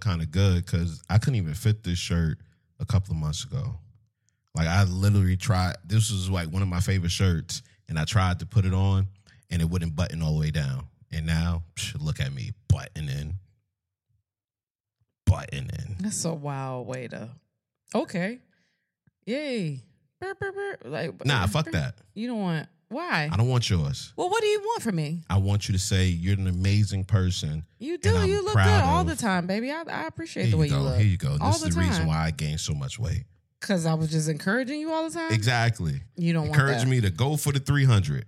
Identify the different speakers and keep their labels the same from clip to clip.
Speaker 1: kind of good because I couldn't even fit this shirt a couple of months ago. Like I literally tried. This was like one of my favorite shirts, and I tried to put it on, and it wouldn't button all the way down. And now, psh, look at me buttoning, buttoning.
Speaker 2: That's a wild way to. Okay. Yay. Burr, burr, burr. Like
Speaker 1: Nah,
Speaker 2: burr,
Speaker 1: fuck
Speaker 2: burr.
Speaker 1: that.
Speaker 2: You don't want why?
Speaker 1: I don't want yours.
Speaker 2: Well, what do you want from me?
Speaker 1: I want you to say you're an amazing person.
Speaker 2: You
Speaker 1: And
Speaker 2: do.
Speaker 1: I'm
Speaker 2: You look good
Speaker 1: proud
Speaker 2: all
Speaker 1: of-
Speaker 2: the time, baby. I, I appreciate
Speaker 1: Here
Speaker 2: the
Speaker 1: you
Speaker 2: way you,
Speaker 1: go.
Speaker 2: look.
Speaker 1: Here you go.
Speaker 2: All
Speaker 1: This is
Speaker 2: the
Speaker 1: the reason
Speaker 2: time.
Speaker 1: why I gained so much weight.
Speaker 2: Cause I was just encouraging you all the time.
Speaker 1: Exactly.
Speaker 2: You don't want
Speaker 1: Encourage
Speaker 2: that.
Speaker 1: me to go for the 300.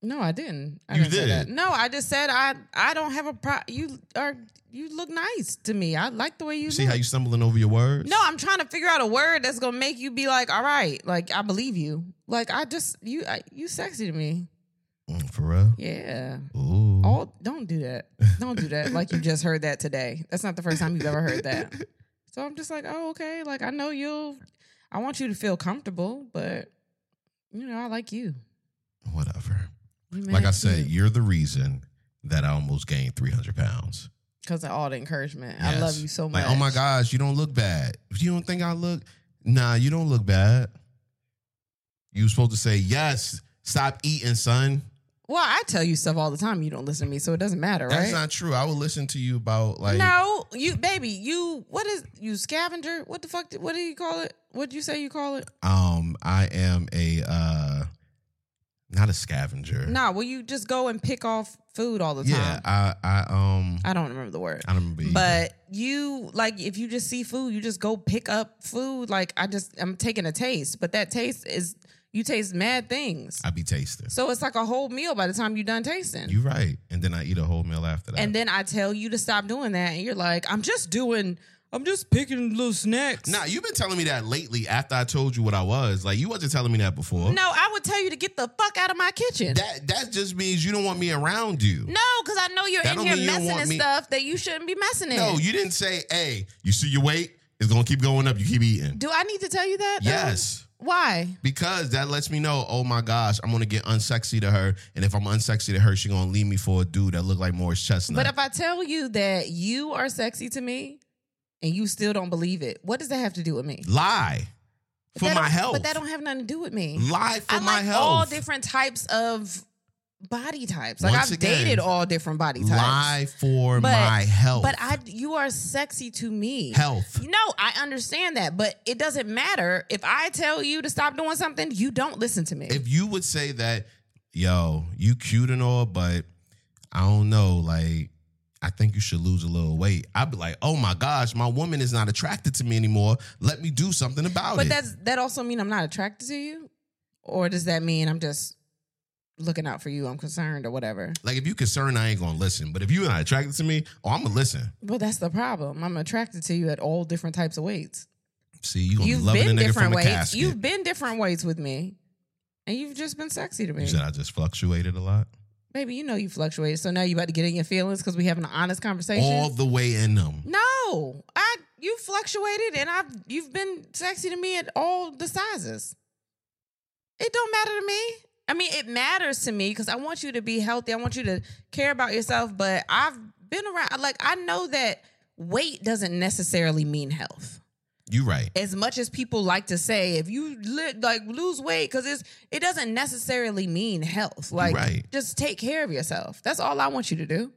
Speaker 2: No, I didn't. I
Speaker 1: You
Speaker 2: didn't Say
Speaker 1: did.
Speaker 2: that. No, I just said I. I don't have a pro. You are. You look nice to me. I like the way you
Speaker 1: See
Speaker 2: look.
Speaker 1: how you stumbling over your words?
Speaker 2: No, I'm trying to figure out a word that's gonna make you be like, all right, like I believe you. Like I just you I, you sexy to me.
Speaker 1: Mm, for real?
Speaker 2: Yeah.
Speaker 1: Ooh.
Speaker 2: All Oh, don't do that. Don't do that. like you just heard that today. That's not the first time you've ever heard that. So I'm just like, oh okay. Like I know you'll. I want you to feel comfortable, but you know I like you.
Speaker 1: Whatever. Like I said, you're the reason that I almost gained 300 pounds.
Speaker 2: because of all the encouragement. I
Speaker 1: Yes.
Speaker 2: love you so much.
Speaker 1: Like, oh my gosh, you don't look bad. You don't think I look? Nah, you don't look bad. You were supposed to say, yes, stop eating, son.
Speaker 2: Well, I tell you stuff all the time. You don't listen to me, so it doesn't matter, right?
Speaker 1: That's not true. I would listen to you about like
Speaker 2: no, you baby, you what is you scavenger? What the fuck? What do you call it? What do you say you call it?
Speaker 1: um I am a uh not a scavenger.
Speaker 2: Nah, well, you just go and pick off food all the time.
Speaker 1: Yeah, I I um
Speaker 2: I don't remember the word,
Speaker 1: I don't remember. either.
Speaker 2: but you like if you just see food, you just go pick up food. Like I just I'm taking a taste, but that taste is you taste mad things.
Speaker 1: I be tasting.
Speaker 2: So it's like a whole meal by the time you're done tasting.
Speaker 1: You right. And then I eat a whole meal after that.
Speaker 2: and then I tell you to stop doing that, and you're like, I'm just doing, I'm just picking little snacks.
Speaker 1: Nah, you've been telling me that lately after I told you what I was. Like you wasn't telling me that before.
Speaker 2: No, I would tell you to get the fuck out of my kitchen.
Speaker 1: That that just means you don't want me around you.
Speaker 2: no, because I know you're
Speaker 1: That
Speaker 2: in
Speaker 1: don't
Speaker 2: here
Speaker 1: mean you don't
Speaker 2: messing
Speaker 1: want
Speaker 2: and
Speaker 1: me-
Speaker 2: stuff that you shouldn't be messing in.
Speaker 1: No, you didn't say, hey, you see your weight? It's gonna keep going up. You keep eating.
Speaker 2: Do I need to tell you that? though?
Speaker 1: Yes.
Speaker 2: Why?
Speaker 1: Because that lets me know, oh my gosh, I'm gonna get unsexy to her. And if I'm unsexy to her, she gonna leave me for a dude that look like Morris Chestnut.
Speaker 2: But if I tell you that you are sexy to me and you still don't believe it, what does that have to do with me?
Speaker 1: Lie.
Speaker 2: But
Speaker 1: For
Speaker 2: that
Speaker 1: my
Speaker 2: don't-
Speaker 1: health.
Speaker 2: But that don't have nothing to do with me.
Speaker 1: Lie for
Speaker 2: I
Speaker 1: my
Speaker 2: like
Speaker 1: health.
Speaker 2: all different types of body types. Like
Speaker 1: Once
Speaker 2: I've
Speaker 1: again,
Speaker 2: dated all different body types.
Speaker 1: Lie for
Speaker 2: But-
Speaker 1: my health.
Speaker 2: But I, you are sexy to me.
Speaker 1: health.
Speaker 2: No, I understand that, but it doesn't matter if I tell you to stop doing something. You don't listen to me.
Speaker 1: if you would say that, yo, you cute and all, but I don't know, like, I think you should lose a little weight. I'd be like, oh my gosh, my woman is not attracted to me anymore. Let me do something about
Speaker 2: but
Speaker 1: it.
Speaker 2: that's that also mean I'm not attracted to you, or does that mean I'm just looking out for you? I'm concerned or whatever.
Speaker 1: like, if you concerned, I ain't gonna listen. But if you're not attracted to me, oh, I'm gonna listen.
Speaker 2: Well, that's the problem. I'm attracted to you at all different types of weights.
Speaker 1: See, you gonna
Speaker 2: You've
Speaker 1: be loving
Speaker 2: been
Speaker 1: a nigga
Speaker 2: different
Speaker 1: from a
Speaker 2: weights.
Speaker 1: casket.
Speaker 2: You've been different weights with me, and you've just been sexy to me.
Speaker 1: you said I just fluctuated a lot.
Speaker 2: Baby, you know you fluctuated. So now you about to get in your feelings because we having an honest conversation.
Speaker 1: All the way in them.
Speaker 2: No, I you fluctuated, and I've you've been sexy to me at all the sizes. It don't matter to me. I mean, it matters to me because I want you to be healthy. I want you to care about yourself. But I've been around, like I know that weight doesn't necessarily mean health.
Speaker 1: You right.
Speaker 2: As much as people like to say, if you li- like lose weight, because it's it doesn't necessarily mean health. Like,
Speaker 1: right.
Speaker 2: just take care of yourself. That's all I want you to do.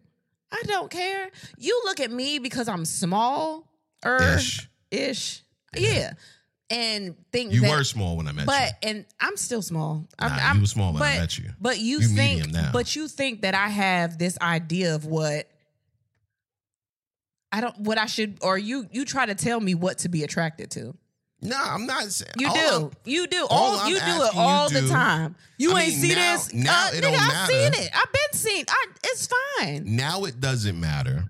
Speaker 2: I don't care. You look at me because I'm small er
Speaker 1: Ish.
Speaker 2: ish. Yeah. And think
Speaker 1: You
Speaker 2: that,
Speaker 1: were small when I met
Speaker 2: but and I'm still small.
Speaker 1: you.
Speaker 2: I'm,
Speaker 1: Nah,
Speaker 2: I'm
Speaker 1: you were small when I
Speaker 2: but-
Speaker 1: met you.
Speaker 2: But you,
Speaker 1: You
Speaker 2: think
Speaker 1: medium now.
Speaker 2: but you think that I have this idea of what I don't what I should or you you try to tell me what to be attracted to.
Speaker 1: Nah, I'm not saying.
Speaker 2: You
Speaker 1: all
Speaker 2: do.
Speaker 1: I'm-
Speaker 2: you do.
Speaker 1: all
Speaker 2: All,
Speaker 1: I'm
Speaker 2: you do it
Speaker 1: asking you
Speaker 2: all
Speaker 1: do-
Speaker 2: the time. You
Speaker 1: I
Speaker 2: ain't
Speaker 1: mean,
Speaker 2: see
Speaker 1: now-
Speaker 2: this.
Speaker 1: now
Speaker 2: uh,
Speaker 1: it
Speaker 2: nigga,
Speaker 1: don't
Speaker 2: I've
Speaker 1: matter.
Speaker 2: seen it. I've been seen. I, it's fine.
Speaker 1: now it doesn't matter,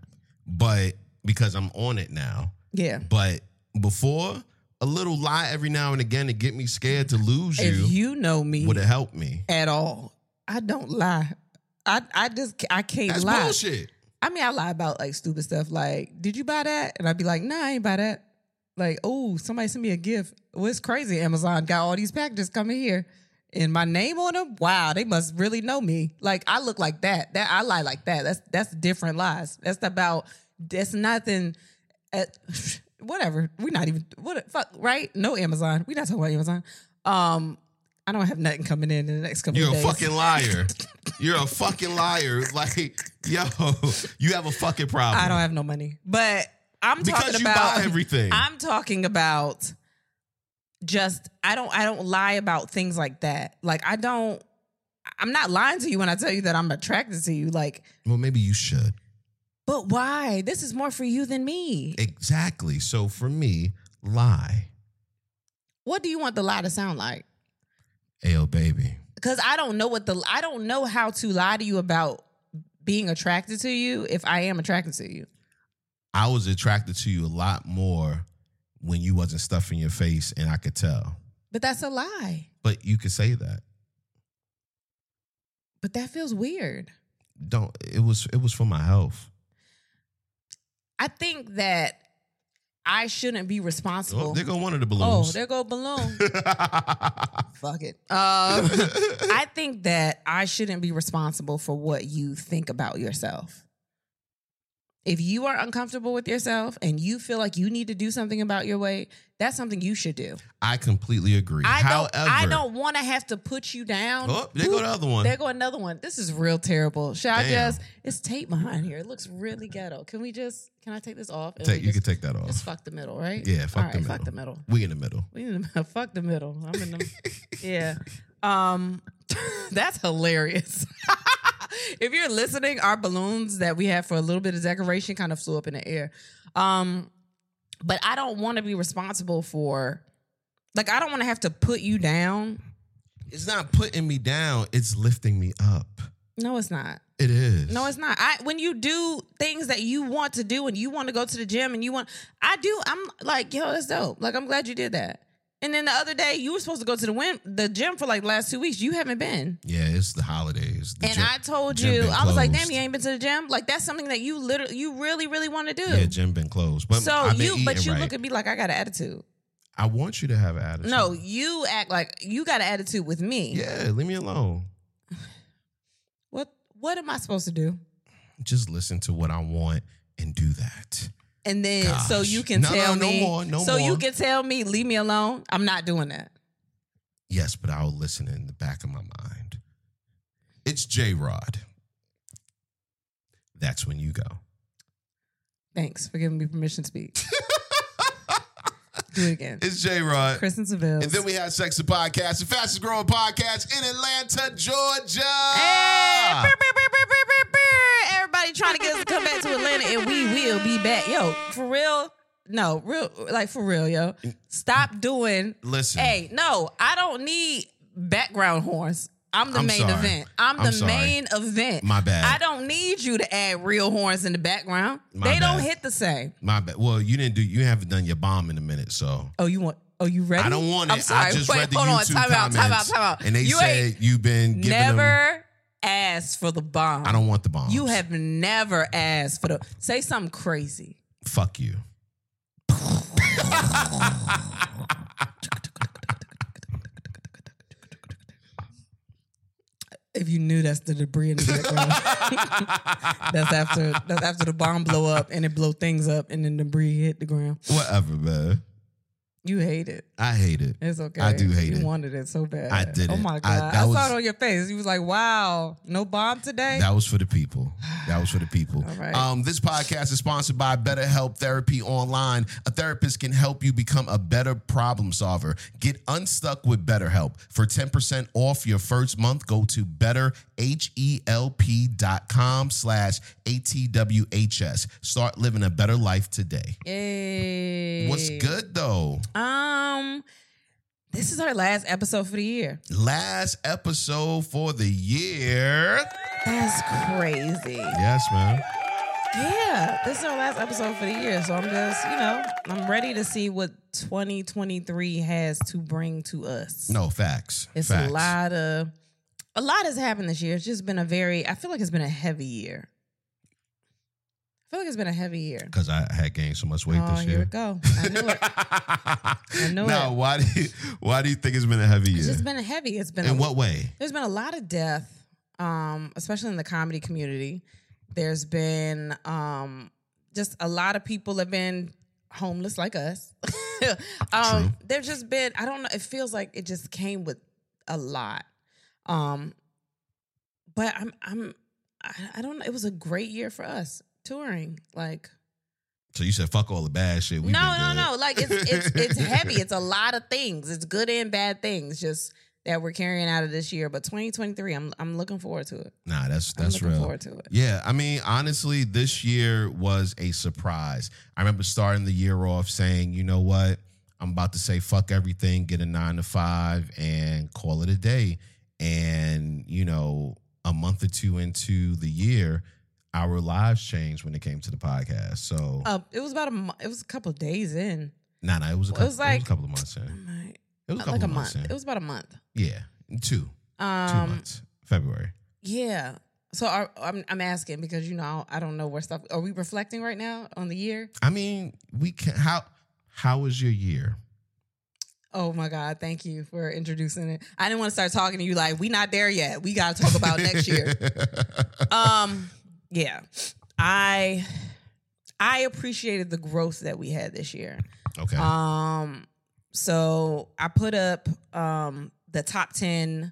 Speaker 1: but because I'm on it now.
Speaker 2: Yeah.
Speaker 1: But before, a little lie every now and again to get me scared to lose
Speaker 2: If
Speaker 1: you,
Speaker 2: you know me
Speaker 1: would have helped me.
Speaker 2: at all, I don't lie. I, I just I can't
Speaker 1: That's
Speaker 2: lie.
Speaker 1: bullshit.
Speaker 2: I mean, I lie about like stupid stuff. Like, did you buy that? And I'd be like, Nah, I ain't buy that. Like, oh, somebody sent me a gift. Well, it's crazy. Amazon got all these packages coming here, and my name on them. Wow, they must really know me. Like, I look like that. That I lie like that. That's that's different lies. That's about That's nothing. At, whatever. We're not even what fuck right. No Amazon. We're not talking about Amazon. Um, I don't have nothing coming in in the next couple.
Speaker 1: You're
Speaker 2: of
Speaker 1: a
Speaker 2: days.
Speaker 1: fucking liar. You're a fucking liar. Like, yo, you have a fucking problem.
Speaker 2: I don't have no money, but I'm
Speaker 1: because
Speaker 2: talking
Speaker 1: you
Speaker 2: about
Speaker 1: buy everything.
Speaker 2: I'm talking about just I don't I don't lie about things like that. Like I don't I'm not lying to you when I tell you that I'm attracted to you. Like,
Speaker 1: well, maybe you should.
Speaker 2: but why? This is more for you than me.
Speaker 1: Exactly. So for me, lie.
Speaker 2: What do you want the lie to sound like?
Speaker 1: Ayo, baby.
Speaker 2: Cuz I don't know what the I don't know how to lie to you about being attracted to you if I am attracted to you.
Speaker 1: I was attracted to you a lot more when you wasn't stuffing your face, and I could tell.
Speaker 2: But that's a lie.
Speaker 1: But you could say that.
Speaker 2: But that feels weird.
Speaker 1: Don't. It was. It was for my health.
Speaker 2: I think that I shouldn't be
Speaker 1: Oh,
Speaker 2: responsible.
Speaker 1: there go one of the
Speaker 2: oh,
Speaker 1: balloons.
Speaker 2: there go balloon. Fuck it. Um, I think that I shouldn't be responsible for what you think about yourself. If you are uncomfortable with yourself and you feel like you need to do something about your weight, that's something you should do.
Speaker 1: I completely agree.
Speaker 2: I
Speaker 1: However,
Speaker 2: don't. I don't want to have to put you down.
Speaker 1: Oh, there go the other one.
Speaker 2: There go another one. This is real terrible. Should I
Speaker 1: Damn.
Speaker 2: just? It's tape behind here. It looks really ghetto. Can we just? Can I take this off? and
Speaker 1: Take,
Speaker 2: we
Speaker 1: you can
Speaker 2: just,
Speaker 1: take that off.
Speaker 2: just fuck the middle, right?
Speaker 1: Yeah, fuck
Speaker 2: All right,
Speaker 1: the middle.
Speaker 2: Fuck the middle.
Speaker 1: We in the middle.
Speaker 2: We need to fuck the middle. I'm in the yeah. Um, that's hilarious. if you're listening, our balloons that we have for a little bit of decoration kind of flew up in the air. Um, but I don't want to be responsible for, like, I don't want to have to put you down.
Speaker 1: It's not putting me down. It's lifting me up.
Speaker 2: No, it's not.
Speaker 1: It is.
Speaker 2: No, it's not. I when you do things that you want to do and you want to go to the gym and you want I do, I'm like, yo, that's dope. Like I'm glad you did that. And then the other day you were supposed to go to the win, the gym for like the last two weeks. You haven't been.
Speaker 1: Yeah, it's the holidays. The
Speaker 2: and
Speaker 1: gym-
Speaker 2: I told
Speaker 1: gym
Speaker 2: you,
Speaker 1: been
Speaker 2: I was like,
Speaker 1: closed.
Speaker 2: damn, you ain't been to the gym. Like that's something that you literally you really, really want to do.
Speaker 1: Yeah, gym been closed. But
Speaker 2: so
Speaker 1: I've been
Speaker 2: you but
Speaker 1: eating
Speaker 2: you
Speaker 1: right.
Speaker 2: look at me like I got an attitude.
Speaker 1: I want you to have an attitude.
Speaker 2: No, you act like you got an attitude with me.
Speaker 1: Yeah, leave me alone.
Speaker 2: What what am I supposed to do?
Speaker 1: Just listen to what I want and do that.
Speaker 2: And then so
Speaker 1: Gosh.
Speaker 2: you can
Speaker 1: No, no,
Speaker 2: tell
Speaker 1: no
Speaker 2: me
Speaker 1: more, no
Speaker 2: so you
Speaker 1: more.
Speaker 2: can tell me, leave me alone. I'm not doing that.
Speaker 1: Yes, but I'll listen in the back of my mind. It's J Rod. That's when you go.
Speaker 2: Thanks for giving me permission to speak. Do it again.
Speaker 1: It's J Rod.
Speaker 2: Kristen Seville.
Speaker 1: And then we had Sex the Podcast, the fastest growing podcast in Atlanta, Georgia.
Speaker 2: Hey,
Speaker 1: Ah!
Speaker 2: brr, brr, brr, brr, brr, brr, brr. Everybody trying to get us to come back to Atlanta, and we will be back. Yo, for real. No, real, like for real, yo. Stop doing.
Speaker 1: Listen,
Speaker 2: Hey, no, I don't need background horns. I'm the
Speaker 1: I'm
Speaker 2: main
Speaker 1: sorry.
Speaker 2: event. I'm the
Speaker 1: I'm sorry.
Speaker 2: main event.
Speaker 1: my
Speaker 2: I
Speaker 1: bad.
Speaker 2: don't need you to add real horns in the background.
Speaker 1: My
Speaker 2: they don't
Speaker 1: bad.
Speaker 2: hit the same.
Speaker 1: My bad. Well, you didn't do. You haven't done your bomb in a minute, so
Speaker 2: Oh, you want? Oh, you ready?
Speaker 1: I don't want it.
Speaker 2: I'm sorry.
Speaker 1: I just
Speaker 2: Wait,
Speaker 1: read the
Speaker 2: hold
Speaker 1: YouTube
Speaker 2: on. Time
Speaker 1: comments,
Speaker 2: out. Time out. Time out.
Speaker 1: and they
Speaker 2: you ain't
Speaker 1: said you've been giving
Speaker 2: never
Speaker 1: them.
Speaker 2: asked for the bomb.
Speaker 1: I don't want the bomb.
Speaker 2: You have never asked for the. Say something crazy.
Speaker 1: fuck you.
Speaker 2: If you knew that's the debris in the background, that's after that's after the bomb blow up and it blow things up and then debris hit the ground.
Speaker 1: Whatever, man.
Speaker 2: You hate it.
Speaker 1: I hate it.
Speaker 2: It's okay.
Speaker 1: I do hate
Speaker 2: you
Speaker 1: it.
Speaker 2: wanted it so bad.
Speaker 1: I did
Speaker 2: Oh
Speaker 1: it.
Speaker 2: my
Speaker 1: I-
Speaker 2: god!
Speaker 1: that
Speaker 2: I, saw
Speaker 1: was-
Speaker 2: it on your face. You was like, "Wow, no bomb today."
Speaker 1: That was for the people. That was for the people.
Speaker 2: All right.
Speaker 1: um, this podcast is sponsored by BetterHelp Therapy Online. A therapist can help you become a better problem solver. Get unstuck with BetterHelp. For 10% off your first month, go to betterhelp.com slash ATWHS. Start living a better life today.
Speaker 2: Yay.
Speaker 1: What's good though?
Speaker 2: Um, this is our last episode for the year.
Speaker 1: Last episode for the year.
Speaker 2: That's crazy.
Speaker 1: Yes, man.
Speaker 2: Yeah, this is our last episode for the year. So I'm just, you know, I'm ready to see what 2023 has to bring to us.
Speaker 1: No, facts.
Speaker 2: It's
Speaker 1: facts.
Speaker 2: a lot of a lot has happened this year. It's just been a very I feel like it's been a heavy year. I feel like it's been a heavy year.
Speaker 1: Because I had gained so much weight
Speaker 2: Oh,
Speaker 1: this
Speaker 2: here
Speaker 1: year.
Speaker 2: we go. I knew it. knew
Speaker 1: Now,
Speaker 2: it.
Speaker 1: why do you why do you think it's been a heavy
Speaker 2: It's
Speaker 1: year?
Speaker 2: just been a heavy. It's been a
Speaker 1: In what way?
Speaker 2: There's been a lot of death, um, especially in the comedy community. There's been um, just a lot of people have been homeless like us.
Speaker 1: True.
Speaker 2: um, they've just been, I don't know, it feels like it just came with a lot. Um, but I'm, I'm, I, I don't know. It was a great year for us touring. Like,
Speaker 1: So you said fuck all the bad shit. We've
Speaker 2: no,
Speaker 1: been
Speaker 2: no,
Speaker 1: good.
Speaker 2: no. Like it's it's it's heavy. It's a lot of things. It's good and bad things just that we're carrying out of this year. But 2023, I'm I'm looking forward to it.
Speaker 1: Nah, that's
Speaker 2: I'm
Speaker 1: that's
Speaker 2: looking
Speaker 1: real.
Speaker 2: forward to it.
Speaker 1: Yeah, I mean, honestly, this year was a surprise. I remember starting the year off saying, you know what? I'm about to say fuck everything, get a nine to five, and call it a day. And, you know, a month or two into the year, our lives changed when it came to the podcast. So,
Speaker 2: Uh, it was about a mo- it was a couple of days in.
Speaker 1: nah, nah, it was a
Speaker 2: it
Speaker 1: couple, it
Speaker 2: was
Speaker 1: was
Speaker 2: like-
Speaker 1: a couple of months in.
Speaker 2: Like,
Speaker 1: It was a couple
Speaker 2: like a
Speaker 1: of months
Speaker 2: month.
Speaker 1: in.
Speaker 2: It was about a month.
Speaker 1: yeah, two, two
Speaker 2: Um,
Speaker 1: months, February.
Speaker 2: yeah. So are, I'm I'm asking because you know I don't know where stuff. Are we reflecting right now on the year?
Speaker 1: I mean, we can. How how was your year?
Speaker 2: Oh my God! Thank you for introducing it. I didn't want to start talking to you like we not there yet. We got to talk about next year. um yeah i i appreciated the growth that we had this year
Speaker 1: okay.
Speaker 2: um so i put up um the top 10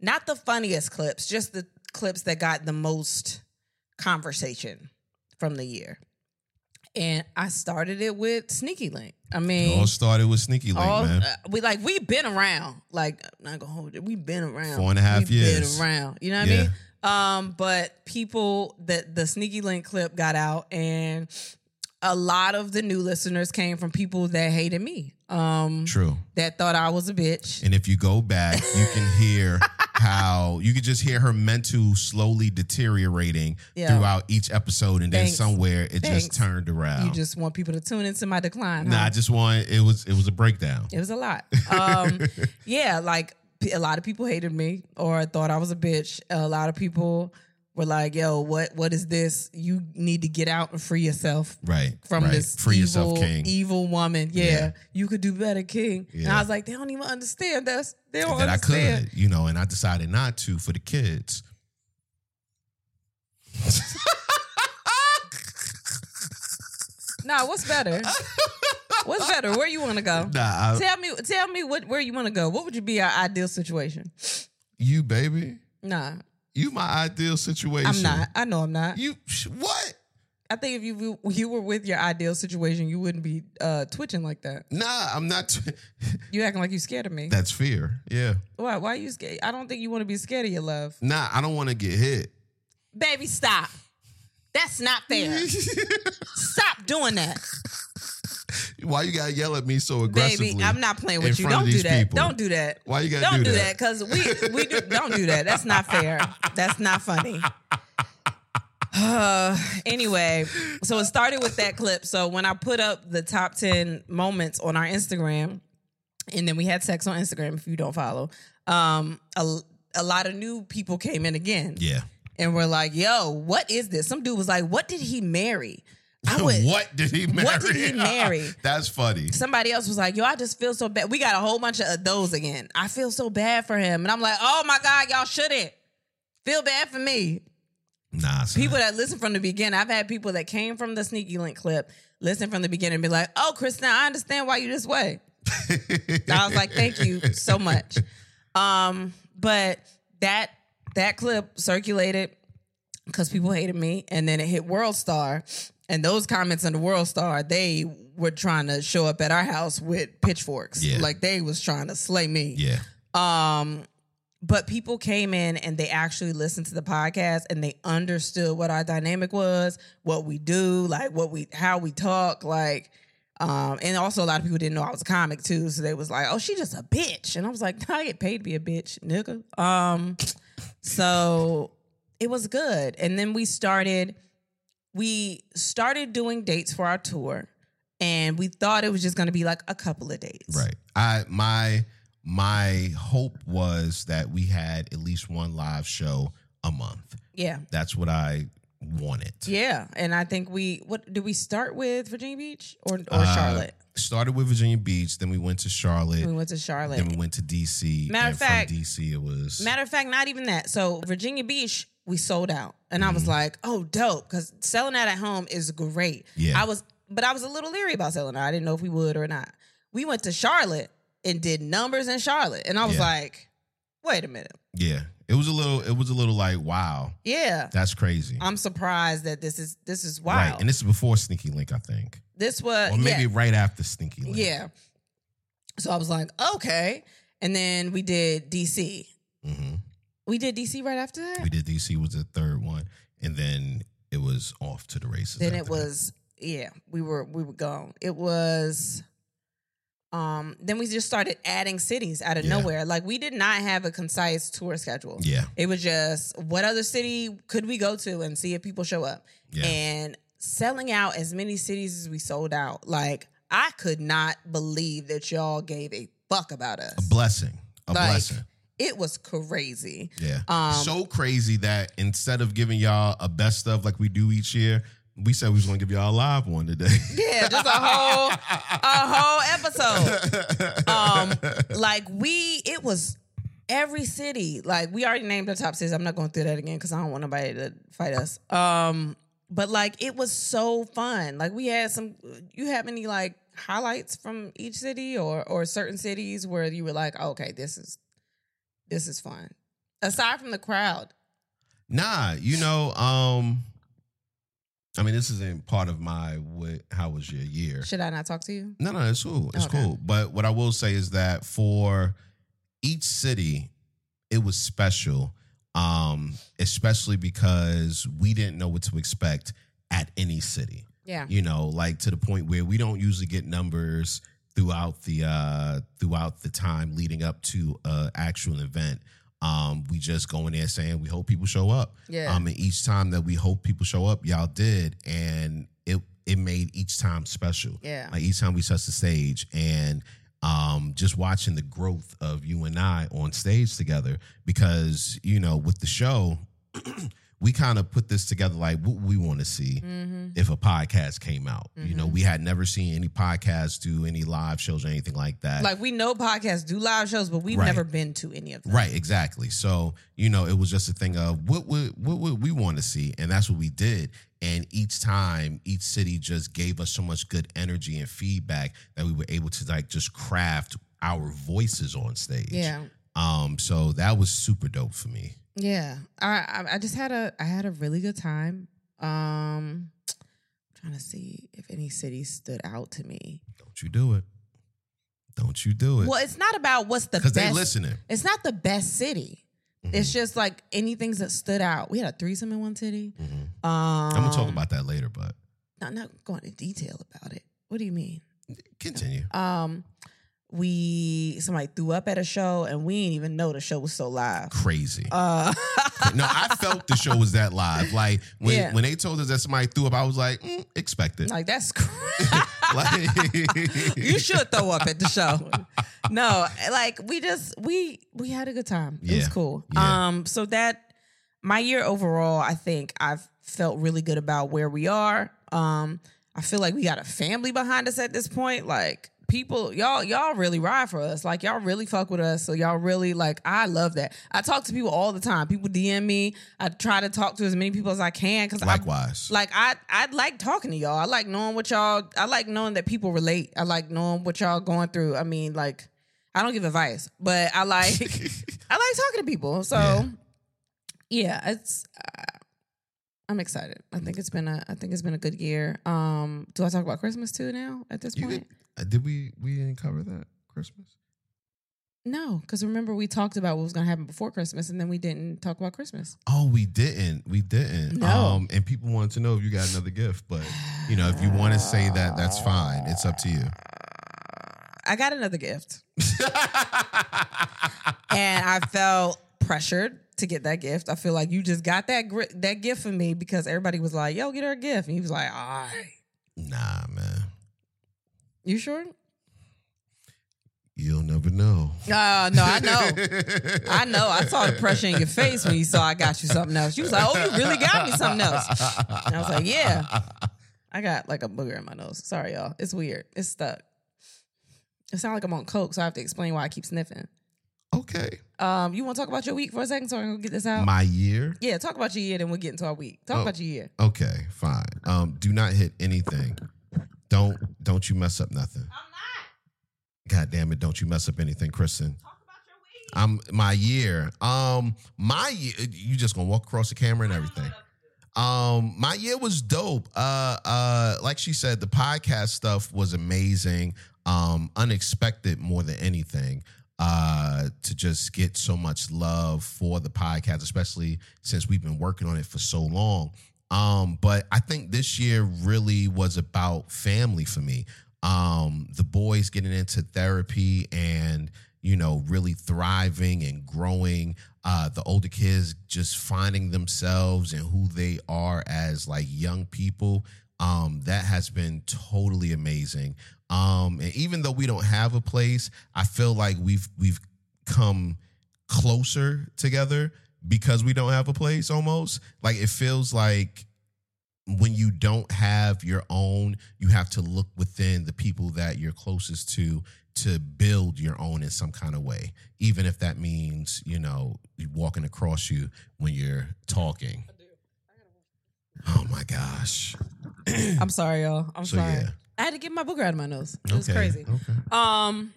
Speaker 2: not the funniest clips just the clips that got the most conversation from the year and i started it with sneaky link i
Speaker 1: It
Speaker 2: mean
Speaker 1: all started with Sneaky Link,
Speaker 2: all-
Speaker 1: man.
Speaker 2: uh, we like we've been around. Like I'm not gonna hold it. We've been around.
Speaker 1: Four and a half
Speaker 2: we've
Speaker 1: years.
Speaker 2: Been around. You know what
Speaker 1: Yeah.
Speaker 2: I mean? Um, but people that the sneaky link clip got out, and a lot of the new listeners came from people that hated me. Um,
Speaker 1: True.
Speaker 2: that thought I was a bitch.
Speaker 1: And if you go back, you can hear how you could just hear her mental slowly deteriorating
Speaker 2: Yeah.
Speaker 1: throughout each episode, and then
Speaker 2: Thanks.
Speaker 1: somewhere it
Speaker 2: Thanks.
Speaker 1: just turned around.
Speaker 2: You just want people to tune into my decline.
Speaker 1: nah,
Speaker 2: huh?
Speaker 1: I just want it was it was a breakdown.
Speaker 2: It was a lot. Um, yeah, like p- a lot of people hated me or thought I was a bitch. A lot of people were like, "Yo, what what is this? You need to get out and free yourself
Speaker 1: Right
Speaker 2: from
Speaker 1: right.
Speaker 2: this
Speaker 1: free
Speaker 2: evil,
Speaker 1: yourself, King.
Speaker 2: evil woman." Yeah,
Speaker 1: Yeah.
Speaker 2: you could do better, King. And
Speaker 1: Yeah.
Speaker 2: I was like, "They don't even understand us. They don't
Speaker 1: that I
Speaker 2: understand."
Speaker 1: could, you know, and I decided not to for the kids.
Speaker 2: Nah, what's better? what's better? Where you want to go?
Speaker 1: Nah, I,
Speaker 2: Tell me, tell me what where you want to go. What would you be our ideal situation?
Speaker 1: you baby,
Speaker 2: Nah,
Speaker 1: you my ideal situation.
Speaker 2: I'm not. I know I'm not.
Speaker 1: You sh- what?
Speaker 2: I think if you you were with your ideal situation, you wouldn't be uh, twitching like that.
Speaker 1: Nah, I'm not.
Speaker 2: You acting like you scared of me.
Speaker 1: That's fear. Yeah.
Speaker 2: Why? Why you scared? I don't think you want to be scared of your love,
Speaker 1: Nah, I don't want to get hit.
Speaker 2: baby. Stop. That's not fair. stop doing that,
Speaker 1: Why you gotta yell at me so aggressively?
Speaker 2: baby. I'm not playing
Speaker 1: in
Speaker 2: with you.
Speaker 1: front of
Speaker 2: Don't do
Speaker 1: these
Speaker 2: that.
Speaker 1: people.
Speaker 2: Don't do that.
Speaker 1: Why you gotta
Speaker 2: Don't
Speaker 1: do
Speaker 2: do
Speaker 1: that?
Speaker 2: that because we we do, don't do that. That's not fair. That's not funny. Uh, anyway, so it started with that clip. So when I put up the top ten moments on our Instagram, and then we had sex on Instagram. If you don't follow, um, a, a lot of new people came in again,
Speaker 1: Yeah.
Speaker 2: and we're like, "Yo, what is this?" Some dude was like, "What did he marry?" I would.
Speaker 1: what did he marry?
Speaker 2: What did he marry?
Speaker 1: That's funny.
Speaker 2: Somebody else was like, "Yo, I just feel so bad." We got a whole bunch of those again. I feel so bad for him, and I'm like, "Oh my god, y'all shouldn't feel bad for me."
Speaker 1: Nah, son.
Speaker 2: People that listen from the beginning, I've had people that came from the sneaky link clip, listen from the beginning, and be like, "Oh, Kristen, I understand why you this way." I was like, thank you so much. Um, but that that clip circulated because people hated me, and then it hit World Star, and those comments on the World Star, they were trying to show up at our house with pitchforks,
Speaker 1: Yeah.
Speaker 2: like they was trying to slay me.
Speaker 1: Yeah.
Speaker 2: Um, but people came in and they actually listened to the podcast and they understood what our dynamic was, what we do, like what we how we talk, like um, and also a lot of people didn't know I was a comic too, so they was like, "Oh, she just a bitch," and I was like, "I get paid to be a bitch, nigga." Um, so it was good, and then we started we started doing dates for our tour, and we thought it was just going to be like a couple of dates,
Speaker 1: Right. I my my hope was that we had at least one live show a month.
Speaker 2: Yeah,
Speaker 1: That's what I wanted.
Speaker 2: Yeah, and I think we what did we start with Virginia Beach or or
Speaker 1: Uh,
Speaker 2: Charlotte?
Speaker 1: Started with Virginia Beach, then we went to Charlotte,
Speaker 2: We went to Charlotte.
Speaker 1: then we went to DC.
Speaker 2: Matter
Speaker 1: and
Speaker 2: of fact-
Speaker 1: from DC it was
Speaker 2: Matter of fact, not even that. So Virginia Beach, we sold out. And I
Speaker 1: Mm-hmm.
Speaker 2: was like, oh, dope. Because selling out at home is great.
Speaker 1: Yeah.
Speaker 2: I was, but I was a little leery about selling out. I didn't know if we would or not. We went to Charlotte and did numbers in Charlotte. And I was
Speaker 1: Yeah.
Speaker 2: like, wait a minute.
Speaker 1: Yeah. It was a little. It was a little like wow.
Speaker 2: Yeah.
Speaker 1: That's crazy.
Speaker 2: I'm surprised that this is this is wild.
Speaker 1: Right. And this is before Sneaky Link, I think,
Speaker 2: this was
Speaker 1: or maybe
Speaker 2: Uh, yeah.
Speaker 1: right after Sneaky Link.
Speaker 2: Yeah. So I was like, okay. And then we did DC.
Speaker 1: hmm
Speaker 2: We did DC right after that.
Speaker 1: We did DC was the third one, and then it was off to the races.
Speaker 2: then it
Speaker 1: after that.
Speaker 2: was yeah, we were we were gone. It was um then we just started adding cities out of
Speaker 1: Yeah.
Speaker 2: nowhere. Like we did not have a concise tour schedule.
Speaker 1: Yeah.
Speaker 2: It was just what other city could we go to and see if people show up.
Speaker 1: Yeah.
Speaker 2: and selling out as many cities as we sold out. Like I could not believe that y'all gave a fuck about us.
Speaker 1: a blessing. A
Speaker 2: Like,
Speaker 1: blessing.
Speaker 2: It was crazy.
Speaker 1: Yeah.
Speaker 2: Um,
Speaker 1: so crazy that instead of giving y'all a best of like we do each year, we said we was gonna give y'all a live one today.
Speaker 2: yeah, just a whole a whole episode. Um, like we, it was every city. Like we already named the top cities. I'm not going through that again because I don't want nobody to fight us. Um, but like it was so fun. Like we had some. You have any like highlights from each city or or certain cities where you were like, okay, this is this is fun. Aside from the crowd,
Speaker 1: Nah, you know, um, I mean, this isn't part of my what, how was your year?
Speaker 2: should I not talk to you?
Speaker 1: No, no, it's cool. It's
Speaker 2: Okay.
Speaker 1: cool. But what I will say is that for each city, it was special, um, especially because we didn't know what to expect at any city.
Speaker 2: Yeah.
Speaker 1: You know, like to the point where we don't usually get numbers throughout the uh throughout the time leading up to a actual event. Um, we just go in there saying we hope people show up.
Speaker 2: Yeah.
Speaker 1: Um, and each time that we hope people show up, y'all did, and it it made each time special.
Speaker 2: yeah.
Speaker 1: Like each time we touch the stage, and um, just watching the growth of you and I on stage together, because you know, with the show, we kind of put this together like what we want to see
Speaker 2: mm-hmm.
Speaker 1: if a podcast came out. You know,
Speaker 2: Mhm.
Speaker 1: we had never seen any podcasts do any live shows or anything like that.
Speaker 2: Like we know podcasts do live shows, but we've
Speaker 1: Right.
Speaker 2: never been to any of them.
Speaker 1: Right, exactly. So, you know, it was just a thing of what would what would we want to see? And that's what we did. And each time, each city just gave us so much good energy and feedback that we were able to like just craft our voices on stage.
Speaker 2: Yeah.
Speaker 1: Um, so that was super dope for me.
Speaker 2: Yeah, I, I I just had a I had a really good time. Um, trying to see if any city stood out to me.
Speaker 1: Don't you do it. Don't you do it.
Speaker 2: Well, it's not about what's the
Speaker 1: Because they
Speaker 2: best.
Speaker 1: listening. Mm-hmm.
Speaker 2: It's not the best city. It's just like any things that stood out. We had a threesome in one city.
Speaker 1: Mhm.
Speaker 2: Um,
Speaker 1: I'm gonna talk about that later, but
Speaker 2: Not not going into detail about it. What do you mean?
Speaker 1: continue.
Speaker 2: Um, we somebody threw up at a show and we didn't even know the show was so live.
Speaker 1: Crazy.
Speaker 2: Uh,
Speaker 1: no, I felt the show was that live. Like when
Speaker 2: Yeah.
Speaker 1: when they told us that somebody threw up, I was like, mm, expect it.
Speaker 2: like that's. crazy.
Speaker 1: Like-
Speaker 2: you should throw up at the show. No, like we just we we had a good time. It was
Speaker 1: Yeah.
Speaker 2: cool.
Speaker 1: Yeah.
Speaker 2: Um, so that my year overall, I think I've felt really good about where we are. Um, I feel like we got a family behind us at this point. Like people, y'all, y'all really ride for us. Like y'all really fuck with us. So y'all really like I love that. I talk to people all the time. People DM me. I try to talk to as many people as I can because I
Speaker 1: Likewise.
Speaker 2: like I I like talking to y'all. I like knowing what y'all I like knowing that people relate. I like knowing what y'all going through. I mean, like I don't give advice, but I like I like talking to people. So yeah,
Speaker 1: Yeah.
Speaker 2: it's uh, I'm excited. I think it's been a I think it's been a good year. Um do I talk about Christmas too now at this
Speaker 1: You
Speaker 2: point?
Speaker 1: Uh, did we we didn't cover that Christmas?
Speaker 2: No, cuz remember we talked about what was going to happen before Christmas and then we didn't talk about Christmas.
Speaker 1: Oh, we didn't. We didn't.
Speaker 2: No.
Speaker 1: Um, and people wanted to know if you got another gift, but you know, if you want to say that, that's fine. It's up to you.
Speaker 2: I got another gift. and I felt pressured to get that gift. I feel like you just got that gri- that gift for me because everybody was like, "Yo, get her a gift," and he was like, "All right,
Speaker 1: nah, man.
Speaker 2: you sure?"
Speaker 1: You'll never know.
Speaker 2: Uh, no, I know. I know. I saw the pressure in your face when you saw I got you something else. You was like, "Oh, you really got me something else." And I was like, "Yeah." I got like a booger in my nose. Sorry, y'all. It's weird. It's stuck. It sounds like I'm on coke, so I have to explain why I keep sniffing.
Speaker 1: Okay.
Speaker 2: Um, you want to talk about your week for a second so I can go get this out?
Speaker 1: My year.
Speaker 2: yeah, talk about your year, then we'll get into our week. Talk
Speaker 1: Oh.
Speaker 2: about your year.
Speaker 1: Okay, fine. Um, do not hit anything. Don't don't you mess up nothing.
Speaker 2: I'm not.
Speaker 1: God damn it, don't you mess up anything, Kristen.
Speaker 2: Talk about your week.
Speaker 1: I'm my year. Um, my year. You just gonna walk across the camera and everything. Um, my year was dope. Uh, uh, like she said, the podcast stuff was amazing. Um, unexpected more than anything. Uh, to just get so much love for the podcast, especially since we've been working on it for so long. Um, but I think this year really was about family for me. Um, the boys getting into therapy and you know really thriving and growing. Uh, the older kids just finding themselves and who they are as like young people. Um, that has been totally amazing. Um, and even though we don't have a place, I feel like we've we've come closer together because we don't have a place almost like it feels like when you don't have your own you have to look within the people that you're closest to to build your own in some kind of way even if that means you know walking across you when you're talking oh my gosh
Speaker 2: I'm sorry, y'all. I'm
Speaker 1: So,
Speaker 2: sorry.
Speaker 1: yeah.
Speaker 2: I had to get my booger out of my nose. It was crazy.
Speaker 1: okay
Speaker 2: Um,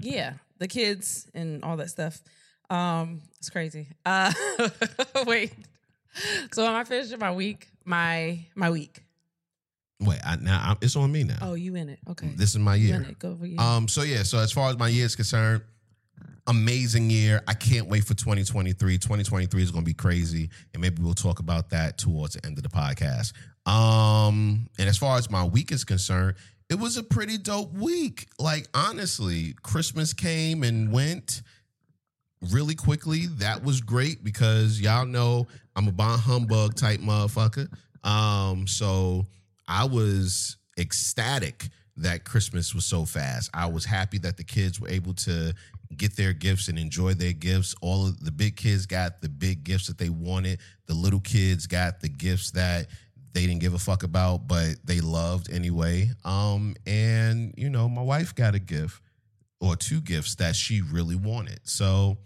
Speaker 2: yeah, the kids and all that stuff. Um, it's crazy. Uh, wait. So am I finished with my week? My my week.
Speaker 1: wait I, now I'm, it's on me now
Speaker 2: Oh, you in it? Okay.
Speaker 1: this is my
Speaker 2: You
Speaker 1: year
Speaker 2: in it? Go for you.
Speaker 1: Um, so yeah, so as far as my year is concerned, amazing year. I can't wait for 2023. 2023 is gonna be crazy, and maybe we'll talk about that towards the end of the podcast. Um, and as far as my week is concerned, it was a pretty dope week. Like honestly, Christmas came and went really quickly. That was great because y'all know I'm a bon humbug type motherfucker. Um, so I was ecstatic that Christmas was so fast. I was happy that the kids were able to get their gifts and enjoy their gifts. All of the big kids got the big gifts that they wanted. The little kids got the gifts that they didn't give a fuck about, but they loved anyway. Um, and you know, my wife got a gift or two gifts that she really wanted. So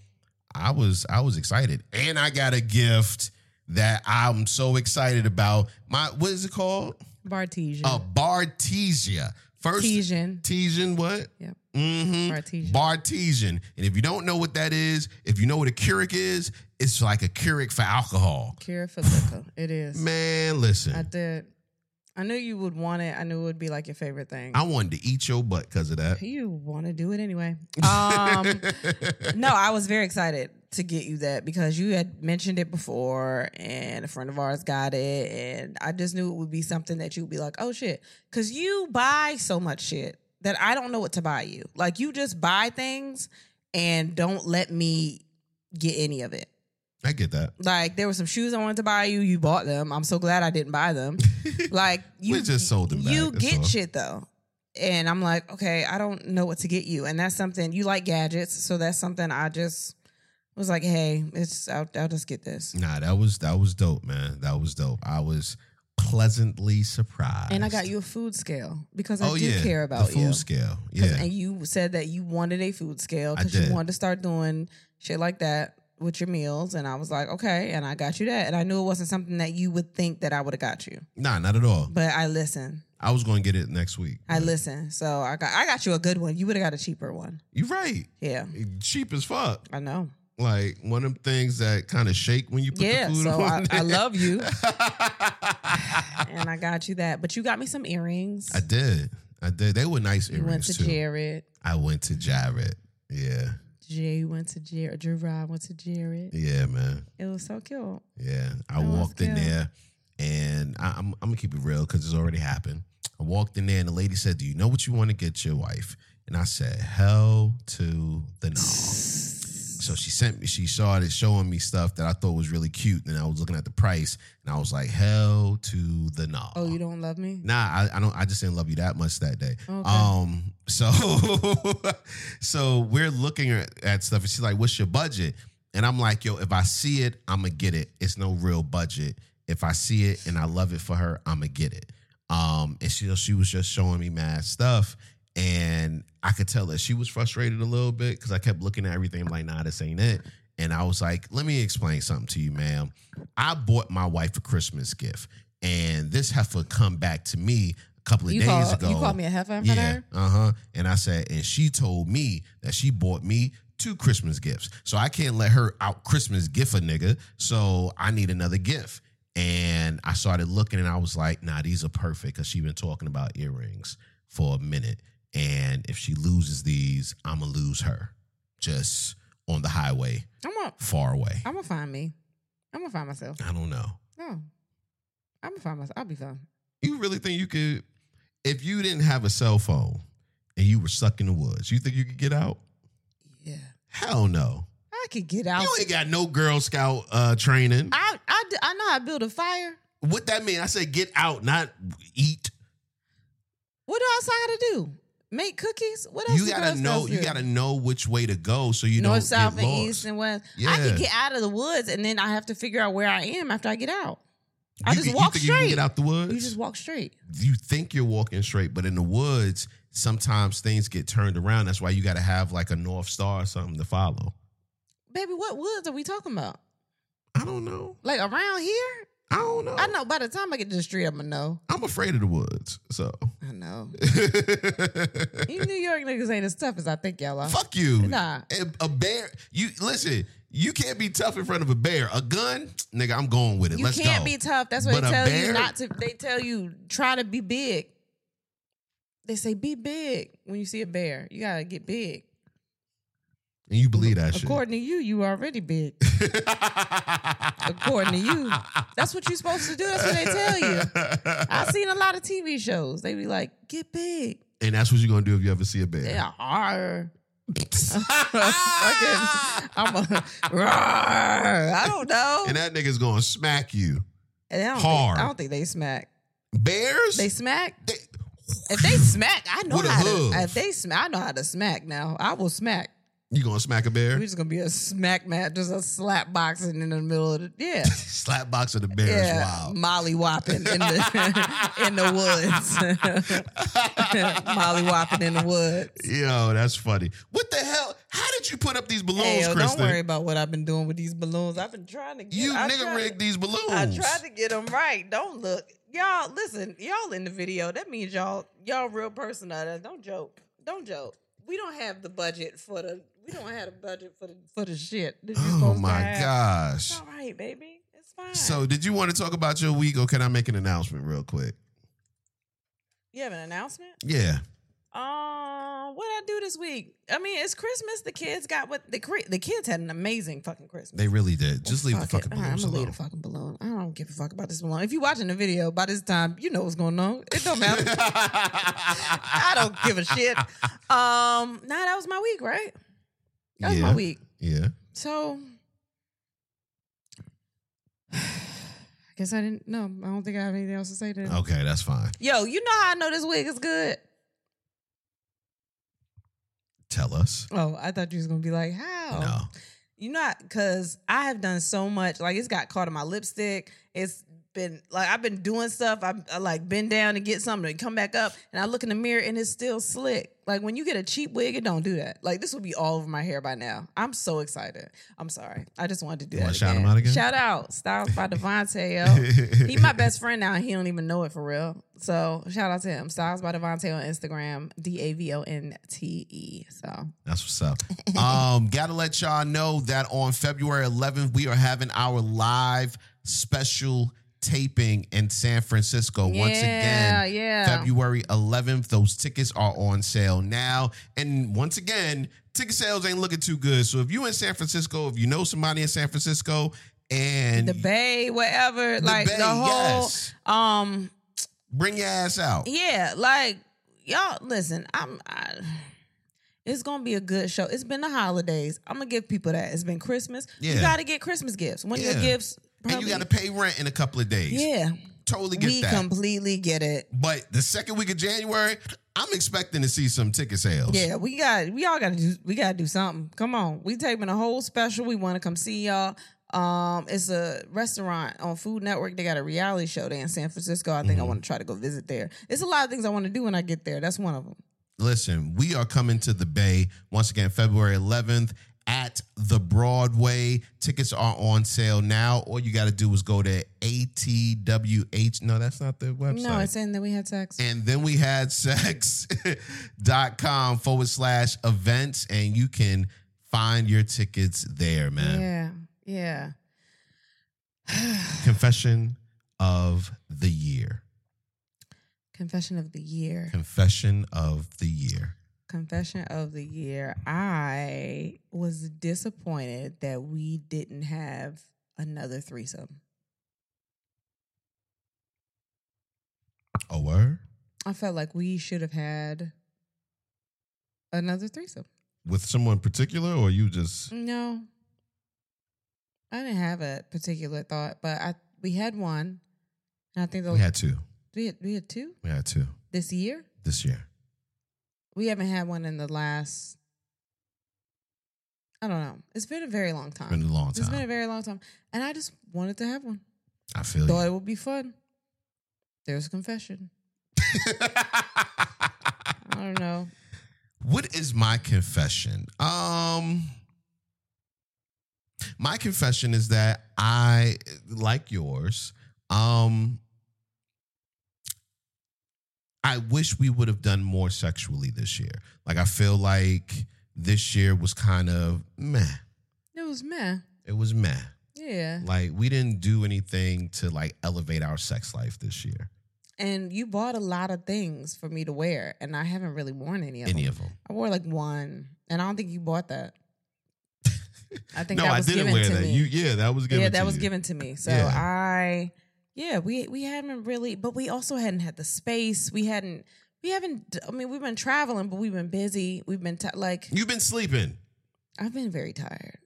Speaker 1: I was I was excited, and I got a gift that I'm so excited about. My what is it called?
Speaker 2: Bartesian.
Speaker 1: A Bartesia. First
Speaker 2: Bartesian.
Speaker 1: Bartesian what?
Speaker 2: Yep.
Speaker 1: Mm-hmm.
Speaker 2: Bartesian.
Speaker 1: Bartesian. And if you don't know what that is, if you know what a Keurig is, it's like a Keurig for alcohol.
Speaker 2: Cure for liquor. It is.
Speaker 1: Man,
Speaker 2: I
Speaker 1: listen.
Speaker 2: did. I knew you would want it. I knew it would be like your favorite thing.
Speaker 1: I wanted to eat your butt because of that.
Speaker 2: you want to do it anyway. Um, no, I was very excited to get you that because you had mentioned it before, and a friend of ours got it, and I just knew it would be something that you'd be like, "Oh shit," because you buy so much shit that I don't know what to buy you. Like you just buy things and don't let me get any of it.
Speaker 1: I get that.
Speaker 2: Like there were some shoes I wanted to buy you. You bought them. I'm so glad I didn't buy them. like you
Speaker 1: We just sold them back,
Speaker 2: You
Speaker 1: that's
Speaker 2: get
Speaker 1: all.
Speaker 2: shit though. And I'm like, okay, I don't know what to get you. And that's something you like gadgets, so that's something I just was like, hey, it's I'll, I'll just get this.
Speaker 1: Nah, that was that was dope, man. That was dope. I was pleasantly surprised.
Speaker 2: And I got you a food scale because I
Speaker 1: oh
Speaker 2: do
Speaker 1: yeah,
Speaker 2: care about
Speaker 1: the food
Speaker 2: you.
Speaker 1: scale.
Speaker 2: 'Cause-
Speaker 1: Yeah,
Speaker 2: And you said that you wanted a food scale
Speaker 1: I
Speaker 2: because you
Speaker 1: did.
Speaker 2: wanted to start doing shit like that with your meals. And I was like, okay. And I got you that. And I knew it wasn't something that you would think that I would have got you.
Speaker 1: nah, not at all.
Speaker 2: But I listened.
Speaker 1: I was going to get it next week.
Speaker 2: I listen. So I got I got you a good one. You would have got a cheaper one.
Speaker 1: You're right.
Speaker 2: Yeah,
Speaker 1: Cheap as fuck.
Speaker 2: I know.
Speaker 1: Like one of them things that kind of shake when you put
Speaker 2: Yeah,
Speaker 1: the food
Speaker 2: so I,
Speaker 1: on.
Speaker 2: I
Speaker 1: it.
Speaker 2: love you,
Speaker 1: I
Speaker 2: and I got you that. But you got me some earrings.
Speaker 1: did. I did. They were nice
Speaker 2: you
Speaker 1: earrings
Speaker 2: went to
Speaker 1: too.
Speaker 2: Jared.
Speaker 1: I went to Jared. Yeah,
Speaker 2: Jay you went to Jared. Gerard went to Jared.
Speaker 1: yeah, man.
Speaker 2: It was so cute.
Speaker 1: Yeah, I
Speaker 2: That was
Speaker 1: walked in
Speaker 2: Oh, good.
Speaker 1: there, and I, I'm I'm gonna keep it real because it's already happened. I walked in there, and the lady said, "Do you know what you want to get your wife?" And I said, "Hell to the no." So she sent me. She started showing me stuff that I thought was really cute, and I was looking at the price, and I was like, "Hell to the no."
Speaker 2: Oh, you don't love me?
Speaker 1: Nah, I, I don't. I just didn't love you that much that day.
Speaker 2: Okay.
Speaker 1: Um, so so we're looking at, at stuff, and she's like, "What's your budget?" And I'm like, "Yo, if I see it, I'm gonna get it. It's no real budget. If I see it and I love it for her, I'm gonna get it." Um, and she she was just showing me mad stuff, and I could tell that she was frustrated a little bit because I kept looking at everything. I'm like, nah, this ain't it. And I was like, let me explain something to you, ma'am. I bought my wife a Christmas gift, and this heifer come back to me a couple of
Speaker 2: You
Speaker 1: days
Speaker 2: call,
Speaker 1: ago.
Speaker 2: you call me a heifer in front of
Speaker 1: yeah,
Speaker 2: her?
Speaker 1: uh huh. And I said, and she told me that she bought me two Christmas gifts, so I can't let her out Christmas gift a nigga. So I need another gift. And I started looking, and I was like, nah, these are perfect because she been talking about earrings for a minute. And if she loses these, I'ma lose her, just on the highway,
Speaker 2: I'm gonna
Speaker 1: far away.
Speaker 2: I'm gonna find me. I'm gonna find myself.
Speaker 1: I don't know.
Speaker 2: No. I'm gonna find myself. I'll be fine.
Speaker 1: You really think you could, if you didn't have a cell phone and you were stuck in the woods, you think you could get out?
Speaker 2: Yeah.
Speaker 1: Hell no.
Speaker 2: I could get out.
Speaker 1: You ain't got no Girl Scout uh, training.
Speaker 2: I, I, d- I know how to build a fire.
Speaker 1: what that mean? I said get out, not eat.
Speaker 2: What else I gotta do? Make cookies? What else?
Speaker 1: You
Speaker 2: the Girl
Speaker 1: gotta
Speaker 2: Scouts
Speaker 1: know. You
Speaker 2: do?
Speaker 1: gotta know which way to go so you
Speaker 2: north,
Speaker 1: don't
Speaker 2: south,
Speaker 1: get
Speaker 2: and
Speaker 1: lost.
Speaker 2: east and west. I
Speaker 1: Yeah.
Speaker 2: can get out of the woods, and then I have to figure out where I am after I get out. I
Speaker 1: You
Speaker 2: just
Speaker 1: can-
Speaker 2: walk
Speaker 1: you think You can
Speaker 2: straight.
Speaker 1: get out the woods.
Speaker 2: You just walk straight.
Speaker 1: you think you're walking straight, but in the woods, sometimes things get turned around. That's why you gotta have like a north star or something to follow.
Speaker 2: Baby, what woods are we talking about?
Speaker 1: I don't know.
Speaker 2: Like around here?
Speaker 1: I don't know.
Speaker 2: I know by the time I get to the street, I'm gonna know.
Speaker 1: I'm afraid of the woods, so.
Speaker 2: I know. you New York niggas ain't as tough as I think y'all are.
Speaker 1: Fuck you.
Speaker 2: Nah.
Speaker 1: A, a bear. You listen. You can't be tough in front of a bear. A gun, nigga. I'm going with it.
Speaker 2: You
Speaker 1: Let's
Speaker 2: can't
Speaker 1: go.
Speaker 2: be tough. That's why they
Speaker 1: But a
Speaker 2: tell
Speaker 1: bear-
Speaker 2: you not to. They tell you try to be big. They say be big when you see a bear. You gotta get big.
Speaker 1: and you believe that shit.
Speaker 2: According to you, you already big. According to you, that's what you're supposed to do. That's what they tell you. I've seen a lot of TV shows. They be like, get big.
Speaker 1: and that's what you're gonna do if you ever see a bear.
Speaker 2: They are. "Arr." Fucking- I'm a. Roar. I don't know.
Speaker 1: And that nigga's gonna smack you.
Speaker 2: And I don't
Speaker 1: hard.
Speaker 2: Think, I don't think they smack.
Speaker 1: Bears.
Speaker 2: They smack.
Speaker 1: They-
Speaker 2: If they smack, I know
Speaker 1: With a
Speaker 2: how
Speaker 1: hoof.
Speaker 2: to. If they smack, I know how to smack. Now I will smack.
Speaker 1: you gonna smack a
Speaker 2: We're
Speaker 1: bear?
Speaker 2: just gonna be a smack match, just a slap boxing in the middle of the yeah,
Speaker 1: Slap box of the bear is
Speaker 2: yeah,
Speaker 1: wild.
Speaker 2: molly whopping in the in the woods, molly whopping in the woods.
Speaker 1: Yo, that's funny. What the hell? How did you put up these balloons,
Speaker 2: Hey, yo, don't
Speaker 1: Kristen?
Speaker 2: worry about what I've been doing with these balloons. I've been trying to get.
Speaker 1: You
Speaker 2: I
Speaker 1: nigga
Speaker 2: tried to-
Speaker 1: rigged these balloons.
Speaker 2: I tried to get them right. Don't look, y'all. Listen, y'all in the video. That means y'all, y'all real person out there. Don't joke. Don't joke. We don't have the budget for the. We don't have the budget for the for the shit. that you're
Speaker 1: Oh
Speaker 2: supposed to
Speaker 1: my
Speaker 2: have.
Speaker 1: gosh.
Speaker 2: It's all right, baby. It's fine.
Speaker 1: So, did you want to talk about your week, or can I make an announcement real quick?
Speaker 2: you have an announcement.
Speaker 1: Yeah,
Speaker 2: Um, what I do this week? I mean, it's Christmas. The kids got what the cre- the kids had an amazing fucking Christmas.
Speaker 1: they really did. Just leave the
Speaker 2: Oh, Fuck it.
Speaker 1: fucking
Speaker 2: All right,
Speaker 1: balloons
Speaker 2: I'm gonna leave
Speaker 1: alone.
Speaker 2: the fucking balloon. I don't give a fuck about this balloon. If you're watching the video by this time, you know what's going on. It don't matter. I don't give a shit. Um, nah, that was my week, right? That was
Speaker 1: Yeah.
Speaker 2: my week.
Speaker 1: yeah,
Speaker 2: So I guess I didn't no, I don't think I have anything else to say to that.
Speaker 1: okay, that's fine.
Speaker 2: Yo, you know how I know this wig is good?
Speaker 1: Tell us.
Speaker 2: Oh, I thought you was gonna be like, how?
Speaker 1: No,
Speaker 2: You know, because I have done so much. Like it's got caught in my lipstick. It's been like I've been doing stuff. I, I like bend down to get something and come back up, and I look in the mirror and it's still slick. Like when you get a cheap wig, it don't do that. Like this would be all over my hair by now. I'm so excited. I'm sorry. I just wanted to do
Speaker 1: You
Speaker 2: that.
Speaker 1: wanna shout him out again?
Speaker 2: Shout out Styles by Devontae. Yo. He my best friend now. and He don't even know it for real. So shout out to him. Styles by Devontae on Instagram. D A V O N T E. So
Speaker 1: That's what's up. um, gotta let y'all know that on February 11th, we are having our live special taping in San Francisco once again.
Speaker 2: yeah, yeah.
Speaker 1: February 11th. Those tickets are on sale now. And once again, ticket sales ain't looking too good. So if you in San Francisco, if you know somebody in San Francisco, and
Speaker 2: the bay, whatever,
Speaker 1: The
Speaker 2: like
Speaker 1: Bay,
Speaker 2: the whole,
Speaker 1: yes.
Speaker 2: um,
Speaker 1: bring your ass out.
Speaker 2: yeah, like y'all. Listen, I'm. I, it's gonna be a good show. It's been the holidays. I'm gonna give people that. It's been Christmas.
Speaker 1: Yeah.
Speaker 2: You gotta get Christmas gifts. When
Speaker 1: Yeah.
Speaker 2: your gifts,
Speaker 1: And you got to pay rent in a couple of days.
Speaker 2: yeah,
Speaker 1: Totally get
Speaker 2: we
Speaker 1: that.
Speaker 2: completely get it.
Speaker 1: but the second week of January, I'm expecting to see some ticket sales.
Speaker 2: Yeah, we got we all gotta do we gotta do something. Come on. We taping a whole special. We wanna come see y'all. Um, it's a restaurant on Food Network. They got a reality
Speaker 1: Mm-hmm.
Speaker 2: show there in San Francisco. I think I wanna try to go visit there. It's a lot of things I wanna do when I get there. That's one of them.
Speaker 1: listen, we are coming to the Bay once again, February 11th at the Broadway. Tickets are on sale now. All you got to do is go to ATWH. No, that's not the website.
Speaker 2: No, it's in that we had sex.
Speaker 1: And then we had sex.com forward slash events, and you can find your tickets there, man.
Speaker 2: yeah, yeah.
Speaker 1: Confession of the year.
Speaker 2: Confession of the year.
Speaker 1: Confession of the year.
Speaker 2: Confession of the year. I was disappointed that we didn't have another threesome.
Speaker 1: A word?
Speaker 2: I felt like we should have had another threesome.
Speaker 1: With someone particular, or you just.
Speaker 2: No. I didn't have a particular thought, but I we had one. And I think the,
Speaker 1: We had two.
Speaker 2: we, had, we had two
Speaker 1: We had two
Speaker 2: this year.
Speaker 1: this year.
Speaker 2: We haven't had one in the last I don't know. It's been a very long time.
Speaker 1: It's been a long
Speaker 2: It's been a
Speaker 1: time.
Speaker 2: very long time. And I just wanted to have one.
Speaker 1: I feel
Speaker 2: Thought
Speaker 1: you.
Speaker 2: it would be fun. There's a confession. I don't know.
Speaker 1: What is my confession? Um my confession is that I like yours. Um I wish we would have done more sexually this year. Like I feel like this year was kind of meh.
Speaker 2: It was meh.
Speaker 1: It was meh.
Speaker 2: Yeah.
Speaker 1: Like we didn't do anything to like elevate our sex life this year.
Speaker 2: And you bought a lot of things for me to wear, and I haven't really worn any of
Speaker 1: Any
Speaker 2: them.
Speaker 1: of them.
Speaker 2: I wore like one, and I don't think you bought that. I think
Speaker 1: no,
Speaker 2: that
Speaker 1: I
Speaker 2: was
Speaker 1: didn't
Speaker 2: given
Speaker 1: wear
Speaker 2: to
Speaker 1: that.
Speaker 2: me.
Speaker 1: You yeah, that was given
Speaker 2: yeah,
Speaker 1: to
Speaker 2: that was
Speaker 1: you.
Speaker 2: given to me. So
Speaker 1: Yeah.
Speaker 2: I, yeah, we we haven't really, but we also hadn't had the space. We hadn't, we haven't. I mean, we've been traveling, but we've been busy. We've been t- like,
Speaker 1: You've been sleeping.
Speaker 2: I've been very tired,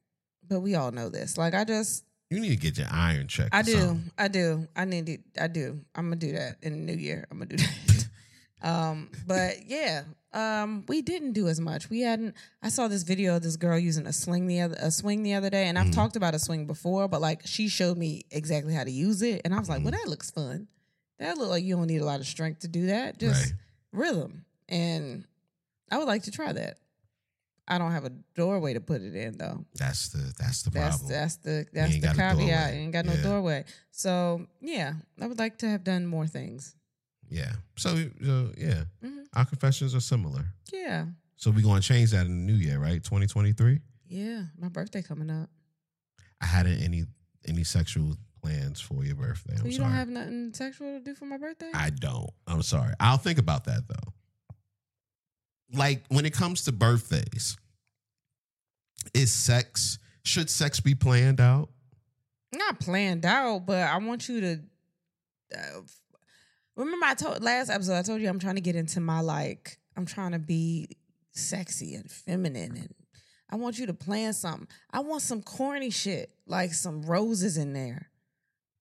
Speaker 2: but we all know this. Like, I just,
Speaker 1: You need to get your iron checked.
Speaker 2: I
Speaker 1: or
Speaker 2: do.
Speaker 1: something.
Speaker 2: I do. I need it. I do. I'm gonna do that in the new year. I'm gonna do that. um, but yeah, um, we didn't do as much. We hadn't. I saw this video of this girl using a sling the other a swing the other day, and I've
Speaker 1: Mhm.
Speaker 2: talked about a swing before, but like she showed me exactly how to use it, and I was like, well, that looks fun. That look like you don't need a lot of strength to do that. Just
Speaker 1: Right.
Speaker 2: rhythm, and I would like to try that. I don't have a doorway to put it in though.
Speaker 1: That's the that's the
Speaker 2: That's
Speaker 1: problem.
Speaker 2: that's the that's
Speaker 1: ain't
Speaker 2: the
Speaker 1: got a
Speaker 2: caveat.
Speaker 1: doorway.
Speaker 2: You ain't got no
Speaker 1: Yeah.
Speaker 2: doorway. So yeah, I would like to have done more things.
Speaker 1: Yeah. So, so yeah,
Speaker 2: Mhm.
Speaker 1: our confessions are similar.
Speaker 2: Yeah,
Speaker 1: So we're gonna change that in the new year, right? Twenty twenty three.
Speaker 2: yeah. My birthday coming up.
Speaker 1: I hadn't any any sexual plans for your birthday. I'm
Speaker 2: so you
Speaker 1: sorry.
Speaker 2: don't have nothing sexual to do for my birthday?
Speaker 1: I don't. I'm sorry. I'll think about that though. Like when it comes to birthdays, is sex should sex be planned out?
Speaker 2: Not planned out, but I want you to. Uh, f- remember, I told last episode. I told you I'm trying to get into my like. I'm trying to be sexy and feminine, and I want you to plan something. I want some corny shit, like some roses in there,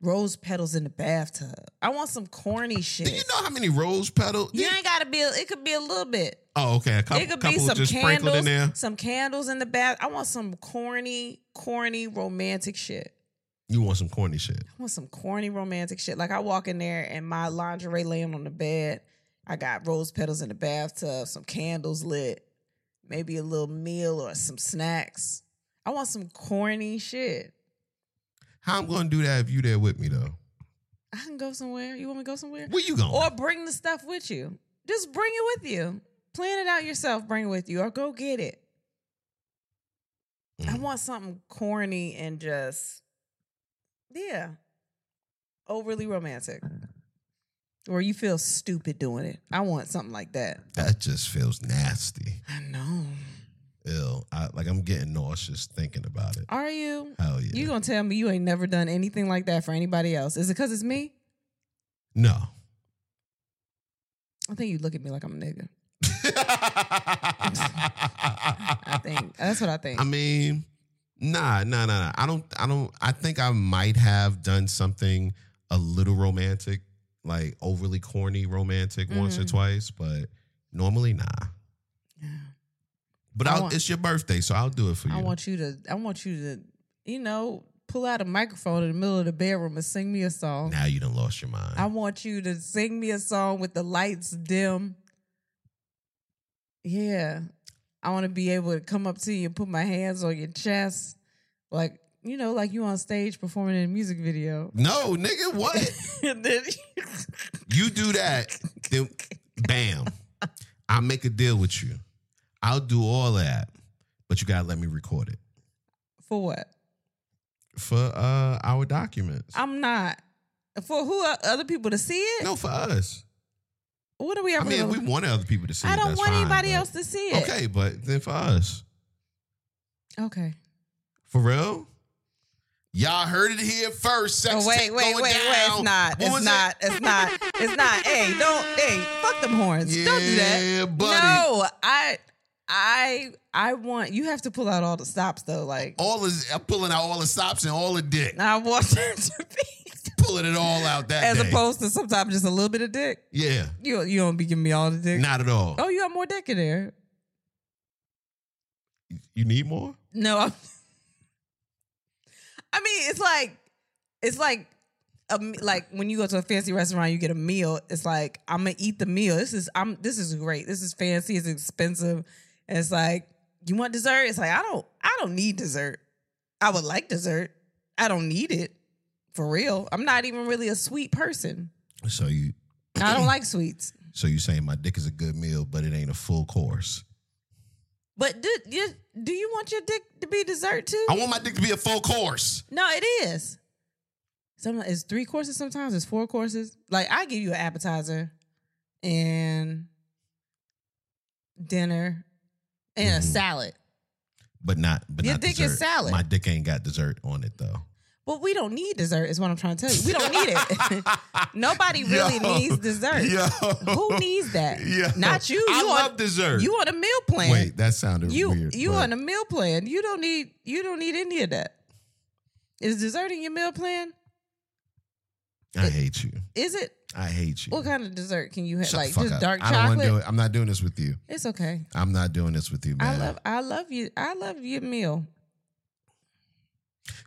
Speaker 2: rose petals in the bathtub. I want some corny shit.
Speaker 1: Do you know how many rose petals?
Speaker 2: You ain't gotta be. It could be a little bit.
Speaker 1: Oh, okay. A couple,
Speaker 2: it could
Speaker 1: couple
Speaker 2: be some
Speaker 1: just sprinkled
Speaker 2: candles,
Speaker 1: in there.
Speaker 2: some candles in the bath. I want some corny, corny romantic shit.
Speaker 1: You want some corny shit?
Speaker 2: I want some corny romantic shit. Like I walk in there and my lingerie laying on the bed. I got rose petals in the bathtub, some candles lit, maybe a little meal or some snacks. I want some corny shit.
Speaker 1: How I'm gonna do that if you there with me though?
Speaker 2: I can go somewhere. You want me to go somewhere?
Speaker 1: Where you going?
Speaker 2: Or bring the stuff with you. Just bring it with you. Plan it out yourself. Bring it with you, or go get it. I
Speaker 1: Mm.
Speaker 2: want something corny and just, yeah, overly romantic, where you feel stupid doing it. I want something like that.
Speaker 1: that just feels nasty.
Speaker 2: I know.
Speaker 1: Ew. I, like I'm getting nauseous thinking about it.
Speaker 2: Are you?
Speaker 1: Hell yeah.
Speaker 2: You gonna tell me you ain't never done anything like that for anybody else? Is it because it's me?
Speaker 1: no.
Speaker 2: I think you look at me like I'm a nigga. I think that's what I think.
Speaker 1: I mean, nah, nah, nah, nah. I don't. I don't. I think I might have done something a little romantic, like overly corny romantic, once or
Speaker 2: Mhm.
Speaker 1: twice, but normally nah. But
Speaker 2: I
Speaker 1: I'll,
Speaker 2: want-
Speaker 1: it's your birthday, so I'll do it for you.
Speaker 2: I want you to. I want you to. You know, pull out a microphone in the middle of the bedroom and sing me a song.
Speaker 1: now you done lost your mind.
Speaker 2: I want you to sing me a song with the lights dim. Yeah. I want to be able to come up to you and put my hands on your chest. Like, you know, like you on stage performing in a music video.
Speaker 1: No, nigga, what?
Speaker 2: and then
Speaker 1: You do that, then bam. I make a deal with you. I'll do all that, but you gotta let me record it
Speaker 2: for what?
Speaker 1: for uh our documents.
Speaker 2: I'm not. For who are other people to see it?
Speaker 1: no, for us.
Speaker 2: What are we
Speaker 1: I
Speaker 2: ever
Speaker 1: mean, if we
Speaker 2: gonna-
Speaker 1: wanted other people to see.
Speaker 2: I
Speaker 1: it,
Speaker 2: don't
Speaker 1: that's
Speaker 2: want
Speaker 1: fine,
Speaker 2: anybody
Speaker 1: but-
Speaker 2: else to see it.
Speaker 1: Okay, but then for us,
Speaker 2: Okay.
Speaker 1: for real. Y'all heard it here first. Sex
Speaker 2: Oh wait,
Speaker 1: tape
Speaker 2: wait, wait,
Speaker 1: going
Speaker 2: wait!
Speaker 1: down.
Speaker 2: It's not.
Speaker 1: What
Speaker 2: It's
Speaker 1: was it?
Speaker 2: not. It's not. It's not. Hey, don't. Hey, fuck them horns. don't do that.
Speaker 1: Yeah, buddy.
Speaker 2: No, I, I, I want. You have to pull out all the stops though. Like
Speaker 1: All is I'm pulling out all the stops and all the dick,
Speaker 2: I want there to be,
Speaker 1: pulling it all out that
Speaker 2: as
Speaker 1: day.
Speaker 2: opposed to sometimes just a little bit of dick.
Speaker 1: yeah,
Speaker 2: You you don't be giving me all the dick.
Speaker 1: not at all.
Speaker 2: Oh, you got more dick in there.
Speaker 1: You need more?
Speaker 2: No, I'm, I mean it's like it's like a, m- like when you go to a fancy restaurant, you get a meal. It's like I'm gonna eat the meal. This is I'm this is great. This is fancy. It's expensive. And it's like you want dessert. It's like I don't I don't need dessert. I would like dessert. I don't need it for real. I'm not even really a sweet person.
Speaker 1: So you
Speaker 2: I don't like sweets.
Speaker 1: so you saying my dick is a good meal, but it ain't a full course.
Speaker 2: But do, you, do you want your dick to be dessert too?
Speaker 1: I want my dick to be a full course.
Speaker 2: No, it is. Some it's three courses. Sometimes it's four courses. Like I give you an appetizer, and dinner, and a
Speaker 1: Mhm.
Speaker 2: salad.
Speaker 1: But not but
Speaker 2: Your
Speaker 1: not
Speaker 2: dick is
Speaker 1: dessert.
Speaker 2: salad.
Speaker 1: My dick ain't got dessert on it though.
Speaker 2: But we don't need dessert. Is what I'm trying to tell you. We don't need it. Nobody really
Speaker 1: Yo.
Speaker 2: needs dessert.
Speaker 1: Yo.
Speaker 2: Who needs that?
Speaker 1: Yo.
Speaker 2: Not you. You
Speaker 1: I
Speaker 2: on-
Speaker 1: love dessert.
Speaker 2: You on a meal plan.
Speaker 1: Wait, that sounded
Speaker 2: you
Speaker 1: weird.
Speaker 2: you
Speaker 1: but
Speaker 2: on a meal plan. You don't need you don't need any of that. Is dessert in your meal plan?
Speaker 1: I hate you.
Speaker 2: Is it?
Speaker 1: I hate you.
Speaker 2: What kind of dessert can you have?
Speaker 1: Shut
Speaker 2: like
Speaker 1: the fuck
Speaker 2: just
Speaker 1: up.
Speaker 2: dark
Speaker 1: I don't wanna
Speaker 2: chocolate.
Speaker 1: do it. I'm not doing this with you.
Speaker 2: It's okay.
Speaker 1: I'm not doing this with you,
Speaker 2: I
Speaker 1: man.
Speaker 2: love I love you. I love your meal.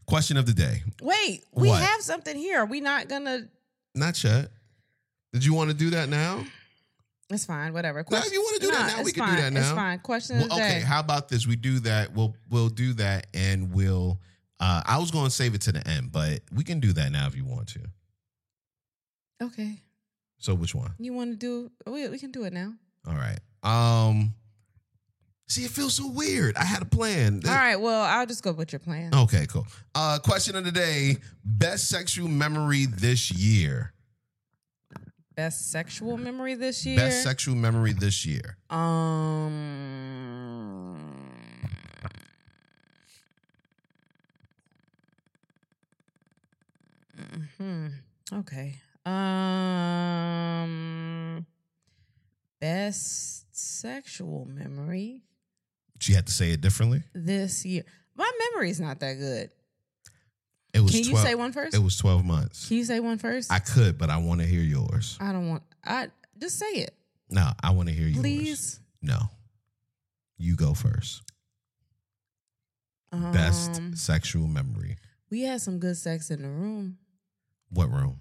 Speaker 1: Question of the day.
Speaker 2: Wait, we
Speaker 1: What?
Speaker 2: have something here. Are we not gonna
Speaker 1: Not yet. Did you want to do that now?
Speaker 2: it's fine, whatever.
Speaker 1: if you wanna do that now, we
Speaker 2: it's
Speaker 1: can do
Speaker 2: fine.
Speaker 1: that
Speaker 2: It's
Speaker 1: now.
Speaker 2: fine. Question
Speaker 1: Well,
Speaker 2: of the day.
Speaker 1: okay, how about this? We do that. We'll we'll do that, and we'll. Uh, I was going to save it to the end, but we can do that now if you want to.
Speaker 2: okay.
Speaker 1: So which one?
Speaker 2: You wanna do we we can do it now.
Speaker 1: All right. Um. See, it feels so weird. I had a plan.
Speaker 2: All right, well, I'll just go with your plan.
Speaker 1: Okay, cool. Uh, question of the day: Best sexual memory this year.
Speaker 2: Best sexual memory this year.
Speaker 1: Best sexual memory this year.
Speaker 2: um Hmm. Okay. Um. Best sexual memory
Speaker 1: She had to say it differently.
Speaker 2: this year. My memory is not that good.
Speaker 1: It was.
Speaker 2: Can you
Speaker 1: 12
Speaker 2: say one first?
Speaker 1: It was twelve months.
Speaker 2: Can you say one first?
Speaker 1: I could, but I want to hear yours.
Speaker 2: I don't want. I just say it,
Speaker 1: No, I want to hear yours.
Speaker 2: please.
Speaker 1: No. You go first.
Speaker 2: Um,
Speaker 1: Best sexual memory.
Speaker 2: We had some good sex in the room.
Speaker 1: What room?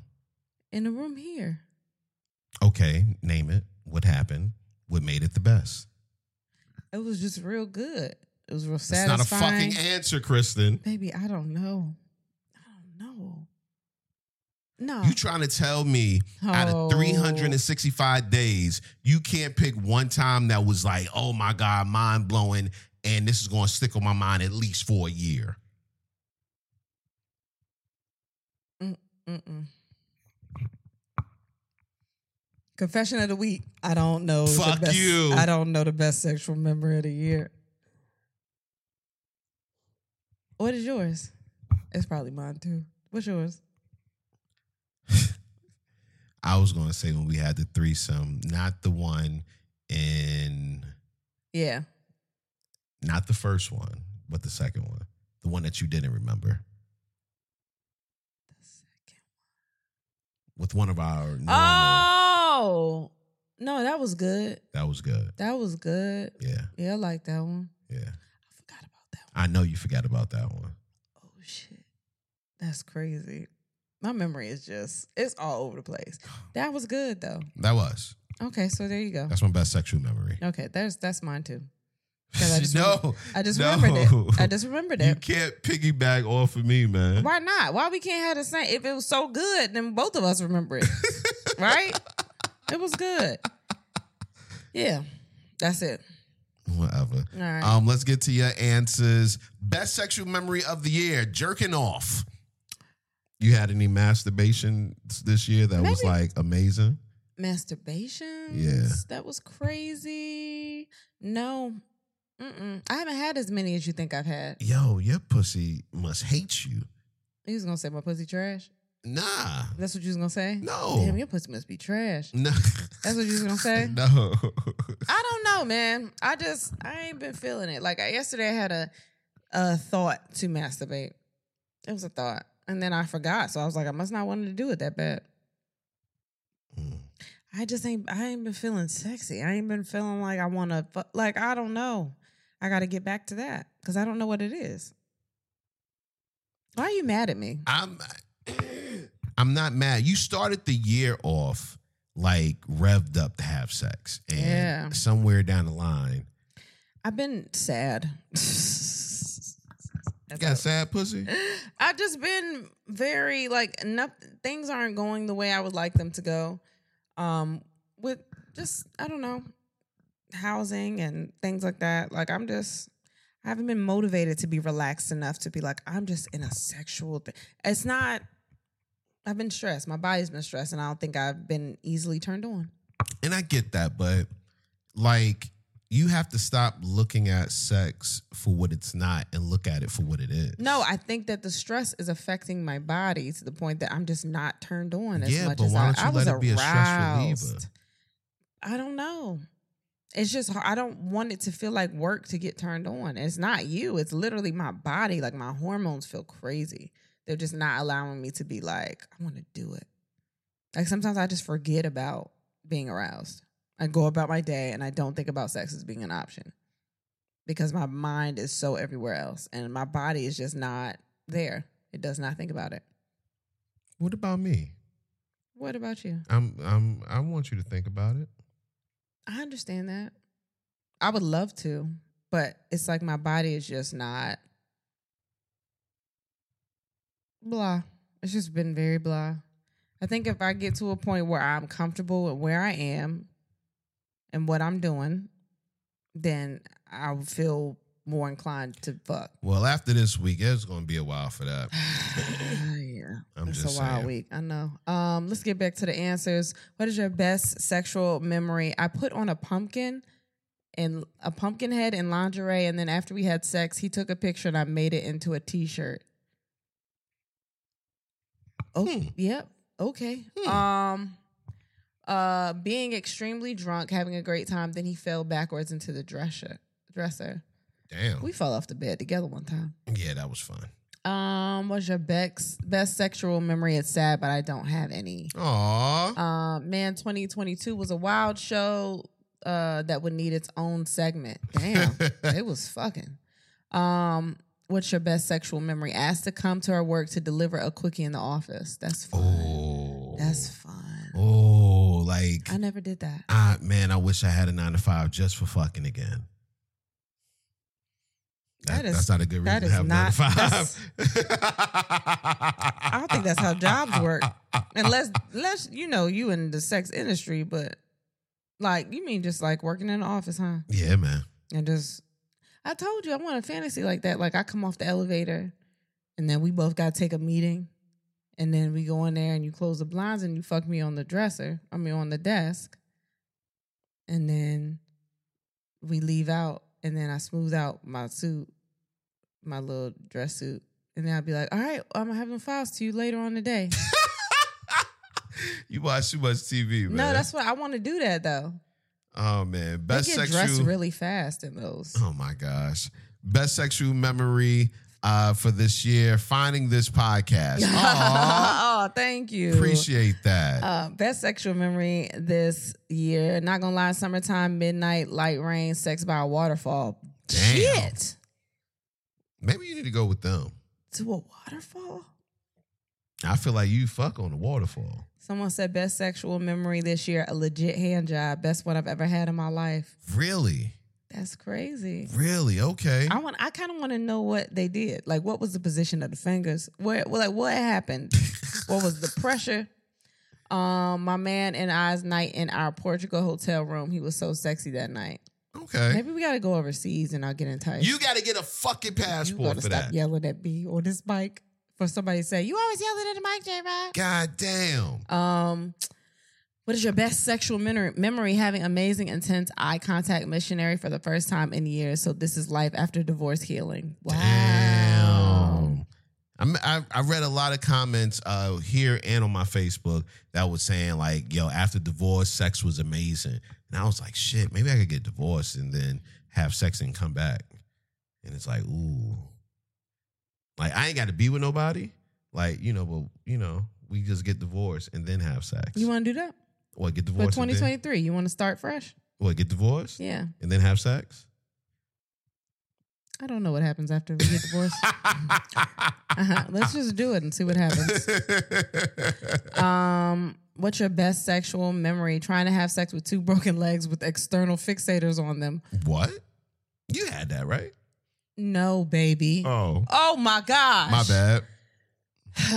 Speaker 2: In the room here.
Speaker 1: Okay, name it. What happened? What made it the best?
Speaker 2: It was just real good. It was real
Speaker 1: That's
Speaker 2: satisfying.
Speaker 1: not a fucking answer, Kristen.
Speaker 2: Baby, I don't know. I don't know. No.
Speaker 1: You trying to tell me out of
Speaker 2: Oh.
Speaker 1: 365 days, you can't pick one time that was like, oh my God, mind blowing, and this is going to stick on my mind at least for a year.
Speaker 2: Mm-mm. Confession of the week. I don't know.
Speaker 1: Fuck
Speaker 2: the best,
Speaker 1: you.
Speaker 2: I don't know the best sexual memory of the year. What is yours? It's probably mine too. What's yours?
Speaker 1: I was going to say when we had the threesome, not the one in,
Speaker 2: Yeah.
Speaker 1: not the first one, but the second one, the one that you didn't remember. with one of our normal.
Speaker 2: Ah! Oh no, that was good.
Speaker 1: That was good.
Speaker 2: That was good.
Speaker 1: Yeah,
Speaker 2: Yeah, I like that one.
Speaker 1: yeah.
Speaker 2: I forgot about that
Speaker 1: I know you forgot about that one.
Speaker 2: one. Oh shit. That's crazy. My memory is just it's all over the place. That was good though.
Speaker 1: That was.
Speaker 2: Okay, so there you go.
Speaker 1: That's my best sexual memory.
Speaker 2: Okay, there's that's mine too. 'Cause I just
Speaker 1: no,
Speaker 2: I just
Speaker 1: no.
Speaker 2: remembered it. I just remembered
Speaker 1: you
Speaker 2: it.
Speaker 1: can't piggyback off of me, man.
Speaker 2: Why not? Why we can't have the same? If it was so good, then both of us remember it, right? It was good. Yeah, that's it.
Speaker 1: Whatever.
Speaker 2: All right.
Speaker 1: Um, let's get to your answers. Best sexual memory of the year: jerking off. You had any masturbation this year that was
Speaker 2: Maybe-
Speaker 1: like amazing?
Speaker 2: Masturbation.
Speaker 1: Yeah.
Speaker 2: that was crazy. No, Mm-mm. I haven't had as many as you think I've had.
Speaker 1: Yo, your pussy must hate you.
Speaker 2: You was gonna say my pussy trash.
Speaker 1: Nah,
Speaker 2: That's what you was gonna say.
Speaker 1: no,
Speaker 2: Damn, your pussy must be trash.
Speaker 1: no.
Speaker 2: That's what you was gonna say?
Speaker 1: No.
Speaker 2: I don't know, man. I just I ain't been feeling it. Like I, yesterday, I had a a thought to masturbate. It was a thought, and then I forgot. So I was like, I must not want to do it that bad.
Speaker 1: Mm.
Speaker 2: I just ain't. I ain't been feeling sexy. I ain't been feeling like I want to. Fu- like I don't know. I got to get back to that because I don't know what it is. Why are you mad at me?
Speaker 1: I'm I'm not mad. You started the year off like revved up to have sex. And
Speaker 2: Yeah.
Speaker 1: somewhere down the line.
Speaker 2: I've been sad.
Speaker 1: You got sad pussy?
Speaker 2: I've just been very like noth- things aren't going the way I would like them to go. Um with just I don't know, housing and things like that. Like I'm just I haven't been motivated to be relaxed enough to be like I'm just in a sexual thing. It's not I've been stressed. My body's been stressed and I don't think I've been easily turned on.
Speaker 1: And I get that, but like you have to stop looking at sex for what it's not and look at it for what it is.
Speaker 2: No, I think that the stress is affecting my body to the point that I'm just not turned on as
Speaker 1: Yeah,
Speaker 2: much
Speaker 1: but
Speaker 2: as
Speaker 1: why
Speaker 2: I,
Speaker 1: don't you
Speaker 2: I was
Speaker 1: let it be a stress
Speaker 2: aroused.
Speaker 1: reliever?
Speaker 2: I don't know. It's just I don't want it to feel like work to get turned on. It's not you. It's literally my body. Like my hormones feel crazy. They're just not allowing me to be like I want to do it. Like sometimes I just forget about being aroused. I go about my day and I don't think about sex as being an option because my mind is so everywhere else and my body is just not there. It does not think about it.
Speaker 1: What about me?
Speaker 2: What about you?
Speaker 1: I'm I'm I want you to think about it.
Speaker 2: I understand that. I would love to, but it's like my body is just not blah. It's just been very blah. I think if I get to a point where I'm comfortable with where I am and what I'm doing, then I'll feel more inclined to fuck.
Speaker 1: Well, after this week, it's gonna be a while for that.
Speaker 2: yeah.
Speaker 1: I'm
Speaker 2: it's
Speaker 1: just
Speaker 2: a wild
Speaker 1: saying.
Speaker 2: week. I know. Um, let's get back to the answers. What is your best sexual memory? I put on a pumpkin and a pumpkin head and lingerie, and then after we had sex, he took a picture and I made it into a t-shirt. Oh,
Speaker 1: Hmm.
Speaker 2: yep. Okay.
Speaker 1: Hmm.
Speaker 2: Um uh being extremely drunk, having a great time, then he fell backwards into the dresser dresser.
Speaker 1: Damn.
Speaker 2: We fell off the bed together one time.
Speaker 1: yeah, that was fun.
Speaker 2: Um, what's your best best sexual memory? It's sad, but I don't have any.
Speaker 1: Aw.
Speaker 2: Um, man, twenty twenty two was a wild show. Uh, that would need its own segment. Damn, it was fucking. Um, what's your best sexual memory? Asked to come to our work to deliver a quickie in the office. That's fun.
Speaker 1: oh.
Speaker 2: That's fun.
Speaker 1: Oh, like
Speaker 2: I never did that.
Speaker 1: I man, I wish I had a nine to five just for fucking again.
Speaker 2: That is-
Speaker 1: that's not a good reason
Speaker 2: that
Speaker 1: to
Speaker 2: is
Speaker 1: have a nine to
Speaker 2: not-
Speaker 1: five. I
Speaker 2: don't think that's how jobs work. Unless, unless you know you in the sex industry, but like you mean just like working in the office, huh?
Speaker 1: Yeah, man.
Speaker 2: and just I told you I want a fantasy like that. Like I come off the elevator and then we both gotta take a meeting and then we go in there and you close the blinds and you fuck me on the dresser. I mean on the desk. And then we leave out and then I smooth out my suit, my little dress suit. And then I'd be like, all right, I'm having files to you later on the day.
Speaker 1: You watch too much TV, man.
Speaker 2: no, that's what I want to do that though.
Speaker 1: oh man. Best
Speaker 2: they get dressed
Speaker 1: sexual.
Speaker 2: really fast in those.
Speaker 1: oh my gosh. Best sexual memory uh, for this year. Finding this podcast. Aw.
Speaker 2: oh, thank you.
Speaker 1: appreciate that.
Speaker 2: Uh, best sexual memory this year. Not gonna lie, summertime, midnight, light rain, sex by a waterfall.
Speaker 1: Damn.
Speaker 2: Shit.
Speaker 1: Maybe you need to go with them.
Speaker 2: To a waterfall?
Speaker 1: I feel like you fuck on the waterfall.
Speaker 2: Someone said best sexual memory this year, a legit hand job, best one I've ever had in my life.
Speaker 1: Really?
Speaker 2: That's crazy.
Speaker 1: Really? Okay.
Speaker 2: I want. I kind of want to know what they did. Like, what was the position of the fingers? Where, well, like, what happened? what was the pressure? Um, my man and I's night in our Portugal hotel room. He was so sexy that night.
Speaker 1: Okay.
Speaker 2: Maybe we got to go overseas and I'll get in touch.
Speaker 1: You got to get a fucking
Speaker 2: You gotta
Speaker 1: passport for
Speaker 2: stop
Speaker 1: that.
Speaker 2: yelling at me on this mic. For somebody to say you always yelling at the mic, J Rod.
Speaker 1: God damn.
Speaker 2: Um, what is your best sexual memory? Memory having amazing, intense eye contact missionary for the first time in years. So this is life after divorce healing. Wow.
Speaker 1: Damn. I'm, I, I read a lot of comments uh, here and on my Facebook that was saying like, "Yo, after divorce, sex was amazing," and I was like, "Shit, maybe I could get divorced and then have sex and come back." And it's like, ooh, like I ain't got to be with nobody, like you know, but you know, we just get divorced and then have sex.
Speaker 2: You want to do that
Speaker 1: what get
Speaker 2: for
Speaker 1: divorced? and then-
Speaker 2: 2023? You want to start fresh?
Speaker 1: What get divorced
Speaker 2: Yeah.
Speaker 1: and then have sex?
Speaker 2: I don't know what happens after we get divorced. uh-huh. Let's just do it and see what happens. Um, what's your best sexual memory? Trying to have sex with two broken legs with external fixators on them.
Speaker 1: What? You had that, right?
Speaker 2: No, baby. Oh,
Speaker 1: Oh,
Speaker 2: my gosh.
Speaker 1: my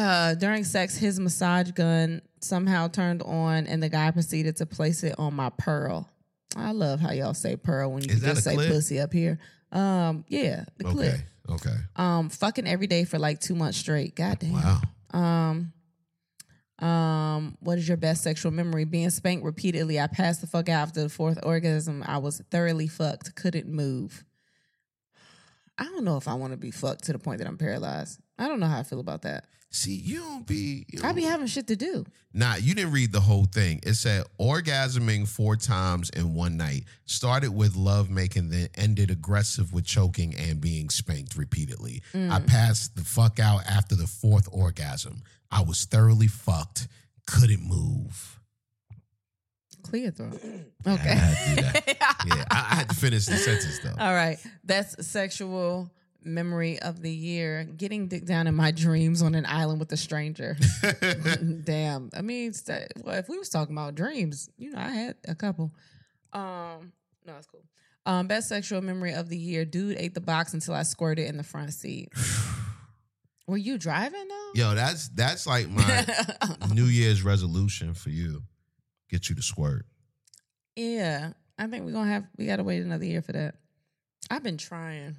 Speaker 1: bad.
Speaker 2: During sex, his massage gun somehow turned on, and the guy proceeded to place it on my pearl. I love how y'all say pearl when you
Speaker 1: Is that
Speaker 2: just
Speaker 1: a
Speaker 2: say
Speaker 1: clit?
Speaker 2: pussy up here. Um, yeah, the clip.
Speaker 1: Okay. Okay.
Speaker 2: Um, fucking every day for like two months straight. God damn.
Speaker 1: Wow.
Speaker 2: Um, um, what is your best sexual memory? Being spanked repeatedly. I passed the fuck out after the fourth orgasm. I was thoroughly fucked. Couldn't move. I don't know if I want to be fucked to the point that I'm paralyzed. I don't know how I feel about that.
Speaker 1: See, you don't be. You
Speaker 2: I
Speaker 1: don't,
Speaker 2: be having shit to do.
Speaker 1: nah, you didn't read the whole thing. It said orgasming four times in one night. Started with love making, then ended aggressive with choking and being spanked repeatedly.
Speaker 2: Mm,
Speaker 1: I passed the fuck out after the fourth orgasm. I was thoroughly fucked. Couldn't move.
Speaker 2: Clear throat.
Speaker 1: I
Speaker 2: Okay.
Speaker 1: had to do that. Yeah, I, I had to finish the sentence though.
Speaker 2: All right. That's sexual memory of the year. Getting dick down in my dreams on an island with a stranger. Oh. Damn. I mean, st- well, if we was talking about dreams, you know, I had a couple. Um, no, it's cool. Um, best sexual memory of the year. Dude ate the box until I squirted in the front seat. Were you driving though?
Speaker 1: Yo, that's that's like my New Year's resolution for you. Get you to squirt.
Speaker 2: yeah. I think we're gonna have we gotta wait another year for that. I've been trying.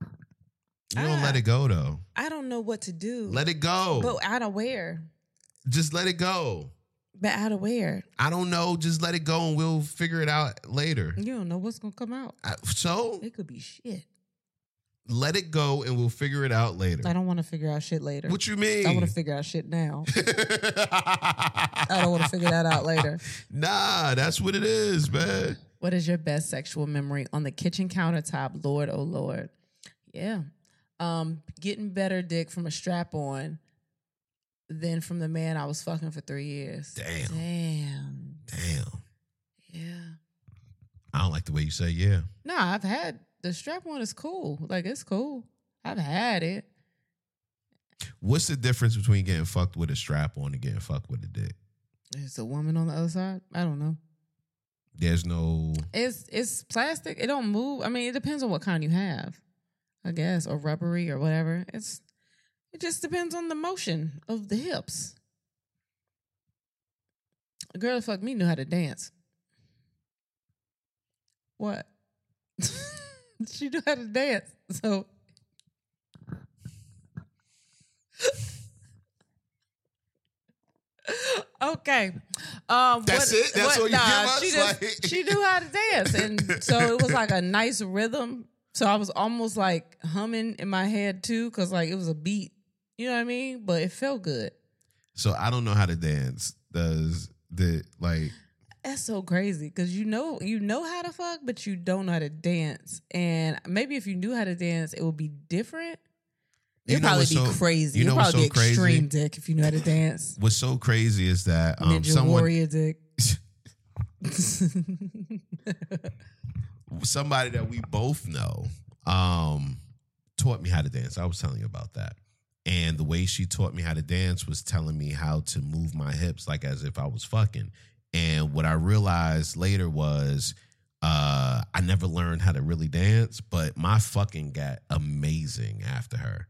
Speaker 1: You don't
Speaker 2: Ah.
Speaker 1: let it go though.
Speaker 2: I don't know what to do.
Speaker 1: Let it go.
Speaker 2: But out of where?
Speaker 1: just let it go.
Speaker 2: But out of where?
Speaker 1: I don't know. Just let it go, and we'll figure it out later.
Speaker 2: You don't know what's gonna come out.
Speaker 1: I- so
Speaker 2: It could be shit.
Speaker 1: let it go, and we'll figure it out later.
Speaker 2: I don't want to figure out shit later.
Speaker 1: What you mean?
Speaker 2: I want to figure out shit now. I
Speaker 1: I
Speaker 2: don't want to figure that out later.
Speaker 1: Nah, that's what it is, man.
Speaker 2: What is your best sexual memory on the kitchen countertop? Lord, oh Lord. Yeah. Um, getting better dick from a strap on than from the man I was fucking for three years.
Speaker 1: Damn.
Speaker 2: Damn.
Speaker 1: Damn,
Speaker 2: Yeah.
Speaker 1: I don't like the way you say yeah.
Speaker 2: No, I've had the strap on is cool. Like it's cool. I've had it.
Speaker 1: What's the difference between getting fucked with a strap on and getting fucked with a dick?
Speaker 2: It's a woman on the other side. I don't know.
Speaker 1: There's no.
Speaker 2: It's it's plastic. It don't move. I mean, it depends on what kind you have, I guess, or rubbery or whatever. It's it just depends on the motion of the hips. A girl that fucked me knew how to dance. What? she knew how to dance. So Okay. Um
Speaker 1: That's
Speaker 2: what-
Speaker 1: it? That's all you give us?
Speaker 2: She, just,
Speaker 1: Like-
Speaker 2: she knew how to dance. And so it was like a nice rhythm. So I was almost like humming in my head too, because like it was a beat. You know what I mean? But it felt good.
Speaker 1: So I don't know how to dance. Does the like?
Speaker 2: That's so crazy because you know you know how to fuck, but you don't know how to dance. And maybe if you knew how to dance, it would be different.
Speaker 1: You
Speaker 2: It'd
Speaker 1: know
Speaker 2: probably
Speaker 1: what's
Speaker 2: be
Speaker 1: so-
Speaker 2: crazy.
Speaker 1: you know
Speaker 2: It'd
Speaker 1: what's
Speaker 2: probably
Speaker 1: so
Speaker 2: be
Speaker 1: crazy?
Speaker 2: extreme dick if you knew how to dance.
Speaker 1: What's so crazy is that um,
Speaker 2: Ninja
Speaker 1: someone
Speaker 2: warrior dick.
Speaker 1: somebody that we both know um, taught me how to dance. I was telling you about that, And the way she taught me how to dance was telling me how to move my hips like as if I was fucking. And what I realized later was uh, I never learned how to really dance, but my fucking got amazing after her.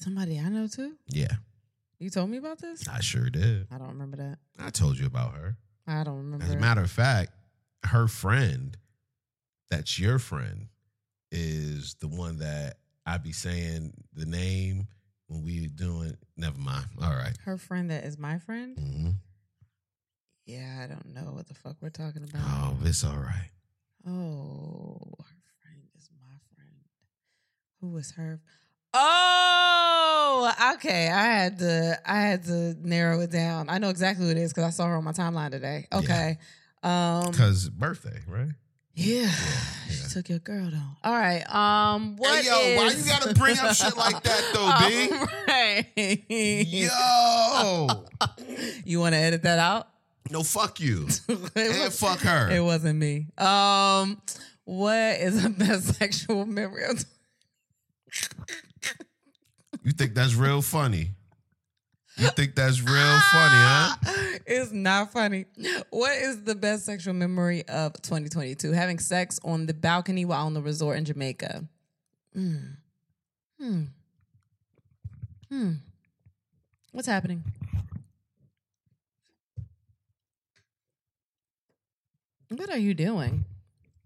Speaker 2: Somebody I know too.
Speaker 1: Yeah,
Speaker 2: You told me about this?
Speaker 1: I sure did.
Speaker 2: I don't remember that.
Speaker 1: I told you about her.
Speaker 2: I don't remember.
Speaker 1: As a
Speaker 2: it.
Speaker 1: matter of fact, her friend, that's your friend, is the one that I be saying the name when we doing. Never mind. All right.
Speaker 2: Her friend that is my friend?
Speaker 1: Mhm.
Speaker 2: Yeah, I don't know what the fuck we're talking about.
Speaker 1: Oh, it's all right.
Speaker 2: Oh, her friend is my friend. Who was her? Oh, okay. I had to. I had to narrow it down. I know exactly who it is because I saw her on my timeline today.
Speaker 1: Yeah.
Speaker 2: Okay. Um.
Speaker 1: Cause birthday, right?
Speaker 2: Yeah.
Speaker 1: yeah.
Speaker 2: She took your girl though. All right. Um. What?
Speaker 1: yo, why
Speaker 2: is-
Speaker 1: you gotta bring up shit like that, though, B?
Speaker 2: All right.
Speaker 1: Yo,
Speaker 2: You want to edit that out?
Speaker 1: no, fuck you,
Speaker 2: It
Speaker 1: and
Speaker 2: was-
Speaker 1: fuck her.
Speaker 2: It wasn't me. Um, what is the best sexual memory? of-
Speaker 1: You think that's real funny? You think that's real funny,
Speaker 2: Ah!
Speaker 1: huh?
Speaker 2: It's not funny. What is the best sexual memory of 2022? Having sex on the balcony while on the resort in Jamaica. Mm. Hmm. Hmm. What's happening? What are you doing?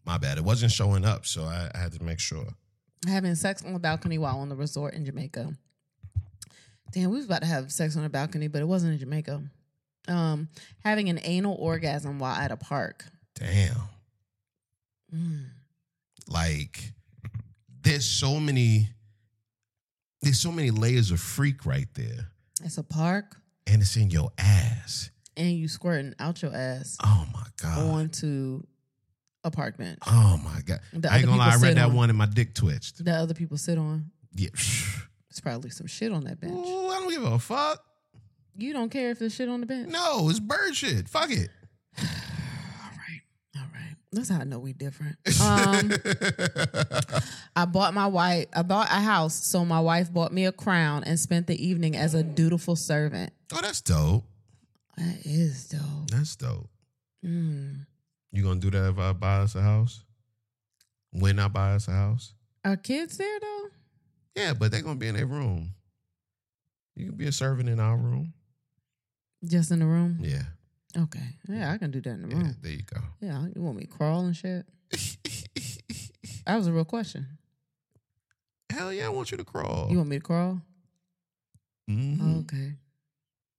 Speaker 1: My bad. It wasn't showing up, so I, I had to make sure.
Speaker 2: having sex on the balcony while on the resort in Jamaica. Damn, we was about to have sex on a balcony, but it wasn't in Jamaica. Um, having an anal orgasm while at a park.
Speaker 1: Damn.
Speaker 2: Mm.
Speaker 1: like there's so many there's so many layers of freak right there
Speaker 2: It's a park,
Speaker 1: and it's in your ass
Speaker 2: and you squirting out your ass
Speaker 1: oh my god
Speaker 2: onto a park bench
Speaker 1: oh my god
Speaker 2: The
Speaker 1: i ain't
Speaker 2: other
Speaker 1: gonna lie i
Speaker 2: people sit
Speaker 1: read that
Speaker 2: on.
Speaker 1: one and my dick twitched
Speaker 2: that other people sit on.
Speaker 1: yeah
Speaker 2: It's probably some shit on that bench.
Speaker 1: Ooh, i don't give a fuck
Speaker 2: You don't care if there's shit on the bench.
Speaker 1: no it's bird shit fuck it
Speaker 2: All right, all right. That's how I know we different. Um, I bought my wife. I bought a house, so my wife bought me a crown and spent the evening as a dutiful servant.
Speaker 1: oh that's dope
Speaker 2: Mm. That is dope.
Speaker 1: that's dope
Speaker 2: Mm.
Speaker 1: you gonna do that if i buy us a house when i buy us a house
Speaker 2: Are kids there though?
Speaker 1: yeah but they're gonna be in their room you can be a servant in our room
Speaker 2: Just in the room?
Speaker 1: yeah
Speaker 2: Okay. Yeah, I can do that in the
Speaker 1: Yeah,
Speaker 2: room.
Speaker 1: there you go.
Speaker 2: Yeah, you want me to crawl and shit? That was a real question.
Speaker 1: Hell yeah, I want you to crawl.
Speaker 2: You want me to crawl?
Speaker 1: Mhm.
Speaker 2: Okay.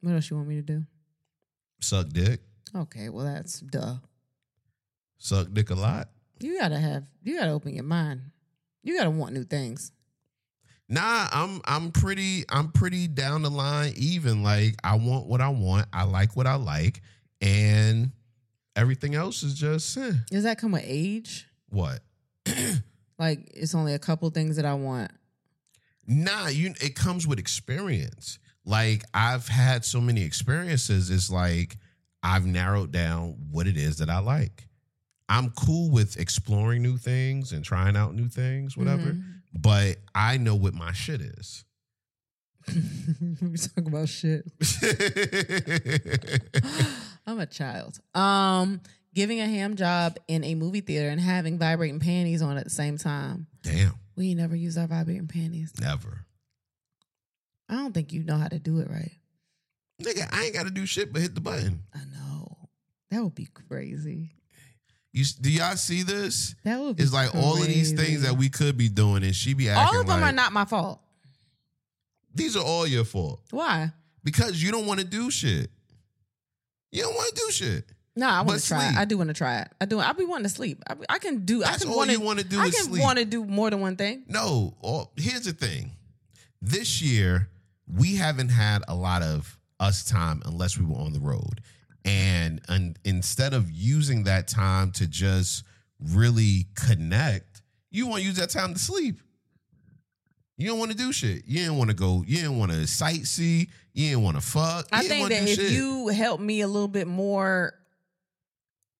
Speaker 2: What else you want me to do?
Speaker 1: Suck dick.
Speaker 2: Okay, well that's duh.
Speaker 1: Suck dick a lot.
Speaker 2: You gotta have. You gotta open your mind. You gotta want new things.
Speaker 1: Nah, I'm I'm pretty I'm pretty down the line even. Like I want what I want. I like what I like. And everything else is just eh,
Speaker 2: Does that come with age?
Speaker 1: what?
Speaker 2: Like it's only a couple things that I want.
Speaker 1: Nah, you it comes with experience. Like I've had so many experiences, it's like I've narrowed down what it is that I like. I'm cool with exploring new things and trying out new things, whatever.
Speaker 2: Mhm.
Speaker 1: But I know what my shit is.
Speaker 2: we talk about shit. I'm a child. Um, giving a ham job in a movie theater and having vibrating panties on at the same time.
Speaker 1: Damn,
Speaker 2: We ain't never used our vibrating panties.
Speaker 1: never.
Speaker 2: I don't think you know how to do it right.
Speaker 1: Nigga, I ain't got to do shit but hit the button.
Speaker 2: I know. That would be crazy.
Speaker 1: You s- do y'all see this?
Speaker 2: That would be
Speaker 1: It's like all of these
Speaker 2: crazy.
Speaker 1: things that we could be doing, and she be acting
Speaker 2: All of them
Speaker 1: like,
Speaker 2: are not my fault.
Speaker 1: These are all your fault.
Speaker 2: Why?
Speaker 1: because you don't want to do shit. You don't want to do shit.
Speaker 2: No, I want
Speaker 1: But
Speaker 2: to try it.
Speaker 1: sleep.
Speaker 2: I do want to try it. I do. I be wanting to sleep. I, be- I can do.
Speaker 1: That's
Speaker 2: I can
Speaker 1: all
Speaker 2: wanna,
Speaker 1: you want to do
Speaker 2: I
Speaker 1: is
Speaker 2: can
Speaker 1: sleep.
Speaker 2: want to do more than one thing.
Speaker 1: no, all, here's the thing. This year, we haven't had a lot of us time unless we were on the road. And, and instead of using that time to just really connect, you want to use that time to sleep. You don't want to do shit. You didn't want to go. You didn't want to sightsee. You didn't want to fuck. you
Speaker 2: I
Speaker 1: didn't
Speaker 2: think
Speaker 1: wanna
Speaker 2: that
Speaker 1: do
Speaker 2: if
Speaker 1: shit.
Speaker 2: you help me a little bit more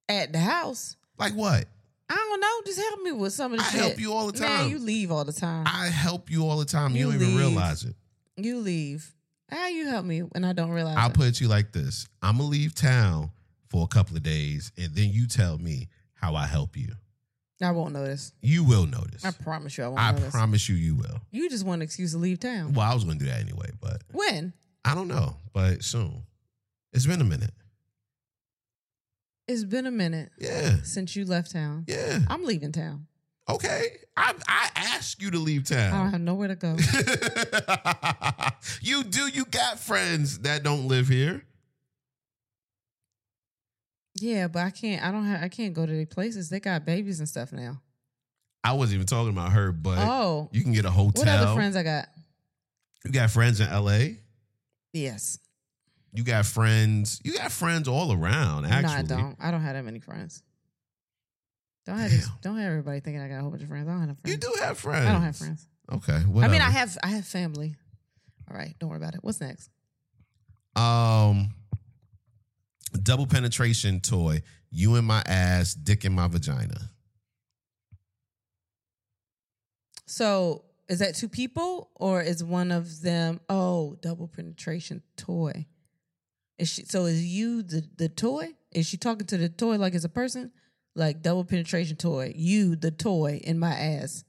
Speaker 2: at the house,
Speaker 1: like what?
Speaker 2: I don't know. Just help me with some of the
Speaker 1: I
Speaker 2: shit.
Speaker 1: help you all the
Speaker 2: Man,
Speaker 1: time.
Speaker 2: you leave all the time.
Speaker 1: I help you all the time. You,
Speaker 2: You
Speaker 1: don't even
Speaker 2: leave.
Speaker 1: realize it.
Speaker 2: you leave. How you help me when I don't realize?
Speaker 1: I'll
Speaker 2: it?
Speaker 1: put it to you like this: I'm gonna leave town for a couple of days, and then you tell me how I help you.
Speaker 2: I won't notice.
Speaker 1: You will notice.
Speaker 2: I promise you, I won't
Speaker 1: I
Speaker 2: notice.
Speaker 1: promise you, you will.
Speaker 2: you just want an excuse to leave town.
Speaker 1: Well, I was gonna do that anyway, but
Speaker 2: When?
Speaker 1: I don't know. But soon, it's been a minute.
Speaker 2: It's been a minute
Speaker 1: Yeah,
Speaker 2: since you left town.
Speaker 1: yeah.
Speaker 2: I'm leaving town.
Speaker 1: Okay, I I asked you to leave
Speaker 2: I don't
Speaker 1: town.
Speaker 2: have nowhere to go.
Speaker 1: you do. You got friends that don't live here.
Speaker 2: yeah, but I can't. I don't have. I can't go to their places. They got babies and stuff now.
Speaker 1: I wasn't even talking about her, but
Speaker 2: oh,
Speaker 1: you can get a hotel.
Speaker 2: what other friends I got?
Speaker 1: You got friends in L.A.
Speaker 2: Yes.
Speaker 1: You got friends. You got friends all around. Actually,
Speaker 2: No, I don't. I don't have that many friends. Don't have
Speaker 1: Damn.
Speaker 2: these, don't have everybody thinking I got a whole bunch of friends. I don't have friends.
Speaker 1: You do have friends.
Speaker 2: I don't have friends.
Speaker 1: Okay. Whatever.
Speaker 2: I mean, I have I have family. All right, don't worry about it. What's next?
Speaker 1: um double penetration toy. You in my ass, dick in my vagina.
Speaker 2: So is that two people or is one of them? Oh, double penetration toy. Is she? So is you the the toy? Is she talking to the toy like it's a person? Like double penetration toy. You the toy in my ass,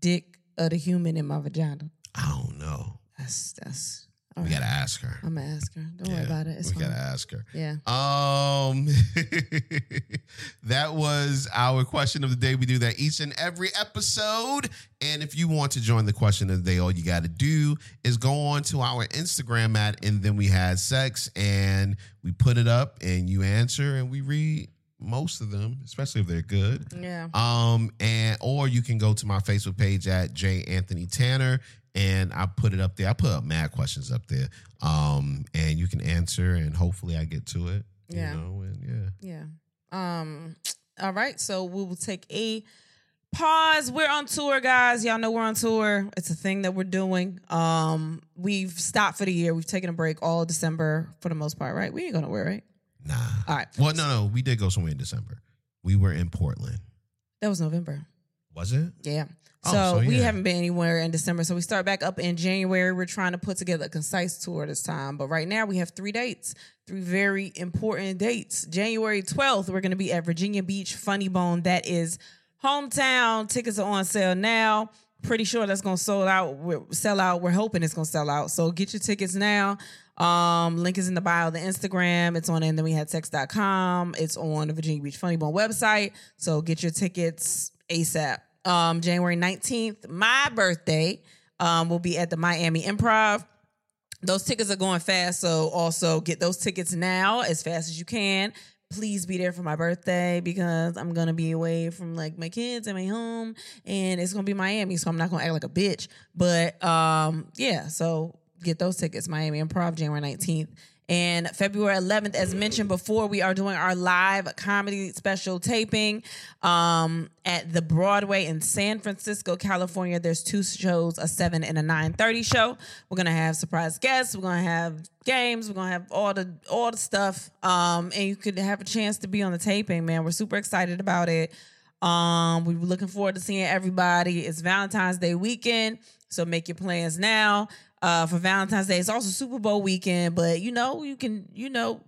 Speaker 2: dick of the human in my vagina.
Speaker 1: I don't know.
Speaker 2: That's that's. all
Speaker 1: We
Speaker 2: right.
Speaker 1: gotta ask her.
Speaker 2: I'm gonna ask her. Don't
Speaker 1: Yeah,
Speaker 2: worry about it. It's
Speaker 1: we
Speaker 2: fine.
Speaker 1: gotta ask her.
Speaker 2: Yeah.
Speaker 1: Um, that was our question of the day. We do that each and every episode. And if you want to join the question of the day, all you got to do is go on to our Instagram at and then we had sex and we put it up and you answer and we read most of them, especially if they're good.
Speaker 2: Yeah.
Speaker 1: Um, and or you can go to my Facebook page at J Anthony Tanner, and I put it up there. I put up mad questions up there. Um, and you can answer, and hopefully I get to it. You
Speaker 2: Yeah.
Speaker 1: know, and yeah.
Speaker 2: Yeah. Um. All right. So we will take a pause. We're on tour, guys. Y'all know we're on tour. It's a thing that we're doing. Um. We've stopped for the year. We've taken a break all December for the most part. Right. We ain't gonna wear right.
Speaker 1: Nah.
Speaker 2: All right.
Speaker 1: Well, no, no, we did go somewhere in December. We were in Portland.
Speaker 2: That was November.
Speaker 1: Was it?
Speaker 2: Yeah.
Speaker 1: Oh,
Speaker 2: So,
Speaker 1: so
Speaker 2: we
Speaker 1: yeah.
Speaker 2: haven't been anywhere in December. So we start back up in January. We're trying to put together a concise tour this time. But right now we have three dates, three very important dates. January 12th, we're going to be at Virginia Beach Funny Bone. That is hometown. Tickets are on sale now. Pretty sure that's going to sold out. We're, sell out. We're hoping it's going to sell out. So get your tickets now. Um, link is in the bio, the Instagram. It's on and then we had sex.com. It's on the Virginia Beach Funny Bone website. So get your tickets ASAP. Um, January 19th, my birthday, um, will be at the Miami Improv. Those tickets are going fast, so also get those tickets now as fast as you can. Please be there for my birthday because I'm gonna be away from like my kids and my home, and it's gonna be Miami, so I'm not gonna act like a bitch. But um, yeah, so get those tickets, Miami Improv, January 19th. And February 11th, as mentioned before, we are doing our live comedy special taping um, at the Broadway in San Francisco, California. There's two shows, a 7 and a 9.30 show. We're going to have surprise guests. We're going to have games. We're going to have all the all the stuff. Um, and you could have a chance to be on the taping, man. We're super excited about it. Um, we were looking forward to seeing everybody. It's Valentine's Day weekend, so make your plans now. Uh, for Valentine's Day, it's also Super Bowl weekend, but you know, you can, you know,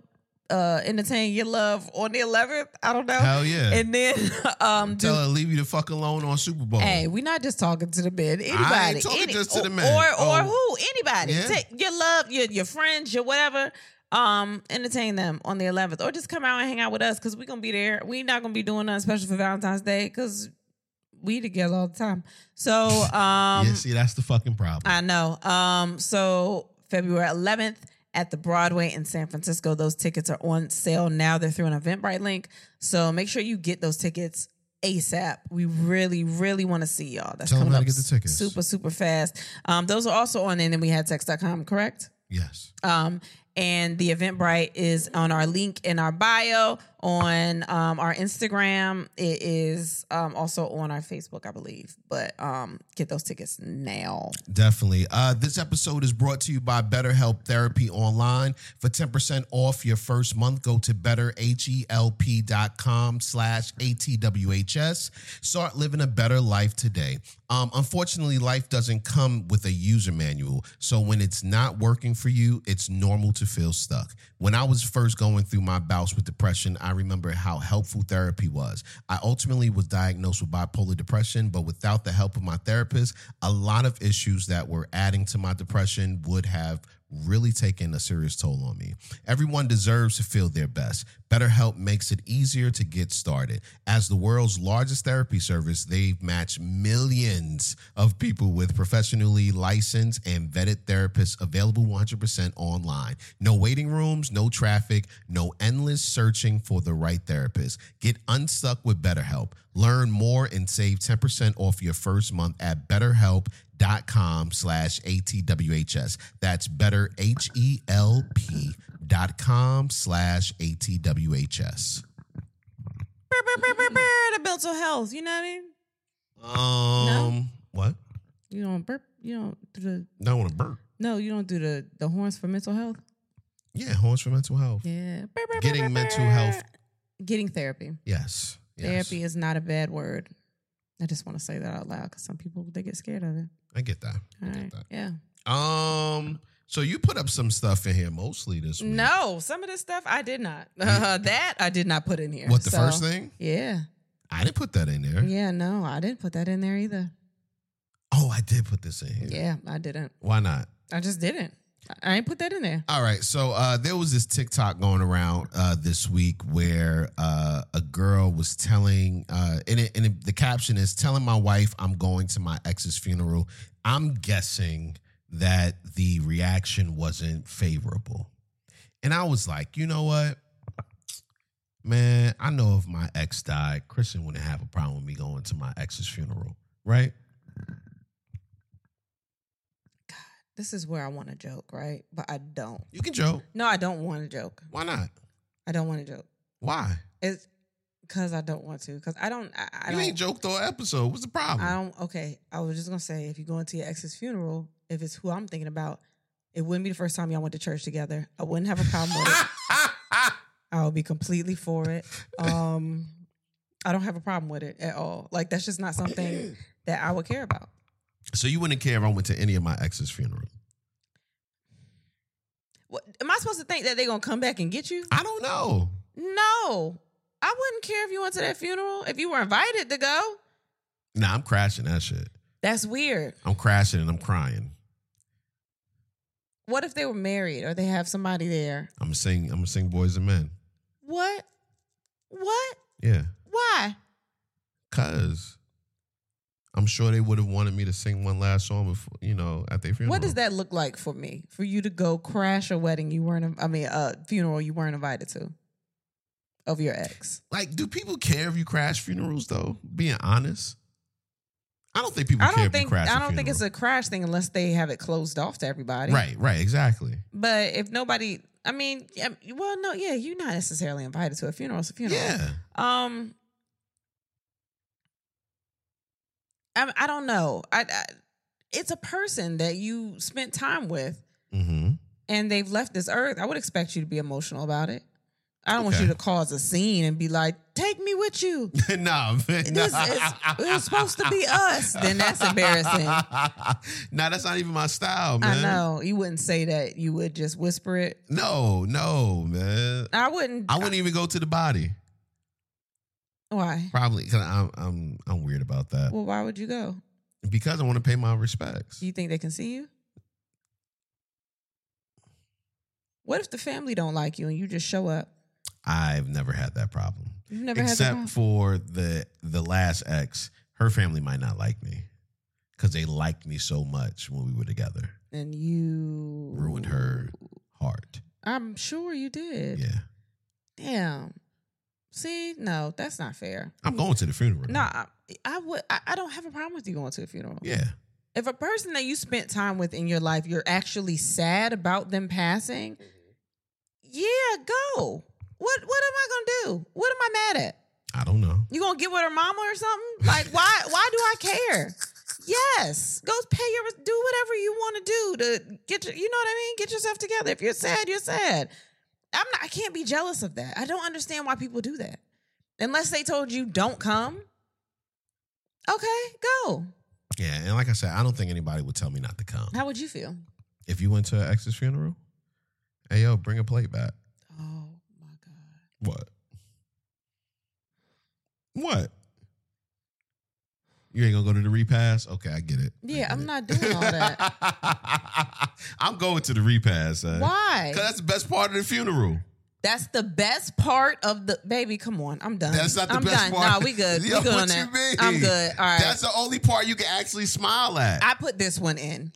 Speaker 2: uh, entertain your love on the 11th. I don't know.
Speaker 1: Hell yeah.
Speaker 2: And then, um, do,
Speaker 1: Tell her leave you the fuck alone on Super Bowl.
Speaker 2: hey, we're not just talking to the men, anybody,
Speaker 1: talking
Speaker 2: any-
Speaker 1: just to the
Speaker 2: or-
Speaker 1: men.
Speaker 2: or, or
Speaker 1: Oh.
Speaker 2: who, anybody,
Speaker 1: Yeah.
Speaker 2: Take your love, your, your friends, your whatever. Um, entertain them on the 11th, or just come out and hang out with us because we're gonna be there. We're not gonna be doing nothing special for Valentine's Day because we together all the time. So, um,
Speaker 1: yeah, see, that's the fucking problem.
Speaker 2: I know. Um, so February 11th at the Broadway in San Francisco. Those tickets are on sale now. They're through an Eventbrite link. So make sure you get those tickets ASAP. We really, really want to see y'all. That's
Speaker 1: Tell 'em
Speaker 2: coming
Speaker 1: how
Speaker 2: up
Speaker 1: to get the tickets.
Speaker 2: super, super fast. Um, those are also on and then we had text.com, correct?
Speaker 1: yes.
Speaker 2: Um, and the Eventbrite is on our link in our bio on um, our Instagram. It is um, also on our Facebook, I believe. But um, get those tickets now.
Speaker 1: Definitely. Uh, this episode is brought to you by BetterHelp Therapy Online. For 10% off your first month, go to betterhelp.com slash ATWHS. Start living a better life today. Um, unfortunately, life doesn't come with a user manual. So when it's not working for you, it's normal to feel stuck. When I was first going through my bouts with depression, I remember how helpful therapy was. I ultimately was diagnosed with bipolar depression, but without the help of my therapist, a lot of issues that were adding to my depression would have really taken a serious toll on me. Everyone deserves to feel their best. BetterHelp makes it easier to get started. As the world's largest therapy service, they've matched millions of people with professionally licensed and vetted therapists available 100% online. No waiting rooms, no traffic, no endless searching for the right therapist. Get unstuck with BetterHelp. Learn more and save 10% off your first month at betterhelp.com slash ATWHS. That's better, H-E-L-P dot com slash ATWHS.
Speaker 2: Brr, brr, brr, brr, brr, to build some health. You know what I mean?
Speaker 1: Um, what?
Speaker 2: You don't burp. You don't do the
Speaker 1: Don't want to burp.
Speaker 2: no. You don't do the the horns for mental health.
Speaker 1: Yeah, horns for mental health.
Speaker 2: Yeah. Brr, brr, brr,
Speaker 1: Getting
Speaker 2: brr,
Speaker 1: mental
Speaker 2: brr.
Speaker 1: health.
Speaker 2: Getting therapy.
Speaker 1: Yes. yes.
Speaker 2: Therapy is not a bad word. I just want to say that out loud because some people they get scared of it.
Speaker 1: I get that. I
Speaker 2: All
Speaker 1: get
Speaker 2: right. Yeah.
Speaker 1: that. Um, so you put up some stuff in here mostly this week.
Speaker 2: No, some of this stuff I did not.
Speaker 1: Yeah.
Speaker 2: that I did not put in here.
Speaker 1: What the
Speaker 2: So,
Speaker 1: first thing?
Speaker 2: Yeah.
Speaker 1: I didn't put that in there.
Speaker 2: Yeah, no, I didn't put that in there either.
Speaker 1: Oh, I did put this in here.
Speaker 2: Yeah, I didn't.
Speaker 1: Why not?
Speaker 2: I just didn't. I- I ain't put that in there.
Speaker 1: All right, so uh, there was this TikTok going around uh, this week where uh, a girl was telling, uh, and, it, and it, the caption is telling my wife I'm going to my ex's funeral. I'm guessing that the reaction wasn't favorable, and I was like, you know what, man, I know if my ex died, Kristen wouldn't have a problem with me going to my ex's funeral, right?
Speaker 2: This is where I want to joke, right? But I don't.
Speaker 1: You can joke.
Speaker 2: No, I don't want to joke.
Speaker 1: Why not?
Speaker 2: I don't want to joke.
Speaker 1: Why?
Speaker 2: It's because I don't want to. Because I don't. I, I
Speaker 1: you
Speaker 2: don't.
Speaker 1: ain't joked all episode. What's the problem?
Speaker 2: I don't. Okay, I was just gonna say if you go into your ex's funeral, if it's who I'm thinking about, it wouldn't be the first time y'all went to church together. I wouldn't have a problem with it. I would be completely for it. Um, I don't have a problem with it at all. Like that's just not something that I would care about.
Speaker 1: so you wouldn't care if I went to any of my ex's funeral?
Speaker 2: What, am I supposed to think that they're gonna come back and get you?
Speaker 1: I don't know.
Speaker 2: No, I wouldn't care if you went to that funeral if you were invited to go.
Speaker 1: Nah, I'm crashing that shit.
Speaker 2: That's weird.
Speaker 1: I'm crashing and I'm crying.
Speaker 2: What if they were married or they have somebody there?
Speaker 1: I'm sing. I'm sing boys and men.
Speaker 2: What? What?
Speaker 1: Yeah,
Speaker 2: Why?
Speaker 1: cause I'm sure they would have wanted me to sing one last song before you know at their funeral.
Speaker 2: What does that look like for me? For you to go crash a wedding you weren't, I mean, a funeral you weren't invited to of your ex.
Speaker 1: Like, do people care if you crash funerals though? Being honest, I don't think people
Speaker 2: I
Speaker 1: care
Speaker 2: don't
Speaker 1: if you
Speaker 2: think
Speaker 1: crash.
Speaker 2: I
Speaker 1: a
Speaker 2: don't think it's
Speaker 1: funeral.
Speaker 2: a crash thing unless they have it closed off to everybody.
Speaker 1: right, right, exactly.
Speaker 2: But if nobody, I mean, yeah, well, no, yeah, you're not necessarily invited to a funeral. It's a funeral.
Speaker 1: Yeah,
Speaker 2: Um, I I don't know. I, I it's a person that you spent time with,
Speaker 1: mm-hmm.
Speaker 2: and they've left this earth. I would expect you to be emotional about it. I don't want
Speaker 1: Okay.
Speaker 2: you to cause a scene and be like, "Take me with you."
Speaker 1: nah, man,
Speaker 2: This
Speaker 1: nah.
Speaker 2: is it was supposed to be us. Then that's embarrassing.
Speaker 1: nah, that's not even my style, man.
Speaker 2: I know you wouldn't say that. You would just whisper it.
Speaker 1: No, no, man.
Speaker 2: I wouldn't.
Speaker 1: I wouldn't even go to the body.
Speaker 2: Why?
Speaker 1: Probably because I'm I'm I'm weird about that.
Speaker 2: Well, why would you go?
Speaker 1: because I want to pay my respects.
Speaker 2: Do you think they can see you? What if the family don't like you and you just show up?
Speaker 1: I've never had that problem,
Speaker 2: You've never had that.
Speaker 1: except
Speaker 2: problem?
Speaker 1: for the the last ex. Her family might not like me because they liked me so much when we were together.
Speaker 2: and you
Speaker 1: Ruined her heart.
Speaker 2: I'm sure you did.
Speaker 1: Yeah,
Speaker 2: Damn. See, no, that's not fair.
Speaker 1: I'm going to the funeral.
Speaker 2: No, I, I would. I, I don't have a problem with you going to a funeral.
Speaker 1: Yeah. Mm-hmm.
Speaker 2: If a person that you spent time with in your life, you're actually sad about them passing, Yeah, go. What what am I gonna do? What am I mad at?
Speaker 1: I don't know.
Speaker 2: You gonna get with her mama or something? Like why why do I care? Yes, go pay your do whatever you want to do to get your, you know what I mean. Get yourself together. If you're sad, you're sad. I'm not. I can't be jealous of that. I don't understand why people do that. Unless they told you don't come. Okay, go.
Speaker 1: Yeah, and like I said, I don't think anybody would tell me not to come.
Speaker 2: How would you feel?
Speaker 1: If you went to an ex's funeral, hey yo, bring a plate back.
Speaker 2: Oh my god.
Speaker 1: What? What? You ain't gonna go to the repass? Okay, I get it. I
Speaker 2: Yeah,
Speaker 1: get
Speaker 2: I'm
Speaker 1: it.
Speaker 2: not doing all that.
Speaker 1: I'm going to the repass. son.
Speaker 2: Why?
Speaker 1: Cause that's the best part of the funeral.
Speaker 2: That's the best part of the baby. Come on, I'm done.
Speaker 1: That's not the
Speaker 2: I'm
Speaker 1: best
Speaker 2: done.
Speaker 1: part.
Speaker 2: Nah, we good.
Speaker 1: Yo,
Speaker 2: we good
Speaker 1: what
Speaker 2: on that.
Speaker 1: you mean?
Speaker 2: I'm good. All right.
Speaker 1: That's the only part you can actually smile at.
Speaker 2: I put this one in.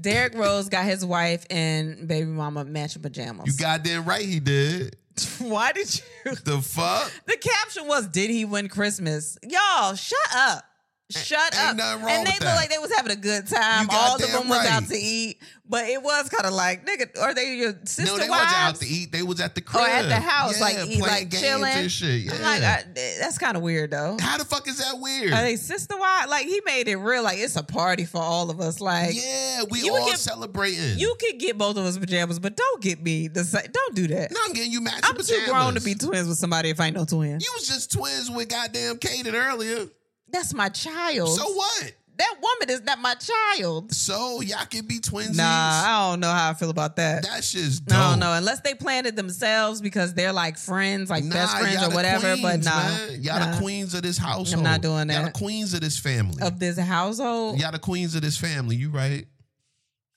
Speaker 2: Derrick Rose got his wife and baby mama matching pajamas.
Speaker 1: you goddamn right he did.
Speaker 2: Why did you?
Speaker 1: The fuck?
Speaker 2: The caption was, "Did he win Christmas?" Y'all, shut up. Shut
Speaker 1: Ain't
Speaker 2: up.
Speaker 1: nothing wrong
Speaker 2: and they
Speaker 1: with
Speaker 2: looked
Speaker 1: that.
Speaker 2: like they was having a good time.
Speaker 1: You
Speaker 2: All of
Speaker 1: goddamn
Speaker 2: them was out
Speaker 1: right.
Speaker 2: to eat, but it was kind of like, nigga, are they your sister
Speaker 1: no, they
Speaker 2: wives?
Speaker 1: wasn't out to eat. They was at the crib.
Speaker 2: Or at the house, like,
Speaker 1: playing
Speaker 2: eat- like,
Speaker 1: games
Speaker 2: chilling.
Speaker 1: and shit. Yeah.
Speaker 2: I'm like, I, that's kind of weird though.
Speaker 1: How the fuck is that weird?
Speaker 2: Are they sister wives? Like he made it real, like it's a party for all of us. Like
Speaker 1: yeah, we
Speaker 2: you would
Speaker 1: all
Speaker 2: get-
Speaker 1: celebrating.
Speaker 2: you could get both of us pajamas, but don't get me the sa- don't do that.
Speaker 1: no, I'm getting you matching
Speaker 2: I'm
Speaker 1: pajamas.
Speaker 2: too grown to be twins with somebody if I ain't no twin.
Speaker 1: You was just twins with goddamn Kaden earlier.
Speaker 2: That's my child.
Speaker 1: So what?
Speaker 2: that woman is not my child.
Speaker 1: So y'all can be twinsies.
Speaker 2: Nah, I don't know how I feel about that.
Speaker 1: that shit's dope.
Speaker 2: I don't know unless they planned it themselves because they're like friends, like best
Speaker 1: Nah,
Speaker 2: friends
Speaker 1: y'all
Speaker 2: or
Speaker 1: the
Speaker 2: whatever. but
Speaker 1: queens,
Speaker 2: nah,
Speaker 1: man. y'all
Speaker 2: nah.
Speaker 1: the queens of this household.
Speaker 2: not doing
Speaker 1: Y'all the
Speaker 2: that.
Speaker 1: queens of this family.
Speaker 2: of this household.
Speaker 1: y'all the queens of this family. You right?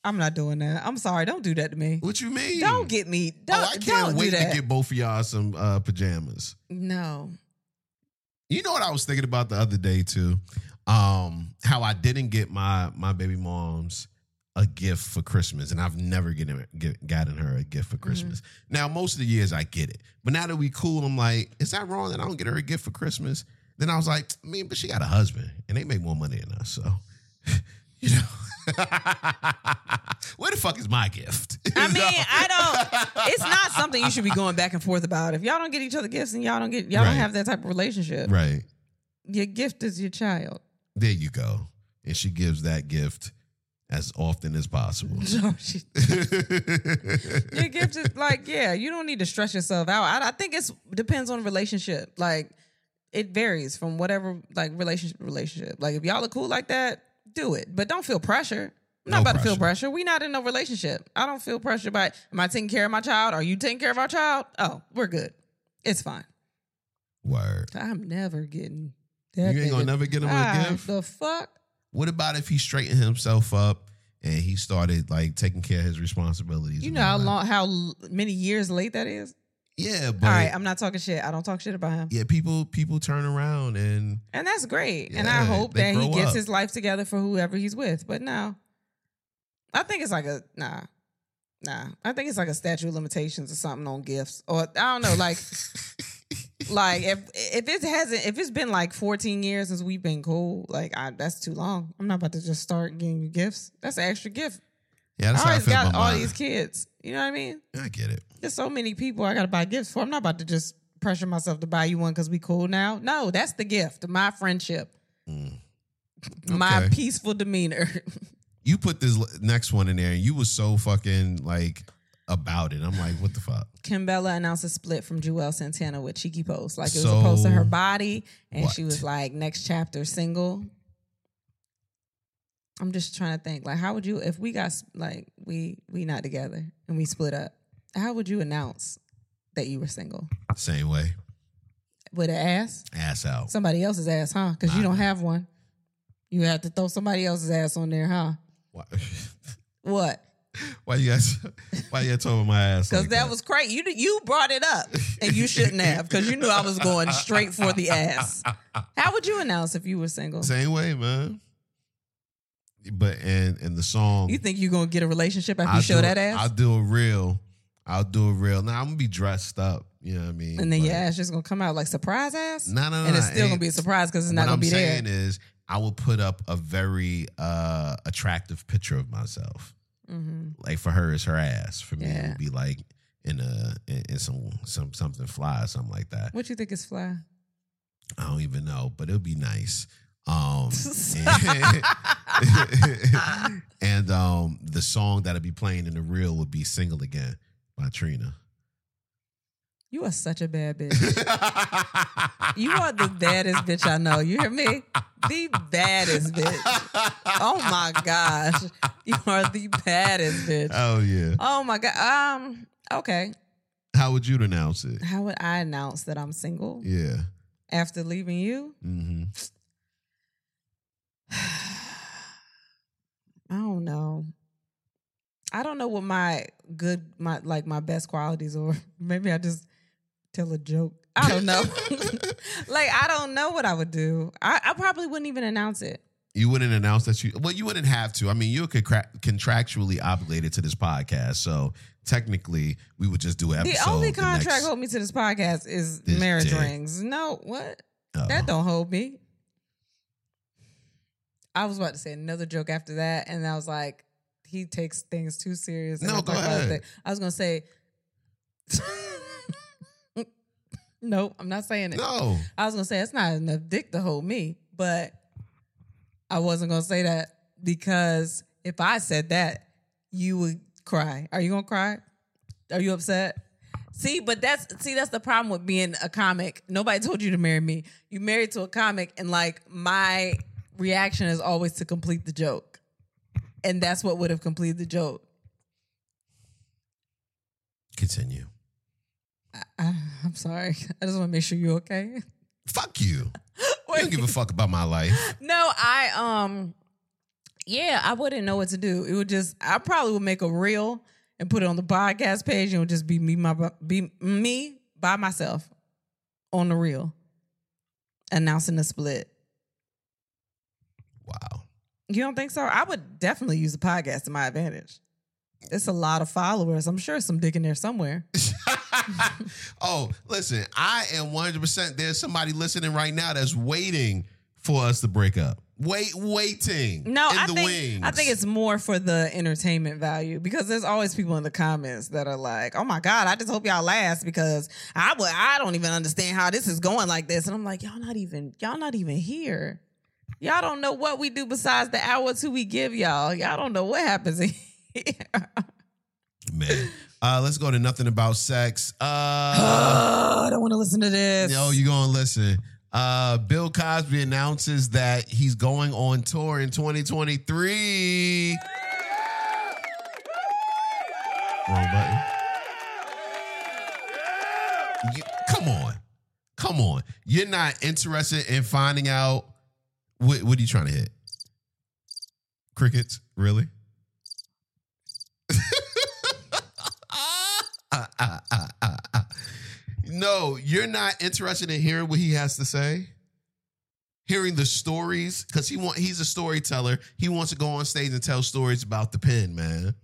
Speaker 2: I'm not doing that. I'm sorry. Don't do that to me.
Speaker 1: What you mean?
Speaker 2: Don't get me. Don't,
Speaker 1: oh, I can't
Speaker 2: don't
Speaker 1: wait to
Speaker 2: do that.
Speaker 1: get both of y'all some uh, pajamas.
Speaker 2: no.
Speaker 1: You know what I was thinking about the other day too? Um, how I didn't get my my baby mom's a gift for Christmas, and I've never getting get, gotten her a gift
Speaker 2: Mm-hmm.
Speaker 1: for Christmas. Now most of the years I get it, but now that we cool, I'm like, is that wrong that I don't get her a gift for Christmas? Then I was like, I mean, but she got a husband, and they make more money than us, so you know. Where the fuck is my gift?
Speaker 2: I mean, I don't. It's not something you should be going back and forth about. If y'all don't get each other gifts and y'all don't get y'all all
Speaker 1: Right.
Speaker 2: don't have that type of relationship,
Speaker 1: right.
Speaker 2: your gift is your child.
Speaker 1: There you go. And she gives that gift as often as possible.
Speaker 2: So she- your gift is like yeah. You don't need to stress yourself out. I, I think it's depends on relationship. Like it varies from whatever like relationship to relationship. Like if y'all are cool like that, do it. But don't feel pressure. I'm not
Speaker 1: No
Speaker 2: about to feel
Speaker 1: pressure.
Speaker 2: pressure. We not in no relationship. I don't feel pressure by am I taking care of my child? Are you taking care of our child? Oh, we're good. It's fine.
Speaker 1: Word.
Speaker 2: I'm never getting
Speaker 1: You
Speaker 2: that.
Speaker 1: ain't gonna
Speaker 2: nigga.
Speaker 1: never get him
Speaker 2: Ah,
Speaker 1: a gift.
Speaker 2: The fuck?
Speaker 1: What about if he straightened himself up and he started like taking care of his responsibilities?
Speaker 2: You
Speaker 1: and
Speaker 2: know
Speaker 1: all
Speaker 2: how
Speaker 1: that?
Speaker 2: long, how l- many years late that is?
Speaker 1: Yeah, but
Speaker 2: All right, I'm not talking shit. I don't talk shit about him.
Speaker 1: yeah, people people turn around and
Speaker 2: And that's great. and I
Speaker 1: Yeah,
Speaker 2: hope
Speaker 1: they
Speaker 2: that he
Speaker 1: grow
Speaker 2: gets
Speaker 1: up.
Speaker 2: his life together for whoever he's with. But no, I think it's like a, nah, nah. I think it's like a statute of limitations or something on gifts. Or I don't know, like, like if if it hasn't if it's been like 14 years since we've been cool like I, that's too long i'm not about to just start getting you gifts that's an extra gift
Speaker 1: yeah, that's
Speaker 2: I
Speaker 1: how I
Speaker 2: always
Speaker 1: feel
Speaker 2: got
Speaker 1: about
Speaker 2: all
Speaker 1: mine.
Speaker 2: these kids. You know what I mean?
Speaker 1: I get it.
Speaker 2: There's so many people I gotta buy gifts for. I'm not about to just pressure myself to buy you one because we cool now. No, that's the gift. My friendship.
Speaker 1: Mm.
Speaker 2: My
Speaker 1: Okay.
Speaker 2: peaceful demeanor.
Speaker 1: You put this l- next one in there, and you was so fucking like about it. I'm like, what the fuck?
Speaker 2: Kim Bella announced a split from Jewel Santana with Cheeky Post. Like it was
Speaker 1: So,
Speaker 2: opposed to her body. And she
Speaker 1: what?
Speaker 2: was like, next chapter single. I'm just trying to think. Like, how would you if we got like we we not together and we split up, how would you announce that you were single?
Speaker 1: Same way,
Speaker 2: With an ass?
Speaker 1: ass out.
Speaker 2: somebody else's ass, huh? Because you
Speaker 1: Nah.
Speaker 2: don't have one. You have to throw somebody else's ass on there, huh?
Speaker 1: Why,
Speaker 2: What?
Speaker 1: why you guys? Why you told my ass?
Speaker 2: Because
Speaker 1: like
Speaker 2: that was crazy. You you brought it up, and you shouldn't have, because you knew I was going straight for the ass. How would you announce if you were single?
Speaker 1: Same way, man. But and and the song
Speaker 2: You think you're gonna get a relationship after
Speaker 1: I'll
Speaker 2: you show
Speaker 1: do-
Speaker 2: that ass,
Speaker 1: I'll do a reel. I'll do a reel. Now I'm gonna be dressed up. You know what I mean?
Speaker 2: and then your ass just gonna come out like surprise ass,
Speaker 1: No, no, no.
Speaker 2: and it's
Speaker 1: no,
Speaker 2: still gonna
Speaker 1: ain't-
Speaker 2: be a surprise because it's
Speaker 1: What
Speaker 2: not gonna
Speaker 1: I'm
Speaker 2: be there.
Speaker 1: saying is, I will put up a very uh attractive picture of myself.
Speaker 2: hmm
Speaker 1: Like for her, it's her ass. For me, it
Speaker 2: Yeah.
Speaker 1: would be like and uh and, and some some something fly or something like that.
Speaker 2: What you think is fly?
Speaker 1: I don't even know, but it'll be nice. Um and,
Speaker 2: I
Speaker 1: and, um the song that'll be playing in the reel would be Single Again by Trina.
Speaker 2: You are such a bad bitch. You are the baddest bitch I know. You hear me? The baddest bitch. Oh my gosh. You are the baddest bitch.
Speaker 1: Oh yeah.
Speaker 2: Oh my god. Um okay.
Speaker 1: How would you announce it?
Speaker 2: How would I announce that I'm single
Speaker 1: Yeah.
Speaker 2: after leaving you?
Speaker 1: Mm-hmm.
Speaker 2: I don't know. I don't know what my good my like my best qualities are. Maybe I just tell a joke. I don't know. like I don't know what I would do. I, I probably wouldn't even announce it.
Speaker 1: You wouldn't announce that you. Well, you wouldn't have to. I mean, you're contra- contractually obligated to this podcast, so technically, we would just do an episode.
Speaker 2: the only contract
Speaker 1: next-
Speaker 2: hold me to this podcast is
Speaker 1: This
Speaker 2: marriage
Speaker 1: dick.
Speaker 2: rings. No, what?
Speaker 1: Oh.
Speaker 2: That don't hold me. I was about to say another joke after that, and I was like, he takes things too serious. and
Speaker 1: No,
Speaker 2: I
Speaker 1: go
Speaker 2: talk about
Speaker 1: ahead.
Speaker 2: things- I was gonna say, nope, I'm not saying it.
Speaker 1: No,
Speaker 2: I was gonna say it's not enough dick to hold me, but I wasn't gonna say that because if I said that, you would cry. Are you gonna cry? Are you upset? See, but that's see, that's the problem with being a comic. Nobody told you to marry me. You married to a comic, and like my reaction is always to complete the joke, and that's what would have completed the joke.
Speaker 1: continue.
Speaker 2: I, I'm sorry. I just want to make sure you're okay.
Speaker 1: Fuck you. You don't give a fuck about my life.
Speaker 2: No, I um yeah, I wouldn't know what to do. It would just I probably would make a reel and put it on the podcast page and it would just be me my be me by myself on the reel announcing the split.
Speaker 1: Wow.
Speaker 2: You don't think so? I would definitely use the podcast to my advantage. It's a lot of followers. I'm sure some dick in there somewhere.
Speaker 1: oh, listen, I am 100%. There's somebody listening right now that's waiting for us to break up. Wait, waiting.
Speaker 2: No,
Speaker 1: in
Speaker 2: I
Speaker 1: the
Speaker 2: think
Speaker 1: wings.
Speaker 2: I think it's more for the entertainment value because there's always people in the comments that are like, "Oh my god, I just hope y'all last because I would I don't even understand how this is going like this." And I'm like, "Y'all not even y'all not even here. Y'all don't know what we do besides the hour or two we give y'all. Y'all don't know what happens in here."
Speaker 1: man. Uh, let's go to nothing about sex. Uh,
Speaker 2: Oh, I don't want to listen to this.
Speaker 1: Yo, you gonna listen? Uh, Bill Cosby announces that he's going on tour in 2023. Wrong button. You- come on, come on. You're not interested in finding out what what are you trying to hit? Crickets, really? Ah, No, you're not interested in hearing what he has to say. Hearing the stories because he want he's a storyteller. He wants to go on stage and tell stories about the pen, man.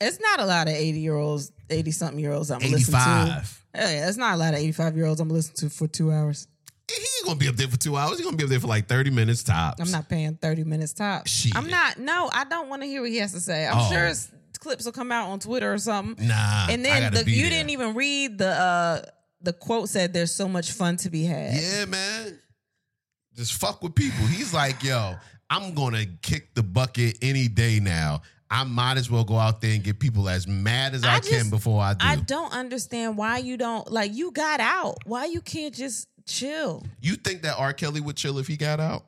Speaker 2: it's not a lot of 80 year olds, 80 something year olds I'm
Speaker 1: Eighty
Speaker 2: listening to.
Speaker 1: five.
Speaker 2: Hey, it's not a lot of 85 year olds I'm listening to for two hours.
Speaker 1: He ain't gonna be up there for two hours. He's gonna be up there for like thirty minutes tops.
Speaker 2: I'm not paying 30 minutes top.
Speaker 1: Shit.
Speaker 2: I'm not. No, I don't want to hear what he has to say. I'm
Speaker 1: Oh.
Speaker 2: sure his clips will come out on Twitter or something.
Speaker 1: Nah.
Speaker 2: and
Speaker 1: I
Speaker 2: then
Speaker 1: gotta
Speaker 2: the,
Speaker 1: be
Speaker 2: you
Speaker 1: there.
Speaker 2: didn't even read the uh the quote said there's so much fun to be had.
Speaker 1: Yeah, man. Just fuck with people. He's like, yo, I'm gonna kick the bucket any day now. I might as well go out there and get people as mad as I,
Speaker 2: I
Speaker 1: can
Speaker 2: just-
Speaker 1: before I do.
Speaker 2: I don't understand why you don't like you got out. Why you can't just chill
Speaker 1: you think that R. Kelly would chill if he got out?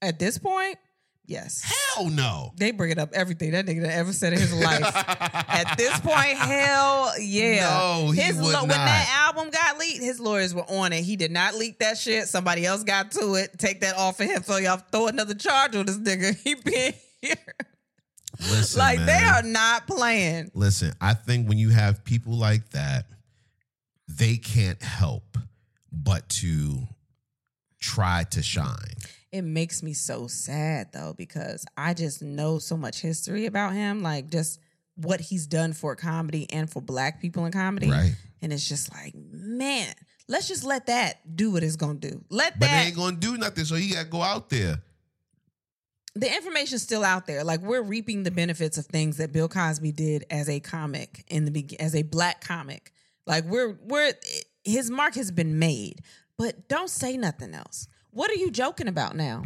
Speaker 2: at this point? Yes.
Speaker 1: Hell no.
Speaker 2: They bring it up everything that nigga done ever said in his life. At this point, hell yeah.
Speaker 1: No, Oh, he
Speaker 2: his
Speaker 1: would
Speaker 2: lo-
Speaker 1: not.
Speaker 2: when that album got leaked, his lawyers were on it. He did not leak that shit. Somebody else got to it. Take that off of him. So y'all throw another charge on this nigga. He been here.
Speaker 1: Listen,
Speaker 2: like they
Speaker 1: man.
Speaker 2: are not playing.
Speaker 1: Listen, I think when you have people like that, they can't help but to try to shine.
Speaker 2: It makes me so sad though because I just know so much history about him, like just what he's done for comedy and for black people in comedy.
Speaker 1: Right.
Speaker 2: And it's just like, man, let's just let that do what it's gonna do. Let
Speaker 1: But they
Speaker 2: that
Speaker 1: ain't gonna do nothing, so he gotta go out there.
Speaker 2: the information's still out there. Like we're reaping the benefits of things that Bill Cosby did as a comic in the begin as a black comic. Like we're we're his mark has been made, but don't say nothing else. What are you joking about now?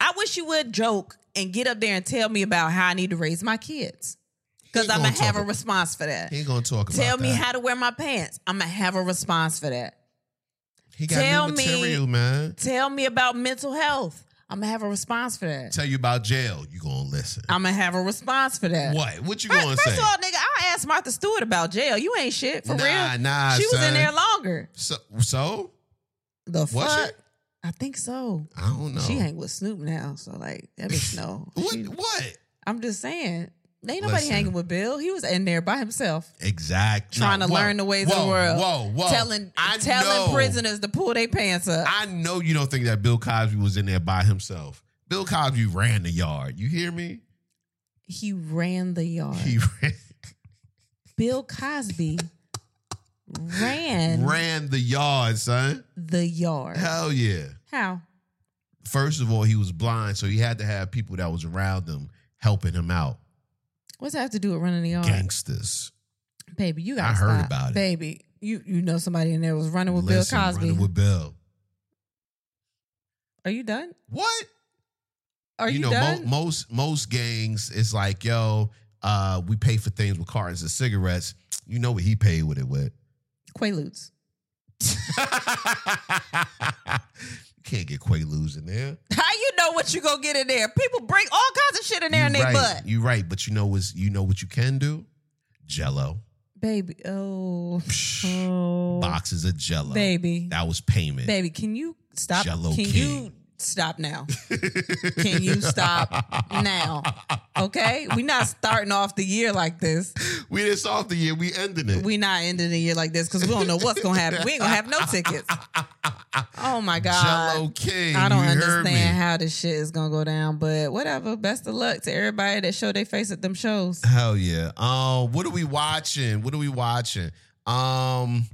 Speaker 2: I wish you would joke and get up there and tell me about how I need to raise my kids. Because
Speaker 1: He
Speaker 2: I'm gonna
Speaker 1: gonna
Speaker 2: have a
Speaker 1: talk ab-
Speaker 2: response for that.
Speaker 1: He ain't gonna talk about
Speaker 2: Tell me
Speaker 1: that.
Speaker 2: how to wear my pants. I'm gonna have a response for that.
Speaker 1: he got
Speaker 2: tell
Speaker 1: new
Speaker 2: me-
Speaker 1: material, man.
Speaker 2: Tell me about mental health. I'm gonna have a response for that.
Speaker 1: Tell you about jail. You gonna listen?
Speaker 2: I'm gonna have a response for that.
Speaker 1: what? What you
Speaker 2: First,
Speaker 1: gonna
Speaker 2: first
Speaker 1: say?
Speaker 2: of all, nigga, I asked Martha Stewart about jail. You ain't shit for
Speaker 1: nah,
Speaker 2: real.
Speaker 1: nah.
Speaker 2: she was in
Speaker 1: son.
Speaker 2: there longer.
Speaker 1: So, so
Speaker 2: The
Speaker 1: was
Speaker 2: fuck?
Speaker 1: she?
Speaker 2: I think so.
Speaker 1: I don't know.
Speaker 2: She hang with Snoop now, so like that bitch no.
Speaker 1: What?
Speaker 2: She-
Speaker 1: What?
Speaker 2: I'm just saying, ain't nobody
Speaker 1: Listen.
Speaker 2: hanging with Bill. He was in there by himself,
Speaker 1: Exactly.
Speaker 2: Trying to learn the ways of the world.
Speaker 1: Whoa, whoa.
Speaker 2: telling
Speaker 1: I
Speaker 2: telling
Speaker 1: know-
Speaker 2: prisoners to pull their pants up.
Speaker 1: I know you don't think that Bill Cosby was in there by himself. Bill Cosby ran the yard. You hear me?
Speaker 2: he ran the yard.
Speaker 1: He
Speaker 2: Bill Cosby
Speaker 1: ran,
Speaker 2: ran,
Speaker 1: ran the yard, son.
Speaker 2: the yard.
Speaker 1: Hell yeah.
Speaker 2: How?
Speaker 1: First of all, he was blind, so he had to have people that was around him helping him out.
Speaker 2: What's that have to do with running the yard?
Speaker 1: Gangsters.
Speaker 2: Baby, you got
Speaker 1: I heard about it.
Speaker 2: Baby, you you know somebody in there was running with
Speaker 1: Listen,
Speaker 2: Bill Cosby.
Speaker 1: running with Bill.
Speaker 2: Are you done?
Speaker 1: What?
Speaker 2: Are you,
Speaker 1: know, mo-
Speaker 2: done?
Speaker 1: most most gangs is like, yo, uh, we pay for things with cartons and cigarettes. You know what he paid with it with.
Speaker 2: Quaaludes.
Speaker 1: you can't get Quaaludes in there.
Speaker 2: How you know what you gonna get in there? People bring all kinds of shit in there in
Speaker 1: you
Speaker 2: their
Speaker 1: right.
Speaker 2: butt.
Speaker 1: You right, but you know what's you know what you can do? Jello.
Speaker 2: Baby, oh,
Speaker 1: Psh,
Speaker 2: oh.
Speaker 1: Boxes of jello.
Speaker 2: baby,
Speaker 1: That was payment.
Speaker 2: baby, can you stop?
Speaker 1: Jell-O
Speaker 2: can
Speaker 1: King.
Speaker 2: you stop now? can you stop now? Okay, we not starting off the year like this.
Speaker 1: We didn't solve the year, we ending it.
Speaker 2: We not ending the year like this because we don't know what's gonna happen. We ain't gonna have no tickets. Oh my god.
Speaker 1: Jello King.
Speaker 2: I don't
Speaker 1: you heard me.
Speaker 2: understand how this shit is gonna go down, but whatever. Best of luck to everybody that showed their face at them shows.
Speaker 1: Hell yeah. Um, what are we watching? What are we watching? Um,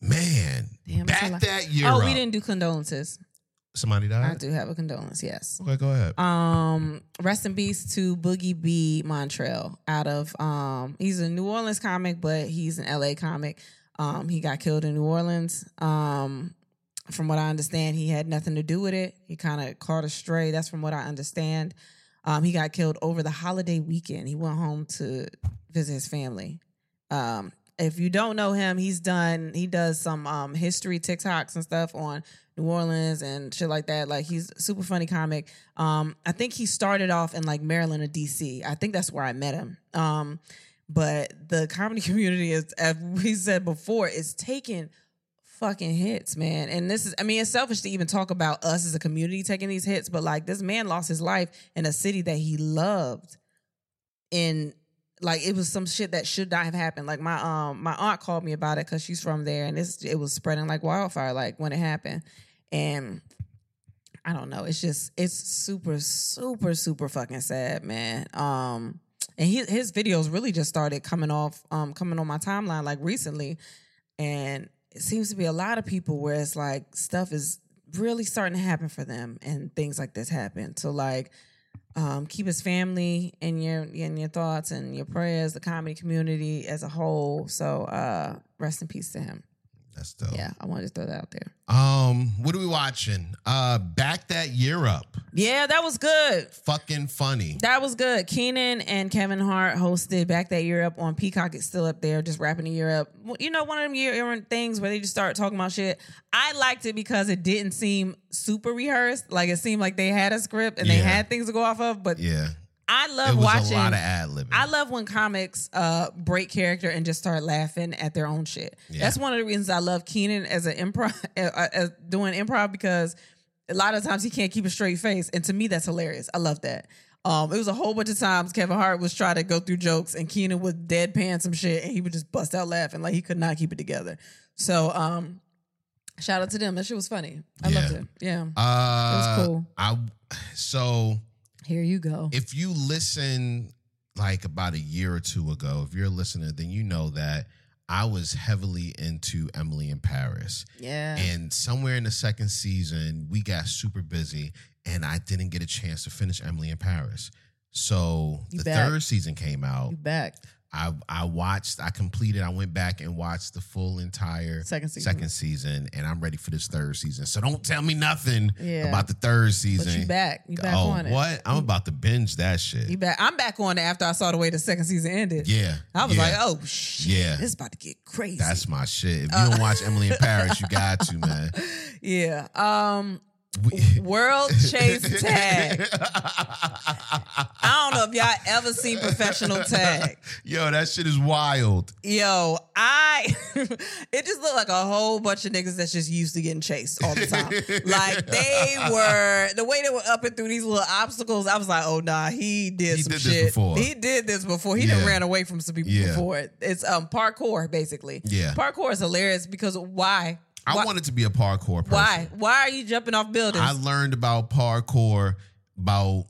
Speaker 1: man,
Speaker 2: Damn, it's a lot.
Speaker 1: back that year.
Speaker 2: Oh,
Speaker 1: up.
Speaker 2: we didn't do condolences.
Speaker 1: Somebody
Speaker 2: I
Speaker 1: died.
Speaker 2: do have a condolence, yes.
Speaker 1: Okay, go ahead.
Speaker 2: Um, rest in peace to Boogie B Montrell out of um he's a New Orleans comic, but he's an LA comic. Um he got killed in New Orleans. Um from what I understand, he had nothing to do with it. He kind of caught a stray. That's from what I understand. Um he got killed over the holiday weekend. He went home to visit his family. Um if you don't know him, he's done he does some um history TikToks and stuff on New Orleans and shit like that. Like he's a super funny comic. Um, I think he started off in like Maryland or DC. I think that's where I met him. Um, but the comedy community is, as we said before, is taking fucking hits, man. And this is, I mean, it's selfish to even talk about us as a community taking these hits, but like this man lost his life in a city that he loved. And like it was some shit that should not have happened. Like my um my aunt called me about it because she's from there and it's it was spreading like wildfire, like when it happened. And I don't know. It's just it's super, super, super fucking sad, man. Um, and he, his videos really just started coming off, um, coming on my timeline like recently, and it seems to be a lot of people where it's like stuff is really starting to happen for them, and things like this happen. So like, um, keep his family in your in your thoughts and your prayers, the comedy community as a whole. So uh, rest in peace to him.
Speaker 1: That's dope.
Speaker 2: Yeah, I wanted to throw that out there.
Speaker 1: Um, what are we watching? Uh, back that year up.
Speaker 2: Yeah, that was good.
Speaker 1: Fucking funny.
Speaker 2: That was good. Keenan and Kevin Hart hosted back that year up on Peacock. It's still up there, just wrapping the year up. Well, You know, one of them year end things where they just start talking about shit. I liked it because it didn't seem super rehearsed. Like it seemed like they had a script and they
Speaker 1: Yeah.
Speaker 2: had things to go off of. But
Speaker 1: yeah,
Speaker 2: I
Speaker 1: it
Speaker 2: love
Speaker 1: was
Speaker 2: watching.
Speaker 1: a lot of ad libbing.
Speaker 2: I love when comics uh, break character and just start laughing at their own shit.
Speaker 1: Yeah.
Speaker 2: That's one of the reasons I love Keenan as an improv, as doing improv because a lot of times he can't keep a straight face, and to me that's hilarious. I love that. Um, it was a whole bunch of times Kevin Hart was trying to go through jokes, and Keenan would deadpan some shit, and he would just bust out laughing like he could not keep it together. So, um, shout out to them. That shit was funny. I
Speaker 1: Yeah.
Speaker 2: loved it. Yeah,
Speaker 1: Uh,
Speaker 2: it was cool.
Speaker 1: I so
Speaker 2: Here you go.
Speaker 1: if you listen like about a year or two ago, if you're a listener, then you know that I was heavily into Emily in Paris.
Speaker 2: yeah,
Speaker 1: And somewhere in the second season, we got super busy and I didn't get a chance to finish Emily in Paris. So
Speaker 2: You
Speaker 1: the
Speaker 2: back.
Speaker 1: third season came out.
Speaker 2: You back
Speaker 1: I I watched, I completed, I went back and watched the full entire
Speaker 2: second season.
Speaker 1: second season, and I'm ready for this third season. So don't tell me nothing
Speaker 2: Yeah.
Speaker 1: about the third
Speaker 2: but you
Speaker 1: season.
Speaker 2: back. You back
Speaker 1: oh,
Speaker 2: on it.
Speaker 1: what? I'm about to binge that shit.
Speaker 2: You back. I'm back on it after I saw the way the second season ended.
Speaker 1: Yeah.
Speaker 2: I was
Speaker 1: yeah.
Speaker 2: like, oh shit,
Speaker 1: Yeah.
Speaker 2: this is about to get crazy.
Speaker 1: That's my shit. If
Speaker 2: Uh,
Speaker 1: you don't watch Emily in Paris, you got to, man.
Speaker 2: yeah. Um,
Speaker 1: We-
Speaker 2: world chase tag. I don't know if y'all ever seen professional tag.
Speaker 1: Yo, that shit is wild.
Speaker 2: Yo, I it just looked like a whole bunch of niggas that's just used to getting chased all the time. like they were the way they were up and through these little obstacles. I was like, oh nah, he did
Speaker 1: He
Speaker 2: some
Speaker 1: did this
Speaker 2: shit.
Speaker 1: before.
Speaker 2: He did this before. He
Speaker 1: Yeah.
Speaker 2: done ran away from some people
Speaker 1: Yeah.
Speaker 2: before. It's um parkour basically.
Speaker 1: Yeah.
Speaker 2: Parkour is hilarious because why?
Speaker 1: I
Speaker 2: why,
Speaker 1: wanted to be a parkour person.
Speaker 2: why? Why are you jumping off buildings?
Speaker 1: I learned about parkour about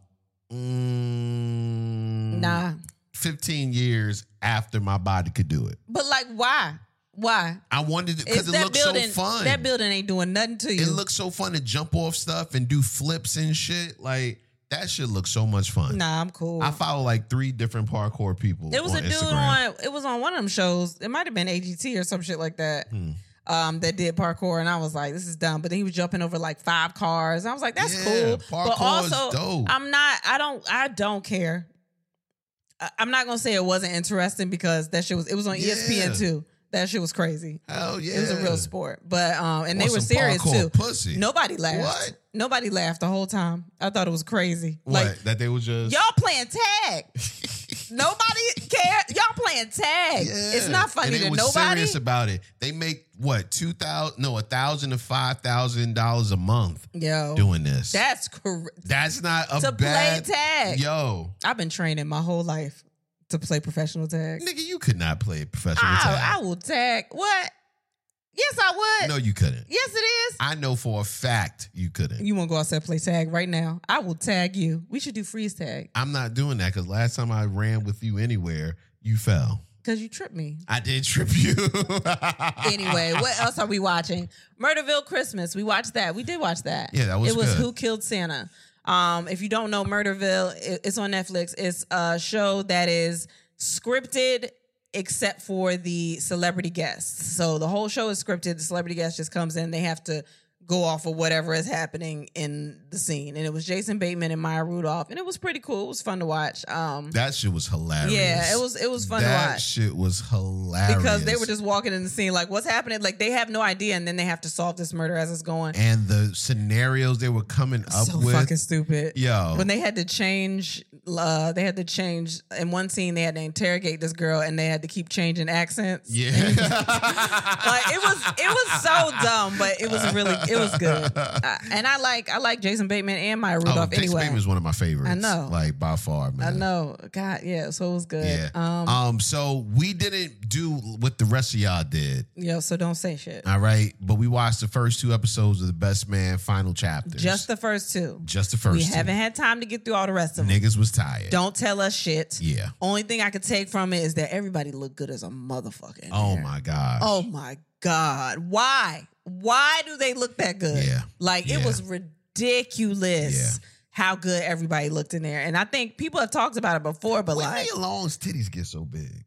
Speaker 1: mm,
Speaker 2: nah.
Speaker 1: 15 years after my body could do it.
Speaker 2: But like why? Why?
Speaker 1: I wanted to because it
Speaker 2: that
Speaker 1: looked
Speaker 2: building
Speaker 1: so fun.
Speaker 2: that building ain't doing nothing to you.
Speaker 1: it looked so fun to jump off stuff and do flips and shit. Like that shit looks so much fun.
Speaker 2: nah, I'm cool.
Speaker 1: I follow like three different parkour people.
Speaker 2: It was
Speaker 1: on
Speaker 2: a dude
Speaker 1: Instagram.
Speaker 2: on. It was on one of them shows. It might have been AGT or some shit like that.
Speaker 1: Hmm.
Speaker 2: Um, that did parkour, and I was like, "This is dumb." But then he was jumping over like five cars. I was like, "That's
Speaker 1: Yeah,
Speaker 2: cool," but
Speaker 1: parkour is
Speaker 2: also,
Speaker 1: dope.
Speaker 2: I'm not. I don't. I don't care. I, I'm not gonna say it wasn't interesting because that shit was. It was on E
Speaker 1: Yeah.
Speaker 2: ESPN too. That shit was crazy.
Speaker 1: Hell yeah,
Speaker 2: It was a real sport, but um,
Speaker 1: Want
Speaker 2: and they were
Speaker 1: some
Speaker 2: serious
Speaker 1: parkour
Speaker 2: too.
Speaker 1: Pussy.
Speaker 2: Nobody laughed.
Speaker 1: What?
Speaker 2: Nobody laughed the whole time. I thought it was crazy.
Speaker 1: what
Speaker 2: Like
Speaker 1: that they was just.
Speaker 2: Y'all playing tag. nobody care. Y'all playing tag.
Speaker 1: Yeah.
Speaker 2: It's not funny
Speaker 1: and they
Speaker 2: to
Speaker 1: was
Speaker 2: nobody.
Speaker 1: Serious about it. They make what two thousand? No, a thousand to five thousand dollars a month
Speaker 2: Yo,
Speaker 1: doing this.
Speaker 2: that's correct.
Speaker 1: That's not a
Speaker 2: To play
Speaker 1: bad
Speaker 2: tag.
Speaker 1: Yo,
Speaker 2: I've been training my whole life to play professional tag.
Speaker 1: nigga, you could not play professional
Speaker 2: I,
Speaker 1: tag.
Speaker 2: I will tag. What? Yes, I would.
Speaker 1: no, you couldn't.
Speaker 2: Yes, it is.
Speaker 1: I know for a fact you couldn't.
Speaker 2: you want to go outside and play tag right now? I will tag you. We should do freeze tag
Speaker 1: I'm not doing that because last time I ran with you anywhere, you fell.
Speaker 2: because you tripped me.
Speaker 1: I did trip you.
Speaker 2: Anyway, what else are we watching? Murderville Christmas. We watched that. We did watch that.
Speaker 1: Yeah, that was
Speaker 2: It was
Speaker 1: good.
Speaker 2: Who Killed Santa. Um, if you don't know Murderville, it- it's on Netflix. It's a show that is scripted except for the celebrity guests. So the whole show is scripted. The celebrity guest just comes in. They have to go off of whatever is happening in the scene. And it was Jason Bateman and Maya Rudolph, and it was pretty cool. It was fun to watch. Um,
Speaker 1: That shit was hilarious.
Speaker 2: yeah, it was it was fun
Speaker 1: that
Speaker 2: to watch
Speaker 1: shit was hilarious
Speaker 2: because they were just walking in the scene like what's happening like they have no idea and then they have to solve this murder as it's going
Speaker 1: and the scenarios they were coming up
Speaker 2: so
Speaker 1: with.
Speaker 2: fucking stupid
Speaker 1: yo,
Speaker 2: when they had to change uh they had to change in one scene they had to interrogate this girl and they had to keep changing accents
Speaker 1: yeah,
Speaker 2: like it was it was so dumb but it was really it was good I, and i like i like jason bateman and maya
Speaker 1: Oh,
Speaker 2: rudolph
Speaker 1: Dick
Speaker 2: anyway
Speaker 1: Spain is one of my favorites.
Speaker 2: I know.
Speaker 1: like by far, man.
Speaker 2: i know god yeah so it was good
Speaker 1: Yeah. Um,
Speaker 2: um
Speaker 1: So we didn't do what the rest of y'all did.
Speaker 2: yo so don't say shit
Speaker 1: All right. But we watched the first two episodes of the Best Man final chapters.
Speaker 2: just the first two
Speaker 1: just the first.
Speaker 2: we
Speaker 1: two.
Speaker 2: haven't had time to get through all the rest of them
Speaker 1: Niggas was tired.
Speaker 2: Don't tell us shit.
Speaker 1: Yeah.
Speaker 2: Only thing I could take from it is that everybody looked good as a motherfucker. in
Speaker 1: Oh
Speaker 2: there.
Speaker 1: my god.
Speaker 2: Oh my god. Why? Why do they look that good?
Speaker 1: Yeah.
Speaker 2: Like
Speaker 1: Yeah.
Speaker 2: it was ridiculous how good everybody looked in there. And I think people have talked about it before, but
Speaker 1: When
Speaker 2: like
Speaker 1: Nia Long's titties get so big.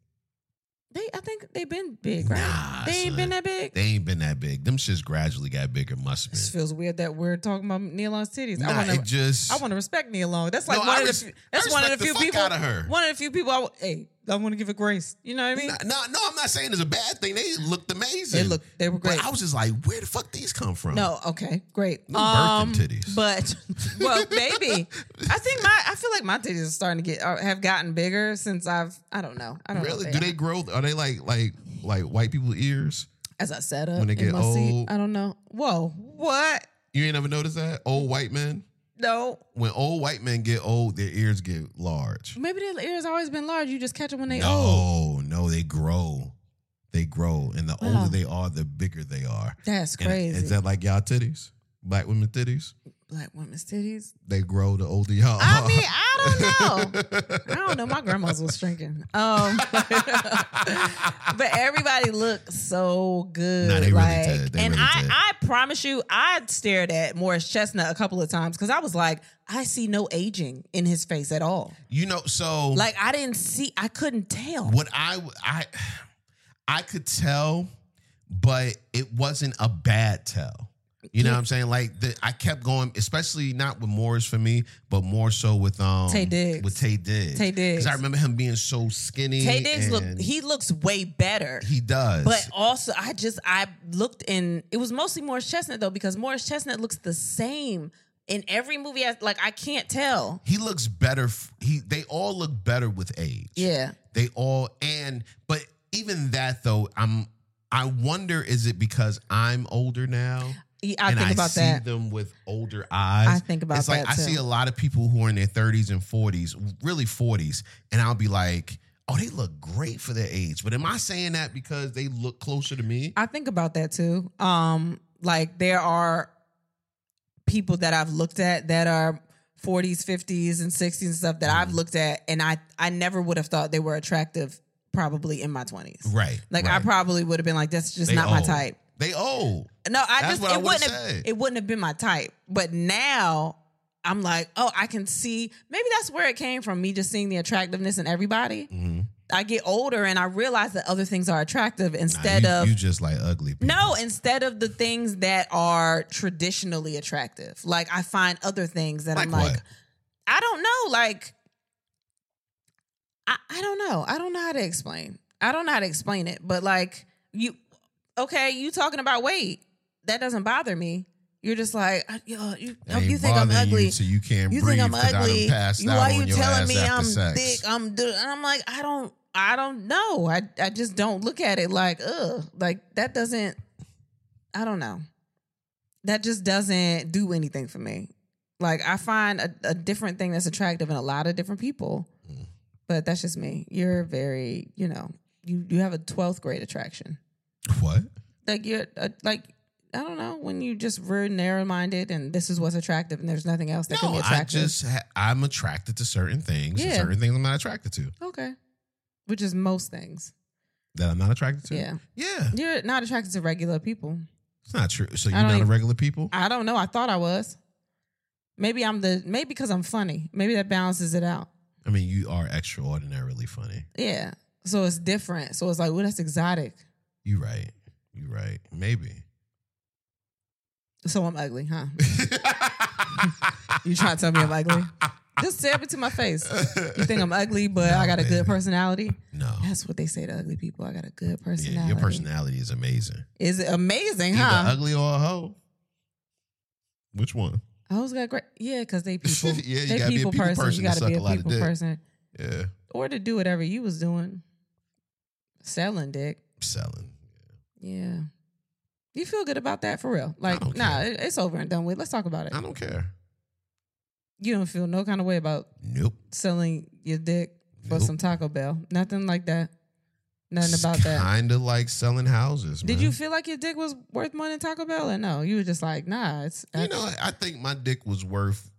Speaker 2: they I think they've been big, right?
Speaker 1: Nah,
Speaker 2: they ain't
Speaker 1: son.
Speaker 2: been that big.
Speaker 1: They ain't been that big. Them shits gradually got bigger. Must
Speaker 2: this
Speaker 1: be.
Speaker 2: feels weird that we're talking about Neil Long's titties.
Speaker 1: Nah,
Speaker 2: I wanna
Speaker 1: it just.
Speaker 2: I want to respect Nia Long. That's like
Speaker 1: No,
Speaker 2: one
Speaker 1: I
Speaker 2: of the
Speaker 1: res-
Speaker 2: few-
Speaker 1: I
Speaker 2: that's one of the
Speaker 1: respect
Speaker 2: few
Speaker 1: the fuck
Speaker 2: people.
Speaker 1: outta her.
Speaker 2: One of the few people. I w- hey, I want to give her grace. You know what I mean?
Speaker 1: No, no, no, I'm not saying it's a bad thing. They looked amazing.
Speaker 2: They look they were great.
Speaker 1: But I was just like, where the fuck these come from?
Speaker 2: no, okay, great. Um,
Speaker 1: No birthing titties.
Speaker 2: But well, maybe I think my I feel like my titties are starting to get uh, have gotten bigger since I've I don't know I don't know
Speaker 1: Really?
Speaker 2: if
Speaker 1: Do
Speaker 2: are.
Speaker 1: they grow? Are they like like like white people ears?
Speaker 2: as I set up
Speaker 1: when they
Speaker 2: in
Speaker 1: get
Speaker 2: my seat?
Speaker 1: old?
Speaker 2: I don't know. Whoa, what?
Speaker 1: You ain't ever noticed that? Old white men?
Speaker 2: No,
Speaker 1: When old white men get old, their ears get large.
Speaker 2: maybe their ears always been large. You just catch them when they old.
Speaker 1: No, no, they grow. They grow. And the
Speaker 2: Wow.
Speaker 1: older they are, the bigger they are.
Speaker 2: That's
Speaker 1: And
Speaker 2: crazy.
Speaker 1: Is that like y'all titties? Black women titties?
Speaker 2: black women's titties.
Speaker 1: They grow the older y'all.
Speaker 2: I mean, I don't know. I don't know. My grandma's was drinking. Um, but everybody looked so good.
Speaker 1: Nah, they really
Speaker 2: like,
Speaker 1: did. They
Speaker 2: and
Speaker 1: really
Speaker 2: I,
Speaker 1: did.
Speaker 2: I promise you, I stared at Morris Chestnut a couple of times because I was like, I see no aging in his face at all.
Speaker 1: you know, so
Speaker 2: Like I didn't see, I couldn't tell.
Speaker 1: what I I I could tell, but it wasn't a bad tell. You know what I'm saying? Like the, I kept going, especially not with Morris for me, but more so with um
Speaker 2: Tay Diggs.
Speaker 1: with Tay Diggs.
Speaker 2: Tay Diggs.
Speaker 1: because I remember him being so skinny.
Speaker 2: Tay Diggs look,
Speaker 1: and
Speaker 2: he looks way better.
Speaker 1: he does,
Speaker 2: But also, I just I looked and it was mostly Morris Chestnut though because Morris Chestnut looks the same in every movie. I, like I can't tell.
Speaker 1: he looks better. f- He they all look better with age.
Speaker 2: Yeah,
Speaker 1: They all and but even that though, I'm I wonder is it because I'm older now?
Speaker 2: I E, I
Speaker 1: and
Speaker 2: think
Speaker 1: I
Speaker 2: about
Speaker 1: see
Speaker 2: that.
Speaker 1: them with older eyes.
Speaker 2: I think about
Speaker 1: it's like
Speaker 2: that,
Speaker 1: I
Speaker 2: too.
Speaker 1: see a lot of people who are in their 30s and 40s, really 40s, and I'll be like, "Oh, they look great for their age." But am I saying that because they look closer to me?
Speaker 2: I think about that too. Um, like there are people that I've looked at that are 40s, 50s, and 60s and stuff that
Speaker 1: Mm.
Speaker 2: I've looked at, and I I never would have thought they were attractive. Probably in my 20s.
Speaker 1: right.
Speaker 2: Like I
Speaker 1: right.
Speaker 2: probably would have been like, that's just
Speaker 1: They
Speaker 2: not my
Speaker 1: old.
Speaker 2: type.
Speaker 1: They old.
Speaker 2: No, I
Speaker 1: That's
Speaker 2: just
Speaker 1: what
Speaker 2: it
Speaker 1: I would've
Speaker 2: wouldn't have,
Speaker 1: said.
Speaker 2: it wouldn't have been my type. But now I'm like, oh, I can see. Maybe that's where it came from. Me just seeing the attractiveness in everybody.
Speaker 1: Mhm.
Speaker 2: I get older and I realize that other things are attractive
Speaker 1: Nah,
Speaker 2: instead
Speaker 1: you,
Speaker 2: of
Speaker 1: you just like ugly. people.
Speaker 2: no, instead of the things that are traditionally attractive. Like I find other things that I'm
Speaker 1: Like
Speaker 2: like,
Speaker 1: what?
Speaker 2: I don't know. Like I, I don't know. I don't know how to explain. I don't know how to explain it. But like you okay, you talking about weight. That doesn't bother me. You're just like, I- yo, you,
Speaker 1: It ain't
Speaker 2: you think I'm
Speaker 1: bothering you
Speaker 2: ugly.
Speaker 1: so you can't
Speaker 2: You
Speaker 1: breathe
Speaker 2: think I'm
Speaker 1: 'cause I done
Speaker 2: ugly.
Speaker 1: passed
Speaker 2: You,
Speaker 1: out
Speaker 2: why
Speaker 1: on
Speaker 2: you
Speaker 1: your
Speaker 2: telling
Speaker 1: ass
Speaker 2: me
Speaker 1: after
Speaker 2: I'm
Speaker 1: sex.
Speaker 2: thick? I'm du- and I'm like, I don't I don't know. I I just don't look at it like, ugh. Like that doesn't I don't know. That just doesn't do anything for me. Like I find a, a different thing that's attractive in a lot of different people.
Speaker 1: Mm.
Speaker 2: But that's just me. You're very, you know, you you have a 12th grade attraction.
Speaker 1: What?
Speaker 2: Like you're uh, like I don't know when you just were narrow minded and this is what's attractive and there's nothing else that can
Speaker 1: No,
Speaker 2: be
Speaker 1: I
Speaker 2: attractive.
Speaker 1: just ha- I'm attracted to certain things. and
Speaker 2: Yeah.
Speaker 1: certain things I'm not attracted to.
Speaker 2: Okay. Which is most things.
Speaker 1: That I'm not attracted to.
Speaker 2: Yeah.
Speaker 1: Yeah.
Speaker 2: You're not attracted to regular people.
Speaker 1: It's not true. So you're
Speaker 2: don't
Speaker 1: not a
Speaker 2: even-
Speaker 1: regular people?
Speaker 2: I don't know. I thought I was. Maybe I'm the maybe because I'm funny. Maybe that balances it out.
Speaker 1: I mean, you are extraordinarily funny.
Speaker 2: Yeah. So it's different. So it's like, well, that's exotic.
Speaker 1: You right. You right. Maybe.
Speaker 2: So I'm ugly, huh? You trying to tell me I'm ugly? Just tell it to my face. You think I'm ugly, but
Speaker 1: No,
Speaker 2: I got a
Speaker 1: baby.
Speaker 2: good personality.
Speaker 1: No.
Speaker 2: That's what they say to ugly people. I got a good personality.
Speaker 1: Yeah, your personality is amazing.
Speaker 2: is it amazing,
Speaker 1: Either
Speaker 2: huh?
Speaker 1: ugly or a hoe. Which one?
Speaker 2: I always got great. Yeah, because they people.
Speaker 1: Yeah, you
Speaker 2: they
Speaker 1: gotta be a people person
Speaker 2: You
Speaker 1: to
Speaker 2: gotta be
Speaker 1: suck a lot
Speaker 2: a
Speaker 1: of
Speaker 2: people
Speaker 1: dick.
Speaker 2: person.
Speaker 1: Yeah.
Speaker 2: or to do whatever you was doing, selling dick.
Speaker 1: Selling.
Speaker 2: Yeah, you feel good about that for real? Like,
Speaker 1: don't
Speaker 2: nah,
Speaker 1: care.
Speaker 2: it- it's over and done with. Let's talk about it.
Speaker 1: I don't care.
Speaker 2: You don't feel no kind of way about
Speaker 1: Nope.
Speaker 2: selling your dick for
Speaker 1: Nope.
Speaker 2: some Taco Bell. Nothing like that. Nothing about that.
Speaker 1: Kind of like selling houses.
Speaker 2: Did
Speaker 1: man.
Speaker 2: you feel like your dick was worth more than Taco Bell, or no? You were just like, nah, it's. uh,
Speaker 1: You know, I think my dick was worth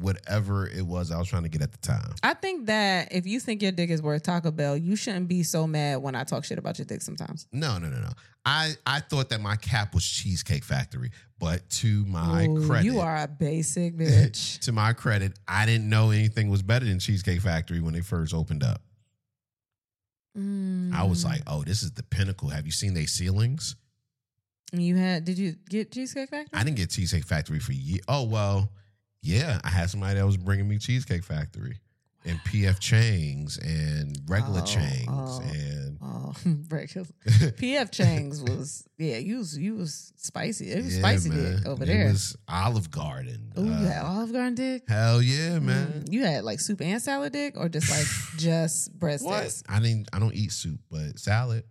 Speaker 1: whatever it was I was trying to get at the time.
Speaker 2: I think that if you think your dick is worth Taco Bell, you shouldn't be so mad when I talk shit about your dick sometimes.
Speaker 1: No, no, no, no. I I thought that my cap was Cheesecake Factory, but to my
Speaker 2: Ooh,
Speaker 1: credit,
Speaker 2: you are a basic bitch.
Speaker 1: to my credit, I didn't know anything was better than Cheesecake Factory when they first opened up. I was
Speaker 2: Mm.
Speaker 1: like, oh, this is the pinnacle. Have you seen their ceilings?
Speaker 2: You had? Did you get Cheesecake Factory?
Speaker 1: I didn't get Cheesecake Factory for years. Oh well, yeah, I had somebody that was bringing me Cheesecake Factory and PF Chang's and regular
Speaker 2: Oh,
Speaker 1: Chang's
Speaker 2: oh.
Speaker 1: and
Speaker 2: Oh, regular. PF Chang's was yeah. You was you was spicy. It was
Speaker 1: Yeah,
Speaker 2: spicy
Speaker 1: man.
Speaker 2: dick over
Speaker 1: it
Speaker 2: there.
Speaker 1: was Olive Garden.
Speaker 2: Oh, you had
Speaker 1: Uh,
Speaker 2: Olive Garden dick.
Speaker 1: hell yeah, man.
Speaker 2: Mm, you had like soup and salad dick, or just like just breadsticks
Speaker 1: I didn't. I don't eat soup, but salad.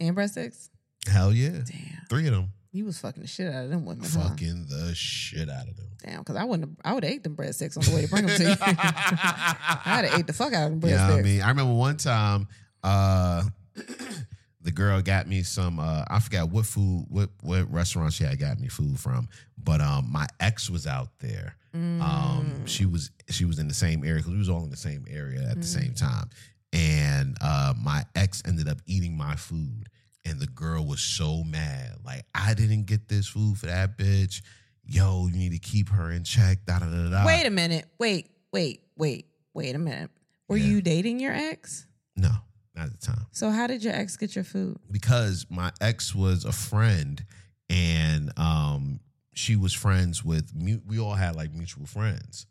Speaker 2: and breadsticks.
Speaker 1: Hell yeah,
Speaker 2: Damn, Uh-huh.
Speaker 1: three of them.
Speaker 2: you was fucking the shit out of them women. huh?
Speaker 1: Fucking the shit out of them.
Speaker 2: Damn, because I wouldn't. Have, I would have ate them breadsticks on the way to bring them to you. I'd have ate the fuck out of them breadsticks.
Speaker 1: Yeah, I mean, I remember one time uh, the girl got me some uh I forgot what food what what restaurant she had got me food from, but um my ex was out there.
Speaker 2: Mm.
Speaker 1: Um she was she was in the same area cuz we was all in the same area at the
Speaker 2: Mm.
Speaker 1: same time. And uh my ex ended up eating my food and the girl was so mad. Like I didn't get this food for that bitch. Yo, you need to keep her in check. Da da da da.
Speaker 2: wait a minute. Wait, wait, wait, wait a minute. Were
Speaker 1: Yeah.
Speaker 2: you dating your ex?
Speaker 1: No, not at the time.
Speaker 2: So how did your ex get your food?
Speaker 1: because my ex was a friend and um she was friends with mu- we all had like mutual friends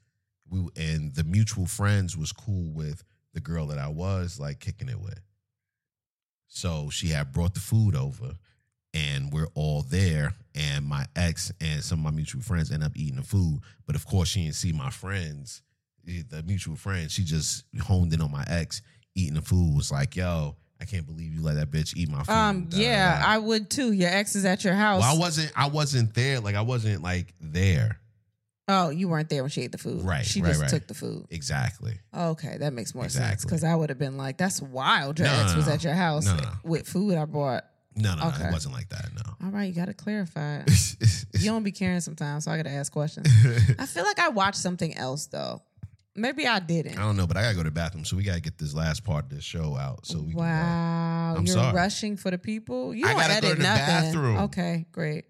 Speaker 1: we and the mutual friends was cool with the girl that I was like kicking it with so she had brought the food over and we're all there and my ex and some of my mutual friends end up eating the food but of course she didn't see my friends eh, the mutual friends she just honed in on my ex eating the food was like yo I can't believe you let that bitch eat my food
Speaker 2: Um,
Speaker 1: da, da,
Speaker 2: yeah,
Speaker 1: da.
Speaker 2: I would too. Your ex is at your house.
Speaker 1: well, I wasn't I wasn't there like I wasn't like there
Speaker 2: oh, you weren't there when she ate the food.
Speaker 1: Right,
Speaker 2: She
Speaker 1: right,
Speaker 2: just
Speaker 1: right.
Speaker 2: took the food.
Speaker 1: exactly
Speaker 2: Okay, that makes more sense
Speaker 1: Exactly.
Speaker 2: because I would have been like, "That's wild." Your
Speaker 1: No,
Speaker 2: ex
Speaker 1: no,
Speaker 2: was
Speaker 1: no.
Speaker 2: at your house
Speaker 1: No, no.
Speaker 2: with food I bought.
Speaker 1: no no, no
Speaker 2: Okay.
Speaker 1: it wasn't like that no
Speaker 2: All right, you got to clarify. it. you don't be caring sometimes, so I got to ask questions. I feel like I watched something else though. Maybe I didn't.
Speaker 1: I don't know but I gotta go to the bathroom so we gotta get this last part of this show out so we can go.
Speaker 2: wow,
Speaker 1: I'm
Speaker 2: you're
Speaker 1: sorry.
Speaker 2: rushing for the people. You
Speaker 1: I
Speaker 2: don't
Speaker 1: gotta go
Speaker 2: edit
Speaker 1: to the
Speaker 2: nothing.
Speaker 1: bathroom.
Speaker 2: Okay, great.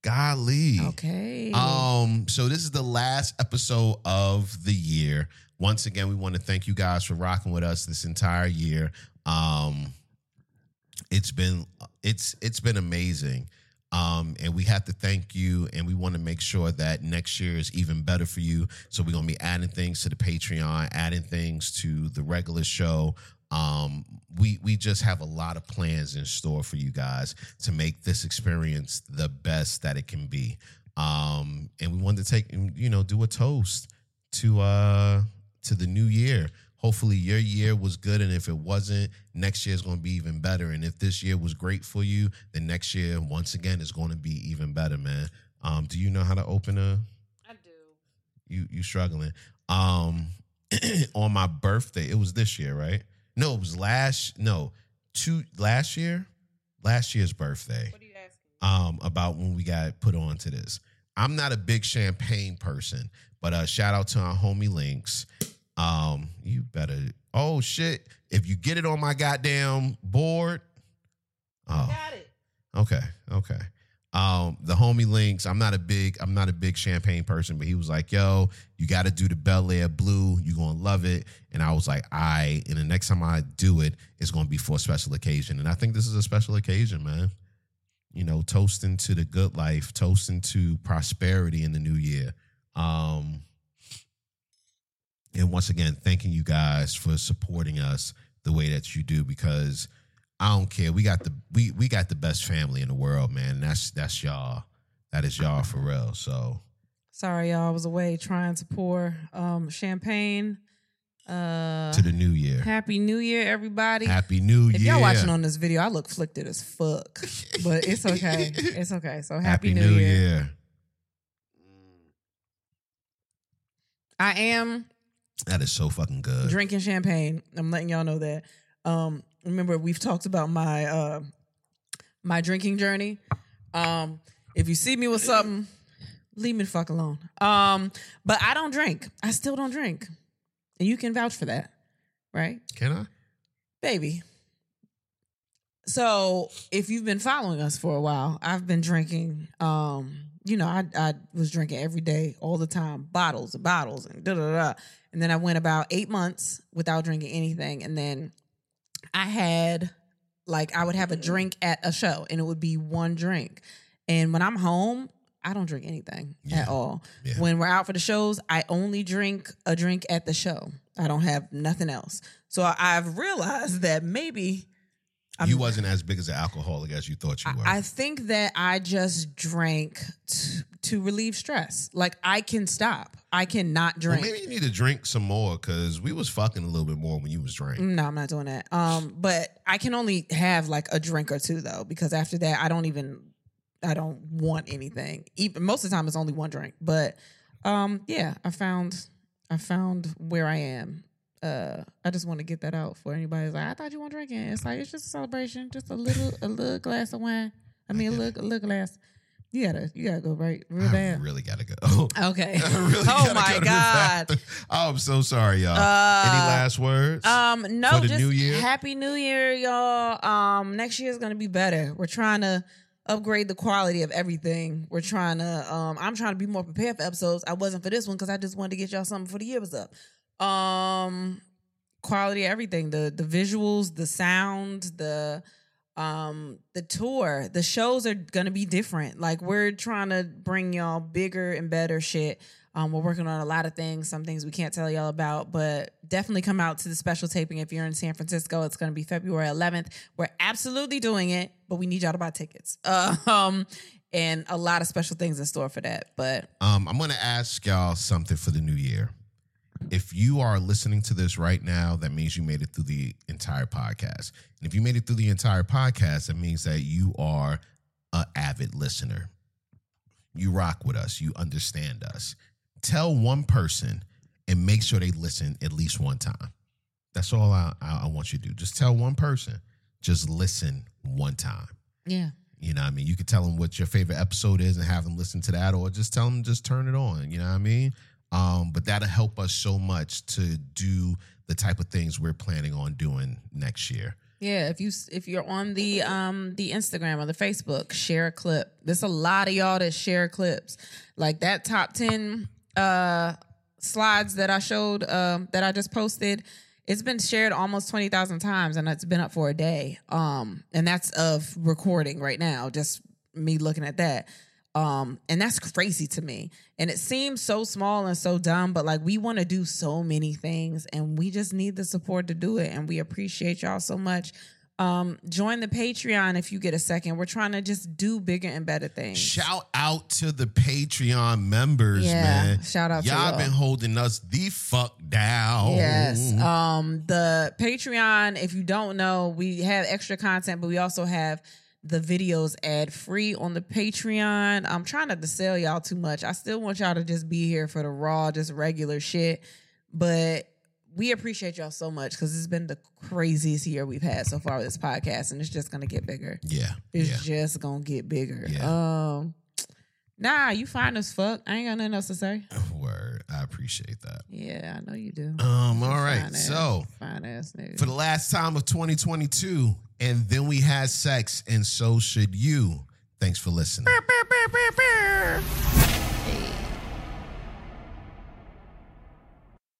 Speaker 1: Golly.
Speaker 2: Okay.
Speaker 1: Um, so this is the last episode of the year. Once again, we want to thank you guys for rocking with us this entire year. Um, it's been it's it's been amazing. Um, and we have to thank you, and we want to make sure that next year is even better for you. So we're gonna be adding things to the Patreon, adding things to the regular show. Um, we we just have a lot of plans in store for you guys to make this experience the best that it can be. Um, and we wanted to take you know do a toast to uh to the new year. Hopefully your year was good, and if it wasn't, next year is going to be even better. And if this year was great for you, then next year once again is going to be even better, man. Um, do you know how to open a?
Speaker 2: I do.
Speaker 1: You you struggling? Um, on my birthday, it was this year, right? No, it was last. No, two last year, last year's birthday
Speaker 2: are you asking?
Speaker 1: um, about when we got put on to this. I'm not a big champagne person, but uh, shout out to our homie Links. Um, you better. Oh shit! If you get it on my goddamn board, oh
Speaker 2: it.
Speaker 1: Okay, okay. Um, the homie links. I'm not a big, I'm not a big champagne person, but he was like, "Yo, you got to do the Bel Air Blue. You gonna love it." And I was like, "I." And the next time I do it, it's gonna be for a special occasion, and I think this is a special occasion, man. You know, toasting to the good life, toasting to prosperity in the new year. Um, and once again, thanking you guys for supporting us the way that you do because I don't care. We got the we we got the best family in the world, man. That's that's y'all. That is y'all for real. So
Speaker 2: Sorry, y'all. I was away trying to pour um, champagne. Uh,
Speaker 1: to the new year,
Speaker 2: Happy New Year, everybody.
Speaker 1: happy new
Speaker 2: if
Speaker 1: year.
Speaker 2: y'all watching on this video, I look flicked as fuck, but it's okay. It's okay. So happy,
Speaker 1: happy
Speaker 2: New, year. I am
Speaker 1: That is so fucking good.
Speaker 2: drinking champagne. I'm letting y'all know that. Um, remember we've talked about my uh, my drinking journey. Um, if you see me with something, leave me the fuck alone. Um, but I don't drink. I still don't drink, and you can vouch for that, right?
Speaker 1: Can I?
Speaker 2: baby. So if you've been following us for a while, I've been drinking. Um, you know, I I was drinking every day, all the time, bottles and bottles and da da da. And then I went about eight months without drinking anything, and then I had like I would have a drink at a show, and it would be one drink. And when I'm home, I don't drink anything
Speaker 1: Yeah.
Speaker 2: at all.
Speaker 1: Yeah.
Speaker 2: When we're out for the shows, I only drink a drink at the show. I don't have nothing else. So I- I've realized that maybe I'm-
Speaker 1: you wasn't as big as an alcoholic as you thought you
Speaker 2: I-
Speaker 1: were.
Speaker 2: I think that I just drank t- to relieve stress. Like I can stop. I cannot
Speaker 1: Well,
Speaker 2: drink.
Speaker 1: maybe you need to drink some more because we was fucking a little bit more when you was drinking.
Speaker 2: No, I'm not doing that. Um, but I can only have like a drink or two though, because after that, I don't even, I don't want anything. Even most of the time, it's only one drink. But, um, yeah, I found, I found where I am uh, I just want to get that out for anybody. who's Like, I thought you weren't drinking. It's like it's just a celebration, just a little, a little glass of wine. I mean, a little, a little glass. You gotta, you gotta go right, real
Speaker 1: I
Speaker 2: bad.
Speaker 1: really gotta go.
Speaker 2: okay.
Speaker 1: I really
Speaker 2: oh
Speaker 1: gotta
Speaker 2: my
Speaker 1: go to the
Speaker 2: god.
Speaker 1: bathroom. I'm so sorry, y'all. Any
Speaker 2: Uh,
Speaker 1: last words?
Speaker 2: um, no,
Speaker 1: for the
Speaker 2: just
Speaker 1: new year?
Speaker 2: happy new year, y'all. Um, next year is gonna be better. We're trying to upgrade the quality of everything. We're trying to. Um, I'm trying to be more prepared for episodes. I wasn't for this one because I just wanted to get y'all something for the year was up. Um, quality of everything the the visuals, the sound, the um the tour the shows are gonna be different like we're trying to bring y'all bigger and better shit um, we're working on a lot of things, some things we can't tell y'all about, but definitely come out to the special taping if you're in San Francisco. It's going to be February 11th. We're absolutely doing it, but we need y'all to buy tickets. Uh, um, and a lot of special things in store for that. But
Speaker 1: Um, I'm gonna ask y'all something for the new year. If you are listening to this right now, that means you made it through the entire podcast. And if you made it through the entire podcast, that means that you are an avid listener. You rock with us. You understand us. Tell one person and make sure they listen at least one time. That's all I, I I want you to do. Just tell one person. Just listen one time.
Speaker 2: yeah,
Speaker 1: You know what I mean? You could tell them what your favorite episode is and have them listen to that, or just tell them just turn it on. You know what I mean? Um, but that'll help us so much to do the type of things we're planning on doing next year.
Speaker 2: yeah. If you if you're on the um the Instagram or the Facebook, share a clip. There's a lot of y'all that share clips, like that top ten uh slides that I showed um that I just posted. It's been shared almost 20,000 times and it's been up for a day. Um and that's of recording right now, just me looking at that. Um and that's crazy to me. And it seems so small and so dumb, but like we want to do so many things and we just need the support to do it and we appreciate y'all so much. Um join the Patreon if you get a second. We're trying to just do bigger and better things.
Speaker 1: Shout out to the Patreon members,
Speaker 2: Yeah,
Speaker 1: man.
Speaker 2: shout out to
Speaker 1: Y'all
Speaker 2: y'all.
Speaker 1: been holding us the fuck down.
Speaker 2: Yes. Um the Patreon, if you don't know, we have extra content, but we also have the videos ad free on the Patreon. I'm trying not to sell y'all too much. I still want y'all to just be here for the raw, just regular shit. But we appreciate y'all so much because it's been the craziest year we've had so far with this podcast, and it's just gonna get bigger.
Speaker 1: yeah.
Speaker 2: It's
Speaker 1: Yeah.
Speaker 2: just gonna get bigger. Um Nah, you fine as fuck. I ain't got nothing else to say.
Speaker 1: Word. I appreciate that.
Speaker 2: Yeah, I know you do.
Speaker 1: Um, all right.
Speaker 2: Fine ass-
Speaker 1: So
Speaker 2: fine ass nigga.
Speaker 1: for the last time of 2022, and then we had sex, and so should you. Thanks for listening.